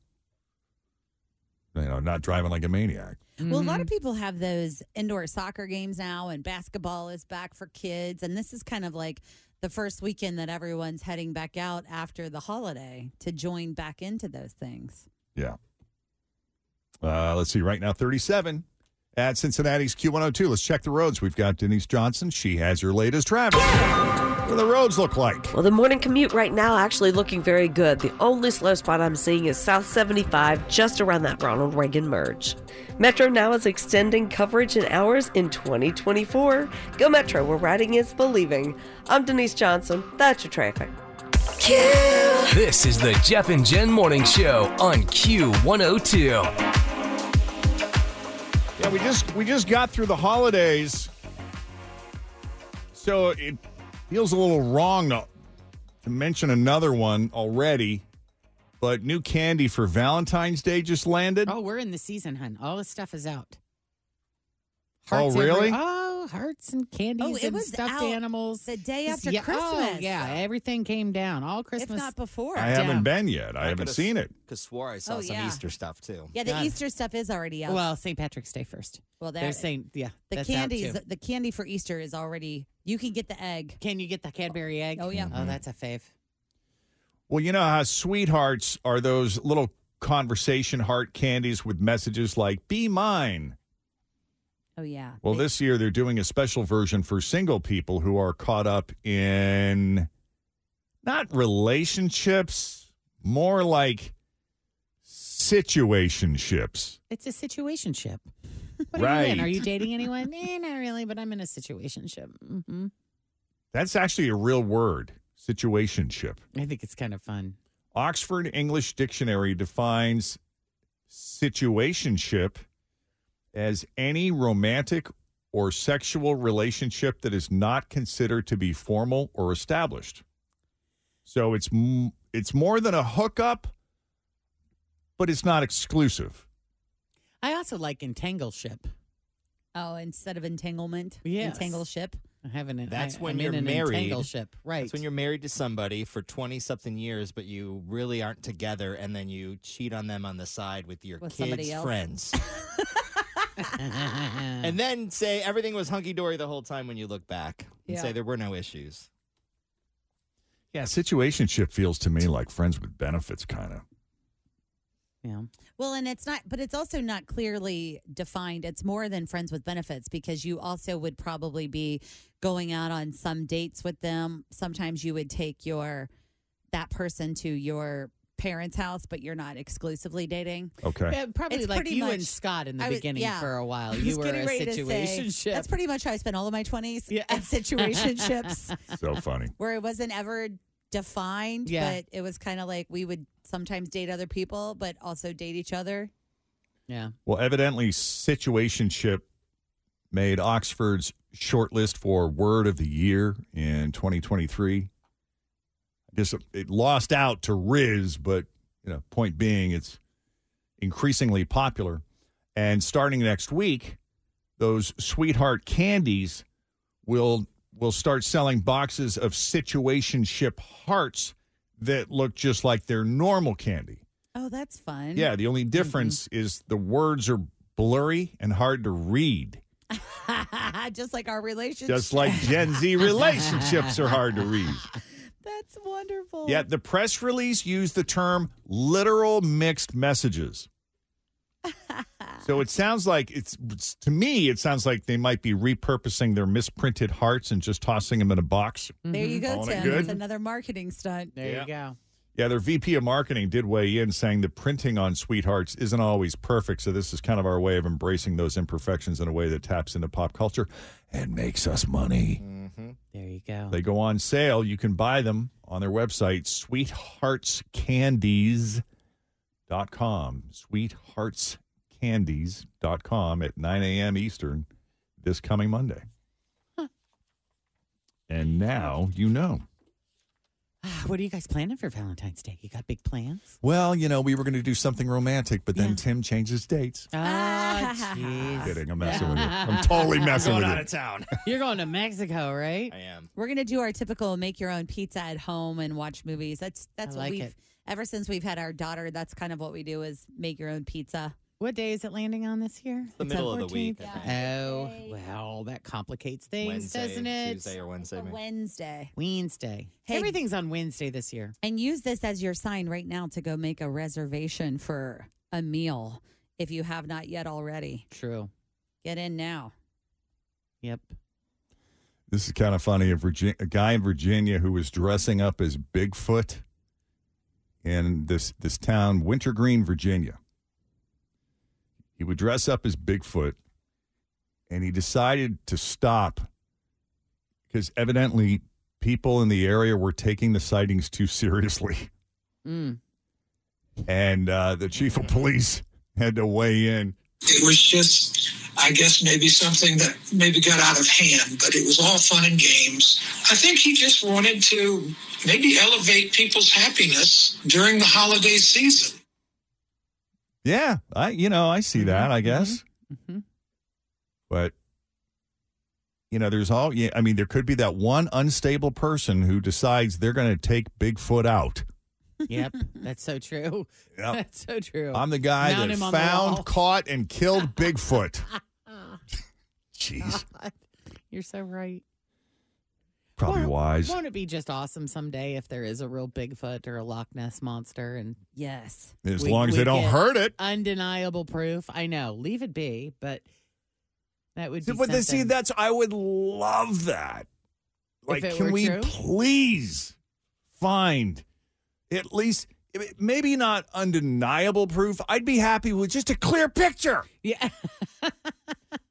Speaker 2: you know, not driving like a maniac.
Speaker 4: Well, a lot of people have those indoor soccer games now, and basketball is back for kids. And this is kind of like the first weekend that everyone's heading back out after the holiday to join back into those things.
Speaker 2: Yeah. Uh, let's see. Right now, 37 at Cincinnati's Q102. Let's check the roads. We've got Denise Johnson. She has her latest traffic. What do the roads look like?
Speaker 16: Well, the morning commute right now actually looking very good. The only slow spot I'm seeing is South 75, just around that Ronald Reagan merge. Metro now is extending coverage in hours in 2024. Go Metro, where riding is believing. I'm Denise Johnson. That's your traffic.
Speaker 1: This is the Jeff and Jen Morning Show on Q102.
Speaker 2: Yeah, we just we just got through the holidays, so it feels a little wrong to, to mention another one already. But new candy for Valentine's Day just landed.
Speaker 5: Oh, we're in the season, hun. All the stuff is out.
Speaker 2: oh,
Speaker 5: every-
Speaker 2: really?
Speaker 5: oh, hearts and candies
Speaker 4: Oh, it
Speaker 5: and
Speaker 4: was
Speaker 5: stuffed
Speaker 4: out
Speaker 5: animals. The
Speaker 4: day after
Speaker 5: Oh,
Speaker 4: Christmas.
Speaker 5: yeah, everything came down. All Christmas.
Speaker 4: not before.
Speaker 2: I haven't been yet. I, haven't seen it.
Speaker 3: Because swore I saw
Speaker 4: Oh,
Speaker 3: some
Speaker 4: yeah.
Speaker 3: Easter stuff too.
Speaker 4: Yeah, the Easter stuff is already out.
Speaker 5: Well, St. Patrick's Day first.
Speaker 4: Well,
Speaker 5: They're
Speaker 4: there-
Speaker 5: saying, yeah.
Speaker 4: the
Speaker 5: that's out,
Speaker 4: candy is
Speaker 5: too.
Speaker 4: the candy for Easter is already. You can get the egg.
Speaker 5: Can you get the Cadbury egg?
Speaker 4: Oh yeah.
Speaker 5: Oh, that's a fave.
Speaker 2: Well, you know how sweethearts are those little conversation heart candies with messages like "Be mine."
Speaker 4: Oh yeah.
Speaker 2: Well, this year they're doing a special version for single people who are caught up in not relationships, more like situationships.
Speaker 5: It's a situation ship. What are you
Speaker 2: Right.
Speaker 5: in? Are you dating anyone? eh, not really, but I'm in a situation ship. hmm
Speaker 2: That's actually a real word, situationship.
Speaker 5: I think it's kind of fun.
Speaker 2: Oxford English Dictionary defines situationship as any romantic or sexual relationship that is not considered to be formal or established. So it's m- it's more than a hookup, but it's not exclusive.
Speaker 5: I also like entangle ship.
Speaker 4: Oh, instead of entanglement,
Speaker 5: Yes.
Speaker 4: entangle ship.
Speaker 5: I haven't.
Speaker 3: That's
Speaker 5: I,
Speaker 3: when
Speaker 5: I'm
Speaker 3: you're
Speaker 5: in an
Speaker 3: married.
Speaker 5: Entangle ship, right?
Speaker 3: That's when you're married to somebody for twenty something years, but you really aren't together, and then you cheat on them on the side with your
Speaker 4: With somebody
Speaker 3: kids'
Speaker 4: else.
Speaker 3: friends, and then say everything was hunky dory the whole time when you look back and
Speaker 4: Yeah.
Speaker 3: say there were no issues.
Speaker 2: Yeah, situationship feels to me like friends with benefits kind of.
Speaker 5: Yeah.
Speaker 4: Well, and it's not, but it's also not clearly defined. It's more than friends with benefits because you also would probably be going out on some dates with them. Sometimes you would take your that person to your parents' house, but you're not exclusively dating.
Speaker 2: Okay.
Speaker 5: Yeah, probably
Speaker 4: It's
Speaker 5: like
Speaker 4: pretty
Speaker 5: you
Speaker 4: much-
Speaker 5: and Scott in the
Speaker 4: I was-
Speaker 5: beginning
Speaker 4: yeah.
Speaker 5: for a while.
Speaker 4: I
Speaker 5: You
Speaker 4: was
Speaker 5: were
Speaker 4: getting
Speaker 5: a
Speaker 4: ready to say,
Speaker 5: situation ship.
Speaker 4: That's pretty much how I spent all of my twenties. Yeah, situationships
Speaker 2: So funny.
Speaker 4: where it wasn't ever defined,
Speaker 5: Yeah.
Speaker 4: but it was kind of like we would sometimes date other people, but also date each other.
Speaker 5: Yeah.
Speaker 2: Well, evidently, situationship made Oxford's shortlist for Word of the Year in 2023. I guess it- it lost out to Riz, but you know, point being, it's increasingly popular. And starting next week, those sweetheart candies will will start selling boxes of situationship hearts that look just like their normal candy.
Speaker 4: Oh, that's fun.
Speaker 2: Yeah, the only difference
Speaker 4: Mm-hmm.
Speaker 2: is the words are blurry and hard to read.
Speaker 4: just like our relationship.
Speaker 2: Just like Gen Z relationships are hard to read.
Speaker 4: That's wonderful.
Speaker 2: Yet the press release used the term literal mixed messages. so it sounds like it's, it's- to me it sounds like they might be repurposing their misprinted hearts and just tossing them in a box. Mm-hmm.
Speaker 4: There you go,
Speaker 2: Calling it
Speaker 4: Tim.
Speaker 2: good?
Speaker 4: That's another marketing stunt.
Speaker 2: There you Yeah.
Speaker 4: go.
Speaker 2: Yeah, their VP of marketing did weigh in saying that printing on sweethearts isn't always perfect, so this is kind of our way of embracing those imperfections in a way that taps into pop culture and makes us money.
Speaker 5: There you go.
Speaker 2: They go on sale. You can buy them on their website, sweetheartscandies.com. Sweetheartscandies.com at 9 a.m. Eastern this coming Monday. And now you know.
Speaker 5: What are you guys planning for Valentine's Day? You got big plans?
Speaker 2: Well, you know, we were going to do something romantic, but then Tim changes dates.
Speaker 5: Oh,
Speaker 2: I'm
Speaker 5: jeez.
Speaker 2: kidding. I'm messing with you. I'm totally messing with you.
Speaker 3: town.
Speaker 5: You're going to Mexico, right? I
Speaker 3: am.
Speaker 4: We're gonna do our typical make your own pizza at home and watch movies. That's that's
Speaker 5: I
Speaker 4: what
Speaker 5: like
Speaker 4: we've
Speaker 5: it.
Speaker 4: ever since we've had our daughter, that's kind of what we do is make your own pizza.
Speaker 5: What day is it landing on this year?
Speaker 3: The
Speaker 5: It's on
Speaker 3: middle of the week,
Speaker 5: 14th? Oh, well, that complicates things,
Speaker 3: Wednesday,
Speaker 5: doesn't it?
Speaker 3: Tuesday or Wednesday. maybe.
Speaker 4: Wednesday.
Speaker 5: Wednesday. Everything's on Wednesday this year.
Speaker 4: And use this as your sign right now to go make a reservation for a meal if you have not yet already.
Speaker 5: True.
Speaker 4: Get in now.
Speaker 5: Yep.
Speaker 2: This is kind of funny. A, Virgin- a guy in Virginia who was dressing up as Bigfoot in this this town, Wintergreen, Virginia. He would dress up as Bigfoot, and he decided to stop because evidently people in the area were taking the sightings too seriously.
Speaker 5: Mm.
Speaker 2: And uh, the chief of police had to weigh in.
Speaker 17: it was just i guess maybe something that maybe got out of hand but it was all fun and games i think he just wanted to maybe elevate people's happiness during the holiday season
Speaker 2: Yeah, I you know I
Speaker 5: Mm-hmm,
Speaker 2: see that. I guess, but you know, there's all. Yeah, I mean, there could be that one unstable person who decides they're going to take Bigfoot out.
Speaker 5: Yep. That's so true.
Speaker 2: Yep.
Speaker 5: That's so true.
Speaker 2: I'm the guy
Speaker 5: Mount him
Speaker 2: that
Speaker 5: on the
Speaker 2: found,
Speaker 5: wall.
Speaker 2: caught, and killed Bigfoot. Jeez,
Speaker 5: God, You're so right.
Speaker 2: probably
Speaker 5: Won't-
Speaker 2: wise.
Speaker 5: Won't it be just awesome someday if there is a real Bigfoot or a Loch Ness monster? And
Speaker 4: yes,
Speaker 2: As long as they don't hurt it.
Speaker 5: undeniable proof. I know. Leave it be, but that would be.
Speaker 2: but they see,
Speaker 5: something.
Speaker 2: that's I would love that.
Speaker 5: If
Speaker 2: Like,
Speaker 5: it
Speaker 2: can
Speaker 5: were
Speaker 2: we
Speaker 5: true?
Speaker 2: please find at least maybe not undeniable proof? I'd be happy with just a clear picture.
Speaker 5: Yeah.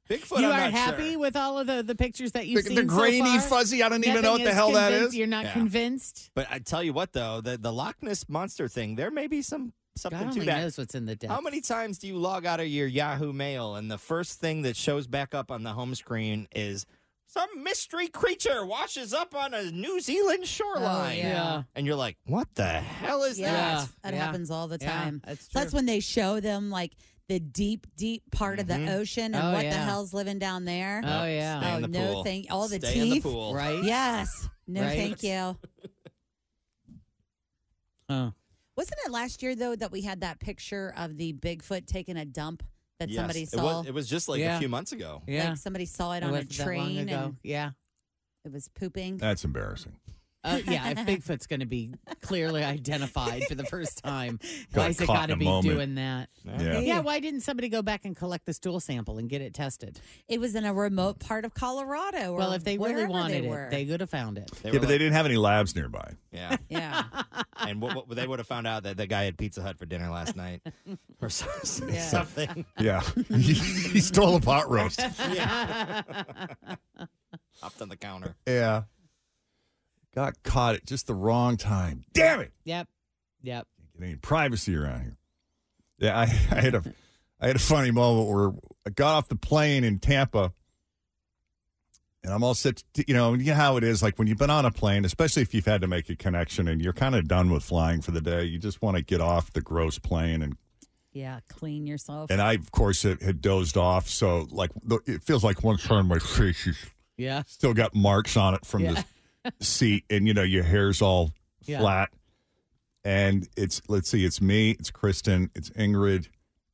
Speaker 2: Bigfoot.
Speaker 5: you
Speaker 2: I'm not
Speaker 5: are happy
Speaker 2: sure.
Speaker 5: with all of the, the pictures that you've
Speaker 2: The-
Speaker 5: seen.
Speaker 2: the grainy,
Speaker 5: so far?
Speaker 2: fuzzy, I don't even know
Speaker 5: Nothing
Speaker 2: what the hell that
Speaker 5: convinced-
Speaker 2: is.
Speaker 5: You're not
Speaker 3: Yeah.
Speaker 5: convinced.
Speaker 3: But I tell you what, though, the, the Loch Ness monster thing, there may be some something
Speaker 5: God
Speaker 3: to
Speaker 5: only
Speaker 3: that.
Speaker 5: knows what's in the depths.
Speaker 3: How
Speaker 2: Um,
Speaker 3: many times do you log out of your Yahoo Mail and the first thing that shows back up on the home screen is some mystery creature washes up on a New Zealand shoreline?
Speaker 5: Oh,
Speaker 4: yeah. Oh, Yeah.
Speaker 3: And you're like, what the hell is
Speaker 4: Yes,
Speaker 3: that?
Speaker 4: That happens all the time.
Speaker 3: that's
Speaker 4: So that's
Speaker 3: true.
Speaker 4: when they show them like the deep, deep part of
Speaker 3: Mhm.
Speaker 4: the ocean and
Speaker 3: Oh,
Speaker 4: what the
Speaker 3: yeah.
Speaker 4: hell's living down there.
Speaker 5: Mm-hmm. Oh, Yep. yeah. Stay
Speaker 4: Oh
Speaker 5: in the
Speaker 4: no,
Speaker 5: pool.
Speaker 4: thank all the
Speaker 5: Stay in
Speaker 4: teeth.
Speaker 5: the pool. Right.
Speaker 4: Yes. No,
Speaker 5: Right.
Speaker 4: thank you.
Speaker 5: Oh.
Speaker 4: Wasn't it last year though that we had that picture of the Bigfoot taking a dump that
Speaker 3: Yes,
Speaker 4: somebody
Speaker 3: it
Speaker 4: saw?
Speaker 3: was- it was just like a few months ago.
Speaker 4: Like somebody saw it,
Speaker 5: It
Speaker 4: on a
Speaker 5: wasn't that long
Speaker 4: train
Speaker 5: ago.
Speaker 4: and
Speaker 5: yeah.
Speaker 4: it was pooping.
Speaker 2: That's embarrassing.
Speaker 5: Uh, yeah, if Bigfoot's going to be clearly identified for the first time, why
Speaker 2: Got
Speaker 5: is it
Speaker 2: caught
Speaker 5: got to
Speaker 2: in a
Speaker 5: be
Speaker 2: moment.
Speaker 5: doing that?
Speaker 2: Yeah.
Speaker 5: why didn't somebody go back and collect the stool sample and get it tested?
Speaker 4: It was in a remote part of Colorado. Or
Speaker 5: Well, if they really
Speaker 4: wherever
Speaker 5: wanted
Speaker 4: they
Speaker 5: it,
Speaker 4: were.
Speaker 5: they could have found it.
Speaker 2: yeah, but they didn't have any labs nearby.
Speaker 3: Yeah.
Speaker 4: yeah.
Speaker 3: and what, what, they would have found out that the guy had Pizza Hut for dinner last night or so-
Speaker 4: Yeah.
Speaker 3: something.
Speaker 2: Yeah, he, he stole a pot roast.
Speaker 3: Yeah. Hopped on the counter.
Speaker 2: Yeah, got caught at just the wrong time. Damn it!
Speaker 5: Yep. Yep.
Speaker 2: Get any privacy around here. Yeah, I, I had a I had a funny moment where I got off the plane in Tampa, and I'm all set. To, you know, you know how it is. Like when you've been on a plane, especially if you've had to make a connection and you're kind of done with flying for the day, you just want to get off the gross plane and
Speaker 4: yeah, clean yourself.
Speaker 2: and I of course had, had dozed off. So like the, it feels like one side of my face is
Speaker 5: Yeah.
Speaker 2: still got marks on it from
Speaker 5: Yeah.
Speaker 2: the seat, and you know your hair's all
Speaker 5: Yeah.
Speaker 2: flat. and it's let's see, it's me, it's Kristen, it's Ingrid,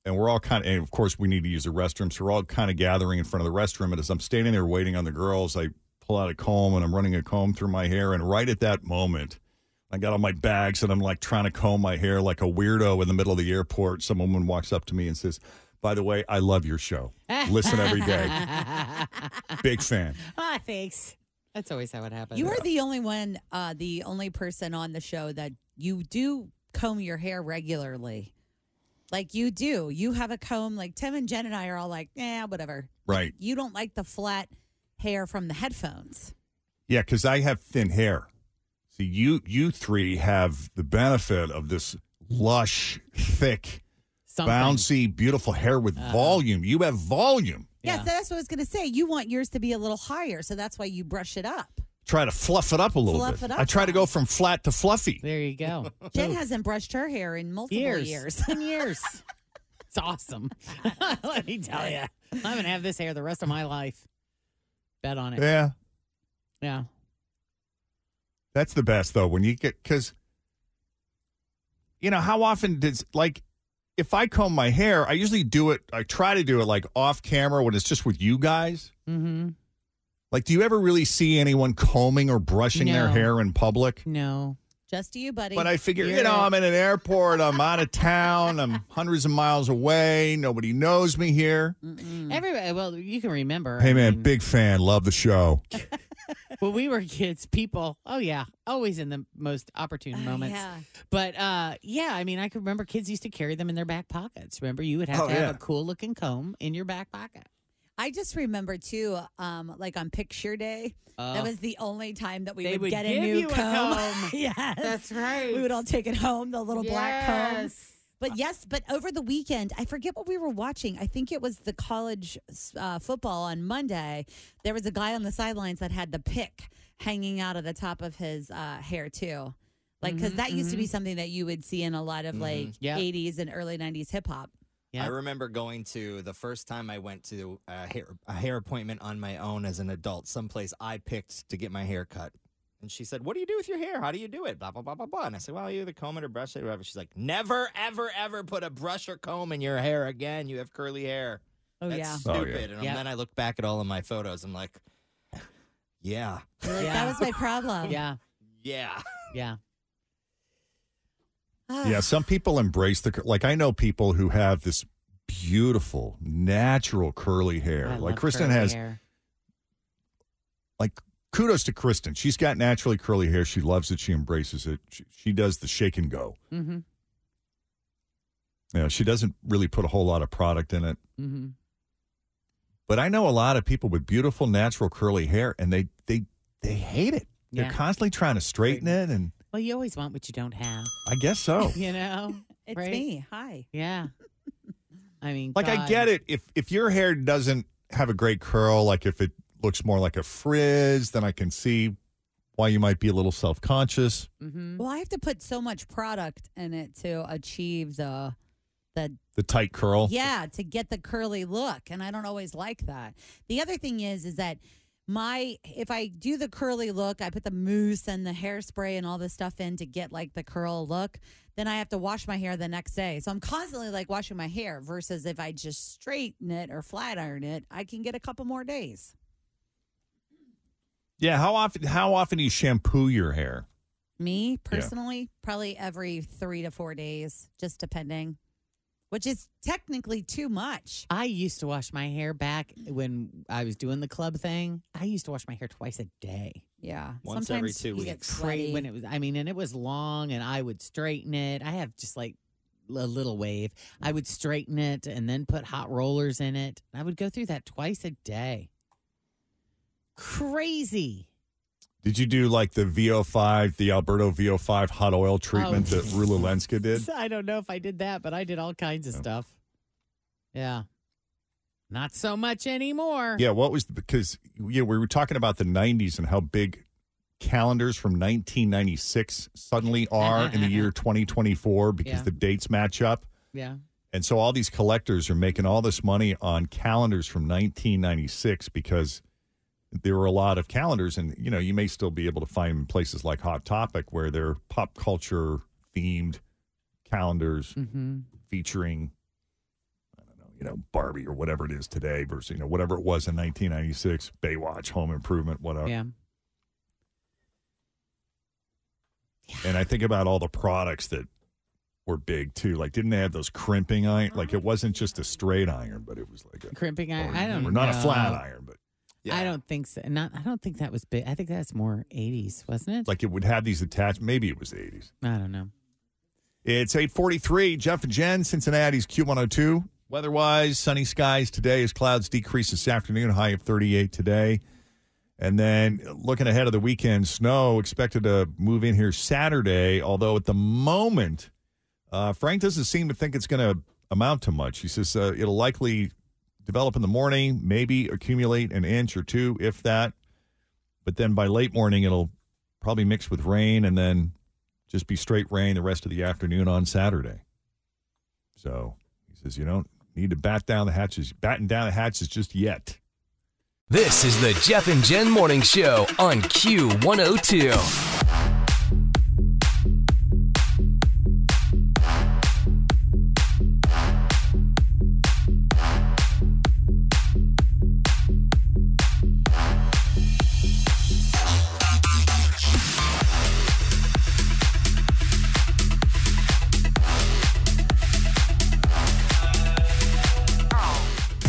Speaker 2: and we're all kind of. And of course, we need to use the restroom, so we're all kind of gathering in front of the restroom. And as I'm standing there waiting on the girls, I pull out a comb and I'm running a comb through my hair. And right at that moment, I got all my bags and I'm like trying to comb my hair like a weirdo in the middle of the airport. Some woman walks up to me and says. By the way, I love your show. Listen every day. Big fan.
Speaker 5: Ah, thanks. That's always how it happens.
Speaker 4: You are the only one, uh, the only person on the show that you do comb your hair regularly. Like you do. You have a comb. Like Tim and Jen and I are all like, eh, whatever.
Speaker 2: Right.
Speaker 4: You don't like the flat hair from the headphones.
Speaker 2: Yeah, because I have thin hair. See, you you three have the benefit of this lush, thick,
Speaker 4: Something.
Speaker 2: bouncy, beautiful hair with
Speaker 5: Uh-huh.
Speaker 2: volume. You have volume.
Speaker 4: Yeah. so that's what I was going to say. You want yours to be a little higher. So that's why you brush it up.
Speaker 2: Try to fluff it up a little
Speaker 4: Fluff
Speaker 2: bit.
Speaker 4: it up,
Speaker 2: I try to go from flat to fluffy.
Speaker 5: There you go.
Speaker 4: Jen hasn't brushed her hair in multiple years.
Speaker 5: Years. Ten years. It's awesome. Let me tell you, I'm gonna have this hair the rest of my life. Bet on it.
Speaker 2: Yeah.
Speaker 5: Yeah.
Speaker 2: That's the best though when you get because you know how often does like if I comb my hair, I usually do it. I try to do it like off camera when it's just with you guys.
Speaker 5: Mm-hmm.
Speaker 2: Like, do you ever really see anyone combing or brushing their
Speaker 5: No.
Speaker 2: hair in public?
Speaker 5: No.
Speaker 4: Just you, buddy.
Speaker 2: But I figure, you know, I'm in an airport, I'm out of town, I'm hundreds of miles away, nobody knows me here.
Speaker 4: Mm.
Speaker 5: Everybody. Well, you can remember.
Speaker 2: Hey, man, big fan, love the show.
Speaker 5: when we were kids, people, oh yeah, always in the most opportune moments.
Speaker 4: Oh, yeah.
Speaker 5: But uh, yeah, I mean, I can remember kids used to carry them in their back pockets. Remember, you would have
Speaker 4: Oh,
Speaker 5: to have
Speaker 4: yeah.
Speaker 5: a cool looking comb in your back pocket.
Speaker 4: I just remember too, um, like on picture day,
Speaker 5: Oh.
Speaker 4: that was the only time that we
Speaker 5: They
Speaker 4: would,
Speaker 5: would
Speaker 4: get a
Speaker 5: give
Speaker 4: new
Speaker 5: you a
Speaker 4: comb.
Speaker 5: comb.
Speaker 4: yes,
Speaker 5: That's right.
Speaker 4: We would all take it home, the little black comb.
Speaker 5: Yes.
Speaker 4: But yes, but over the weekend, I forget what we were watching. I think it was the college uh, football on Monday. There was a guy on the sidelines that had the pick hanging out of the top of his uh, hair too. Like, because
Speaker 3: Mhm,
Speaker 4: that used to be
Speaker 3: mhm.
Speaker 4: something that you would see in a lot of
Speaker 3: Mhm.
Speaker 4: like
Speaker 3: Yeah.
Speaker 4: 80s and early 90s hip hop.
Speaker 3: I remember going to the first time I went to a hair, a hair appointment on my own as an adult, someplace I picked to get my hair cut. And she said, What do you do with your hair? How do you do it? Blah, blah, blah, blah, blah. And I said, Well, you either comb it or brush it or whatever. She's like, Never, ever, ever put a brush or comb in your hair again. You have curly hair.
Speaker 4: Oh,
Speaker 3: That's
Speaker 4: yeah.
Speaker 3: Stupid.
Speaker 4: Oh, yeah.
Speaker 3: And
Speaker 4: Yeah.
Speaker 3: then I look back at all of my photos. I'm like, Yeah.
Speaker 4: Like, That was my problem.
Speaker 5: yeah.
Speaker 3: Yeah.
Speaker 5: Yeah. Ah,
Speaker 2: yeah, some people embrace the, cur- like, I know people who have this beautiful, natural curly hair.
Speaker 5: I
Speaker 2: like,
Speaker 5: love
Speaker 2: Kristen
Speaker 5: curly
Speaker 2: has,
Speaker 5: hair.
Speaker 2: like, kudos to Kristen. She's got naturally curly hair. She loves it. She embraces it. She, she does the shake and go.
Speaker 5: Mm-hmm.
Speaker 2: You know, she doesn't really put a whole lot of product in it.
Speaker 5: Mm-hmm.
Speaker 2: But I know a lot of people with beautiful natural curly hair, and they they they hate it. They're
Speaker 5: Yeah.
Speaker 2: constantly trying to straighten it, and
Speaker 5: Well, you always want what you don't have.
Speaker 2: I guess so.
Speaker 5: You know?
Speaker 4: It's
Speaker 5: right?
Speaker 4: me. Hi.
Speaker 5: Yeah. I mean,
Speaker 2: like I
Speaker 5: God.
Speaker 2: get it. If if your hair doesn't have a great curl, like if it looks more like a frizz, then I can see why you might be a little self conscious.
Speaker 4: Well, I have to put so much product in it to achieve the the
Speaker 2: The tight curl.
Speaker 4: yeah, to get the curly look, and I don't always like that. The other thing is is that my if I do the curly look, I put the mousse and the hairspray and all this stuff in to get like the curl look, then I have to wash my hair the next day. So I'm constantly like washing my hair versus if I just straighten it or flat iron it, I can get a couple more days.
Speaker 2: Yeah. How often? How often do you shampoo your hair?
Speaker 4: Me personally, probably every three to four days, just depending, which is technically too much.
Speaker 5: I used to wash my hair back when I was doing the club thing. I used to wash my hair twice a day.
Speaker 4: Yeah.
Speaker 3: Once every Sometimes two you get weeks.
Speaker 5: Cra- When
Speaker 3: sweaty.
Speaker 5: it was, I mean, and it was long, and I would straighten it. I have just like a little wave. I would straighten it and then put hot rollers in it. I would go through that twice a day. Crazy.
Speaker 2: Did you do like the VO5, the Alberto VO5 hot oil treatment
Speaker 5: Oh.
Speaker 2: that Rula Lenska did?
Speaker 5: I don't know if I did that, but I did all kinds of stuff. Yeah. Not so much anymore.
Speaker 2: Yeah, what was because yeah, we were talking about the 90s and how big calendars from 1996 suddenly are in the year 2024 because
Speaker 5: Uh-huh, Yeah.
Speaker 2: the dates match up.
Speaker 5: Yeah.
Speaker 2: And so all these collectors are making all this money on calendars from 1996 because there were a lot of calendars and you know, you may still be able to find places like Hot Topic where they're pop culture themed calendars
Speaker 5: Mhm.
Speaker 2: featuring I don't know, you know, Barbie or whatever it is today versus you know whatever it was in 1996, Baywatch, Home Improvement, whatever.
Speaker 5: Yeah.
Speaker 2: And I think about all the products that were big too. Like, didn't they have those crimping iron? Like, it wasn't just a straight iron, but it was like a
Speaker 5: Crimping iron.
Speaker 2: or
Speaker 5: I don't.
Speaker 2: or not
Speaker 5: know.
Speaker 2: a flat iron, but
Speaker 5: I don't think so. Not. I don't think that was big. I think that's more '80s, wasn't it?
Speaker 2: like it would have these attached. Maybe it was the 80s.
Speaker 5: I don't know.
Speaker 2: It's 843. Jeff and Jen, Cincinnati's Q102. Weather-wise, sunny skies today as clouds decrease this afternoon. High of 38 today. And then looking ahead of the weekend, snow expected to move in here Saturday, although at the moment, uh, Frank doesn't seem to think it's going to amount to much. He says uh, it'll likely develop in the morning, maybe accumulate an inch or two, if that. But then by late morning, it'll probably mix with rain and then just be straight rain the rest of the afternoon on Saturday. So he says you don't need to bat down the hatches, batten down the hatches just yet.
Speaker 1: This is the Jeff and Jen Morning Show on Q102.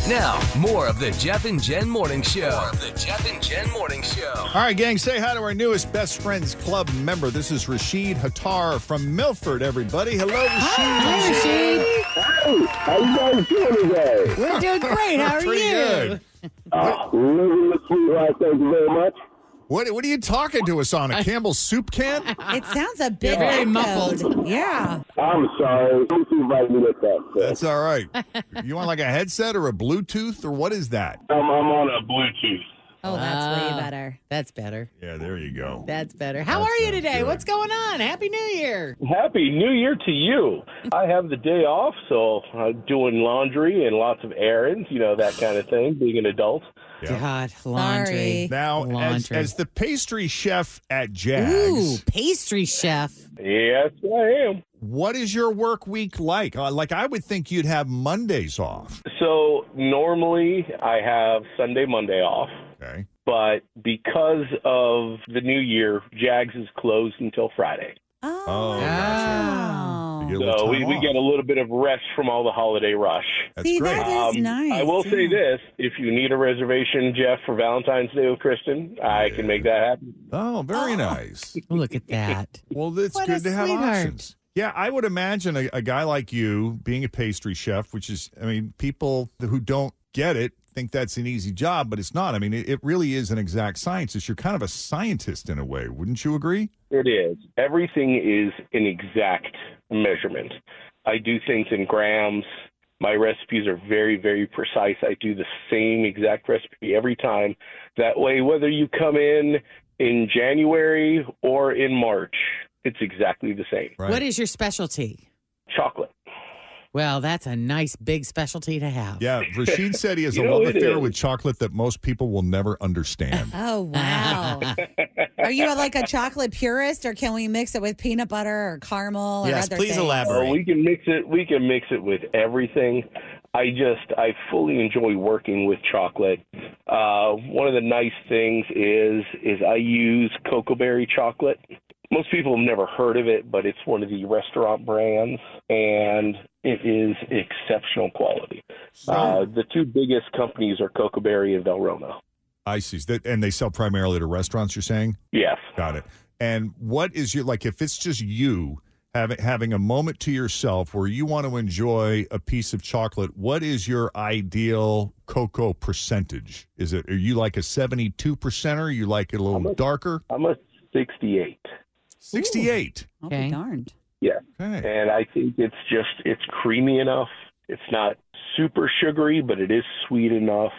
Speaker 1: Now, more of the Jeff and Jen Morning Show. More of the Jeff and Jen Morning Show.
Speaker 2: All right, gang, say hi to our newest Best Friends Club member. This is Rashid Hattar from Milford, everybody. Hello, Rashid.
Speaker 7: Hi, Rashid. Hey, how you guys doing today?
Speaker 5: We're doing great. How are
Speaker 7: Pretty
Speaker 5: you?
Speaker 7: good. Uh, living the sweet life, thank you very much.
Speaker 2: What, what are you talking to us on? A Campbell's soup can?
Speaker 4: It sounds a bit
Speaker 2: very
Speaker 4: echoed. Yeah.
Speaker 7: I'm sorry. Thank you for inviting me with that.
Speaker 2: That's all right. You want like a headset or a Bluetooth or what is that?
Speaker 7: I'm, I'm on a Bluetooth.
Speaker 4: Oh, that's way better.
Speaker 5: Ah, That's better.
Speaker 2: Yeah, there you go.
Speaker 5: That's better. How are you today? What's going on? Happy New Year.
Speaker 18: Happy New Year to you. I have the day off, so I'm doing laundry and lots of errands, you know, that kind of thing, being an adult.
Speaker 5: God, laundry. Sorry.
Speaker 2: Now, as,
Speaker 5: Laundry.
Speaker 2: as the pastry chef at Jazz.
Speaker 5: Ooh, pastry chef.
Speaker 2: Yes, I am. What is your work week like? Uh, like, I would think you'd have Mondays off.
Speaker 18: So normally I have Sunday, Monday off.
Speaker 2: Okay.
Speaker 18: But because of the new year, Jags is closed until Friday.
Speaker 2: Oh, gotcha. You get a little
Speaker 18: So
Speaker 2: time
Speaker 18: we, we
Speaker 2: off.
Speaker 18: get a little bit of rest from all the holiday rush. Um,
Speaker 2: That's See, great. that is nice,
Speaker 18: I will say this if you need a reservation, Jeff, for Valentine's Day with Kristen, I can make that happen.
Speaker 2: Oh, very nice.
Speaker 5: Look at that.
Speaker 2: Well, it's
Speaker 5: What
Speaker 2: good
Speaker 5: a
Speaker 2: to have
Speaker 5: sweetheart.
Speaker 2: options. Yeah, I would imagine a, a guy like you being a pastry chef, which is, I mean, people who don't get it think that's an easy job, but it's not. I mean, it, it really is an exact science. It's, you're kind of a scientist in a way, wouldn't you agree?
Speaker 18: It is. Everything is an exact measurement. I do things in grams. My recipes are very, very precise. I do the same exact recipe every time. That way, whether you come in in January or in March, it's exactly the same.
Speaker 5: What is your specialty?
Speaker 18: Chocolate.
Speaker 5: Well, that's a nice big specialty to have.
Speaker 2: Yeah, Rashid said he has
Speaker 5: You
Speaker 2: a
Speaker 5: know
Speaker 2: love
Speaker 5: it
Speaker 2: affair
Speaker 5: is.
Speaker 2: with chocolate that most people will never understand.
Speaker 4: Oh wow. Are you like a chocolate purist, or can we mix it with peanut butter or caramel? or other things?
Speaker 18: Oh, we can mix it. We can mix it with everything. I just I fully enjoy working with chocolate. Uh, one of the nice things is is I use cocoa berry chocolate. Most people have never heard of it, but it's one of the restaurant brands, and it is exceptional quality. Uh, the two biggest companies are Cocoa Berry and Velrona.
Speaker 2: I see. That, and they sell primarily to restaurants, you're saying?
Speaker 18: Yes.
Speaker 2: Got it. And what is your, like, if it's just you having, having a moment to yourself where you want to enjoy a piece of chocolate, what is your ideal cocoa percentage? Is it, are you like a 72%er? You like it a little darker?
Speaker 18: I'm a 68.
Speaker 2: 68.
Speaker 4: I'll be darned.
Speaker 18: Yeah. And I think it's just it's creamy enough. It's not super sugary, but it is sweet enough.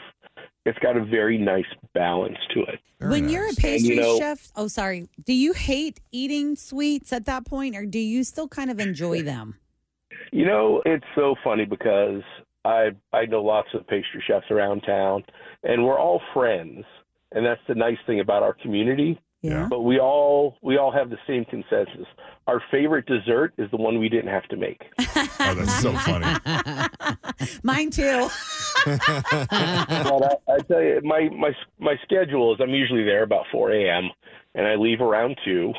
Speaker 18: It's got a very nice balance to it.
Speaker 4: When you're a
Speaker 18: And,
Speaker 4: pastry
Speaker 18: you know,
Speaker 4: chef, oh sorry, do you hate eating sweets at that point, or do you still kind of enjoy them?
Speaker 18: You know, it's so funny because I I know lots of pastry chefs around town, and we're all friends, and that's the nice thing about our community.
Speaker 4: Yeah.
Speaker 18: But we all we all have the same consensus. Our favorite dessert is the one we didn't have to make.
Speaker 2: oh, that's so funny.
Speaker 4: Mine too.
Speaker 18: but I, I tell you, my my my schedule is I'm usually there about 4 a.m. and I leave around two.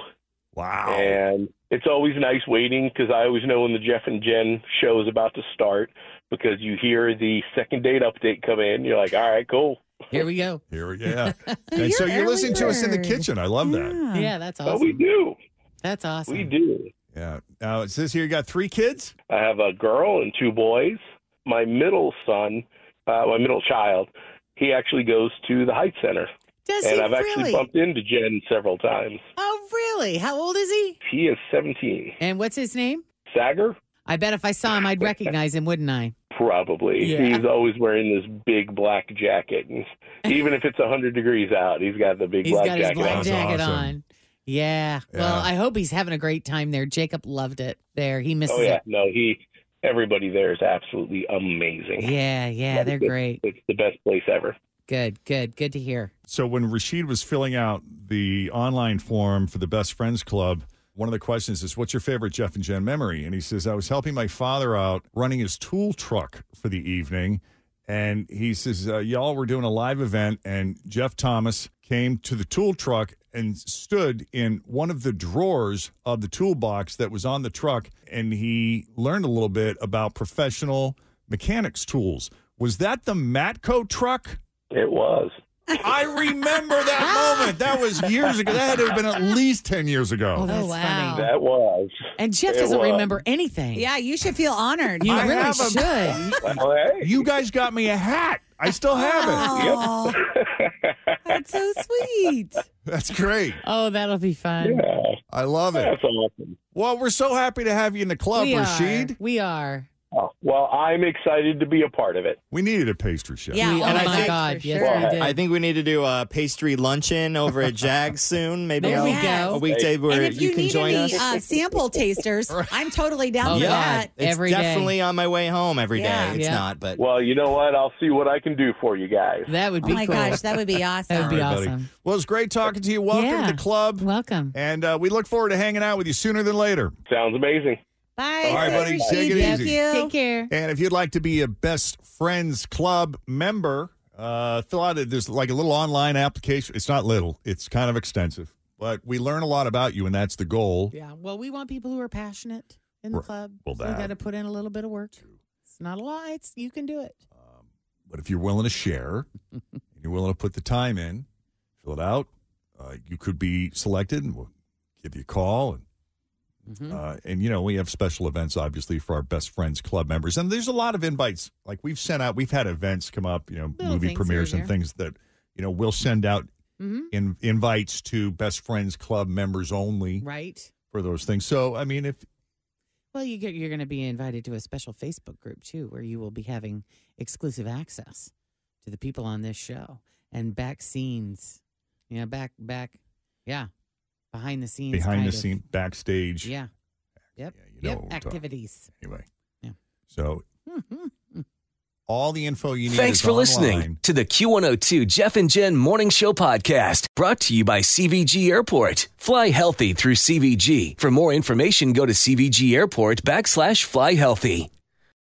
Speaker 2: Wow!
Speaker 18: And it's always nice waiting because I always know when the Jeff and Jen show is about to start because you hear the second date update come in. You're like, all right, cool.
Speaker 5: Here we go.
Speaker 2: Here we go. and so you're listening to us in the
Speaker 5: everywhere.
Speaker 2: kitchen. I love that.
Speaker 5: Yeah, that's awesome.
Speaker 18: But we do.
Speaker 5: That's awesome.
Speaker 18: We do.
Speaker 2: Yeah. Now Oh, it says here you got three kids.
Speaker 18: I have a girl and two boys. My middle son, uh, my middle child, he actually goes to the Height Center.
Speaker 5: Does
Speaker 18: and
Speaker 5: he
Speaker 18: I've actually
Speaker 5: really?
Speaker 18: bumped into Jen several times.
Speaker 5: Oh, really? How old is he?
Speaker 18: He is 17.
Speaker 5: And what's his name?
Speaker 18: Sager?
Speaker 5: I bet if I saw him, I'd recognize him, wouldn't I?
Speaker 18: Probably.
Speaker 5: Yeah.
Speaker 18: He's always wearing this big black jacket. And even if it's 100 degrees out, he's got the big
Speaker 5: He's
Speaker 18: black
Speaker 5: got his
Speaker 18: jacket
Speaker 5: black
Speaker 18: on. Oh,
Speaker 5: jacket on. Yeah. Well,
Speaker 18: Yeah.
Speaker 5: I hope he's having a great time there. Jacob loved it there. He misses
Speaker 18: Oh, yeah.
Speaker 5: it.
Speaker 18: No, he, everybody there is absolutely amazing.
Speaker 5: Yeah, yeah, they're
Speaker 18: It's-
Speaker 5: great.
Speaker 18: It's the best place ever.
Speaker 5: Good, good, good to hear.
Speaker 2: So when Rashid was filling out the online form for the Best Friends Club, one of the questions is, "What's your favorite Jeff and Jen memory?" And he says, "I was helping my father out running his tool truck for the evening." And he says, uh, Y'all were doing a live event, and Jeff Thomas came to the tool truck and stood in one of the drawers of the toolbox that was on the truck. And he learned a little bit about professional mechanics tools. Was that the Matco truck?
Speaker 18: It was.
Speaker 2: I remember that moment. That was years ago. That had to have been at least 10 years ago.
Speaker 5: Oh, that's wow. funny.
Speaker 18: That was.
Speaker 5: And Jeff
Speaker 2: It
Speaker 5: doesn't
Speaker 2: was.
Speaker 5: remember anything.
Speaker 4: Yeah, you should feel honored.
Speaker 5: You
Speaker 2: I
Speaker 5: really
Speaker 2: have a-
Speaker 5: should.
Speaker 2: You guys got me a hat. I still have it.
Speaker 4: Oh, that's so sweet.
Speaker 2: That's great.
Speaker 5: oh, that'll be fun.
Speaker 2: I love it.
Speaker 18: That's awesome.
Speaker 2: Well, we're so happy to have you in the club,
Speaker 5: we
Speaker 2: Rashid.
Speaker 5: Are. We are.
Speaker 18: Oh, well, I'm excited to be a part of it.
Speaker 2: We needed a pastry chef.
Speaker 5: Yeah, We- oh my God, yes, we did.
Speaker 3: I think we need to do a pastry luncheon over at Jags soon. Maybe
Speaker 5: There
Speaker 3: a,
Speaker 5: we go.
Speaker 3: a weekday where
Speaker 4: Oh, and if you,
Speaker 3: can
Speaker 4: need
Speaker 3: join
Speaker 4: any
Speaker 3: us.
Speaker 4: uh, sample tasters, I'm totally down
Speaker 3: Oh,
Speaker 4: for
Speaker 3: yeah.
Speaker 4: that.
Speaker 3: It's
Speaker 5: Every day.
Speaker 3: definitely on my way home every day.
Speaker 4: Yeah.
Speaker 3: It's
Speaker 4: Yeah.
Speaker 3: not, but
Speaker 18: Well, you know what? I'll see what I can do for you guys.
Speaker 5: That would
Speaker 4: Oh
Speaker 5: be
Speaker 4: my
Speaker 5: cool.
Speaker 4: gosh, that would be awesome.
Speaker 5: That would be
Speaker 2: All right, buddy.
Speaker 5: awesome.
Speaker 2: Well, it's great talking to you. Welcome
Speaker 5: Yeah.
Speaker 2: to the club.
Speaker 5: Welcome.
Speaker 2: And uh, we look forward to hanging out with you sooner than later.
Speaker 18: Sounds amazing.
Speaker 4: Bye.
Speaker 2: All right, buddy.
Speaker 4: Rashid.
Speaker 2: Take it
Speaker 4: Thank
Speaker 2: easy.
Speaker 4: you.
Speaker 5: Take care.
Speaker 2: And if you'd like to be a Best Friends Club member, uh, fill out a, there's like a little online application. It's not little, it's kind of extensive, but we learn a lot about you, and that's the goal.
Speaker 5: Yeah. Well, we want people who are passionate in the
Speaker 2: Right.
Speaker 5: club.
Speaker 2: Well,
Speaker 5: so
Speaker 2: that-
Speaker 5: you got to put in a little bit of work. It's not a lot. It's you can do it.
Speaker 2: But if you're willing to share and you're willing to put the time in, fill it out, uh, you could be selected, and we'll give you a call. And
Speaker 5: Mm-hmm.
Speaker 2: Uh, and you know, we have special events obviously for our best friends club members, and there's a lot of invites. Like we've sent out, we've had events come up, you know,
Speaker 5: Little
Speaker 2: movie
Speaker 5: things here
Speaker 2: premieres
Speaker 5: and
Speaker 2: and
Speaker 5: there.
Speaker 2: things that you know we'll send out
Speaker 5: Mhm.
Speaker 2: in, invites to best friends club members only
Speaker 5: Right.
Speaker 2: for those things. So I mean, if
Speaker 5: Well, you get you're going to be invited to a special Facebook group too, where you will be having exclusive access to the people on this show and back scenes. You know, back back, yeah, behind the scenes.
Speaker 2: behind
Speaker 5: kind
Speaker 2: the
Speaker 5: of.
Speaker 2: scene, backstage,
Speaker 5: Yeah. Yep.
Speaker 2: you know what
Speaker 5: yep.
Speaker 2: we're talking-
Speaker 5: Activities.
Speaker 2: Anyway,
Speaker 5: Yeah.
Speaker 2: So all the info you need.
Speaker 1: Thanks
Speaker 2: is
Speaker 1: for
Speaker 2: online.
Speaker 1: listening to the Q102 Jeff and Jen Morning Show podcast brought to you by CVG Airport. Fly healthy through CVG. For more information, go to CVG Airport backslash fly healthy.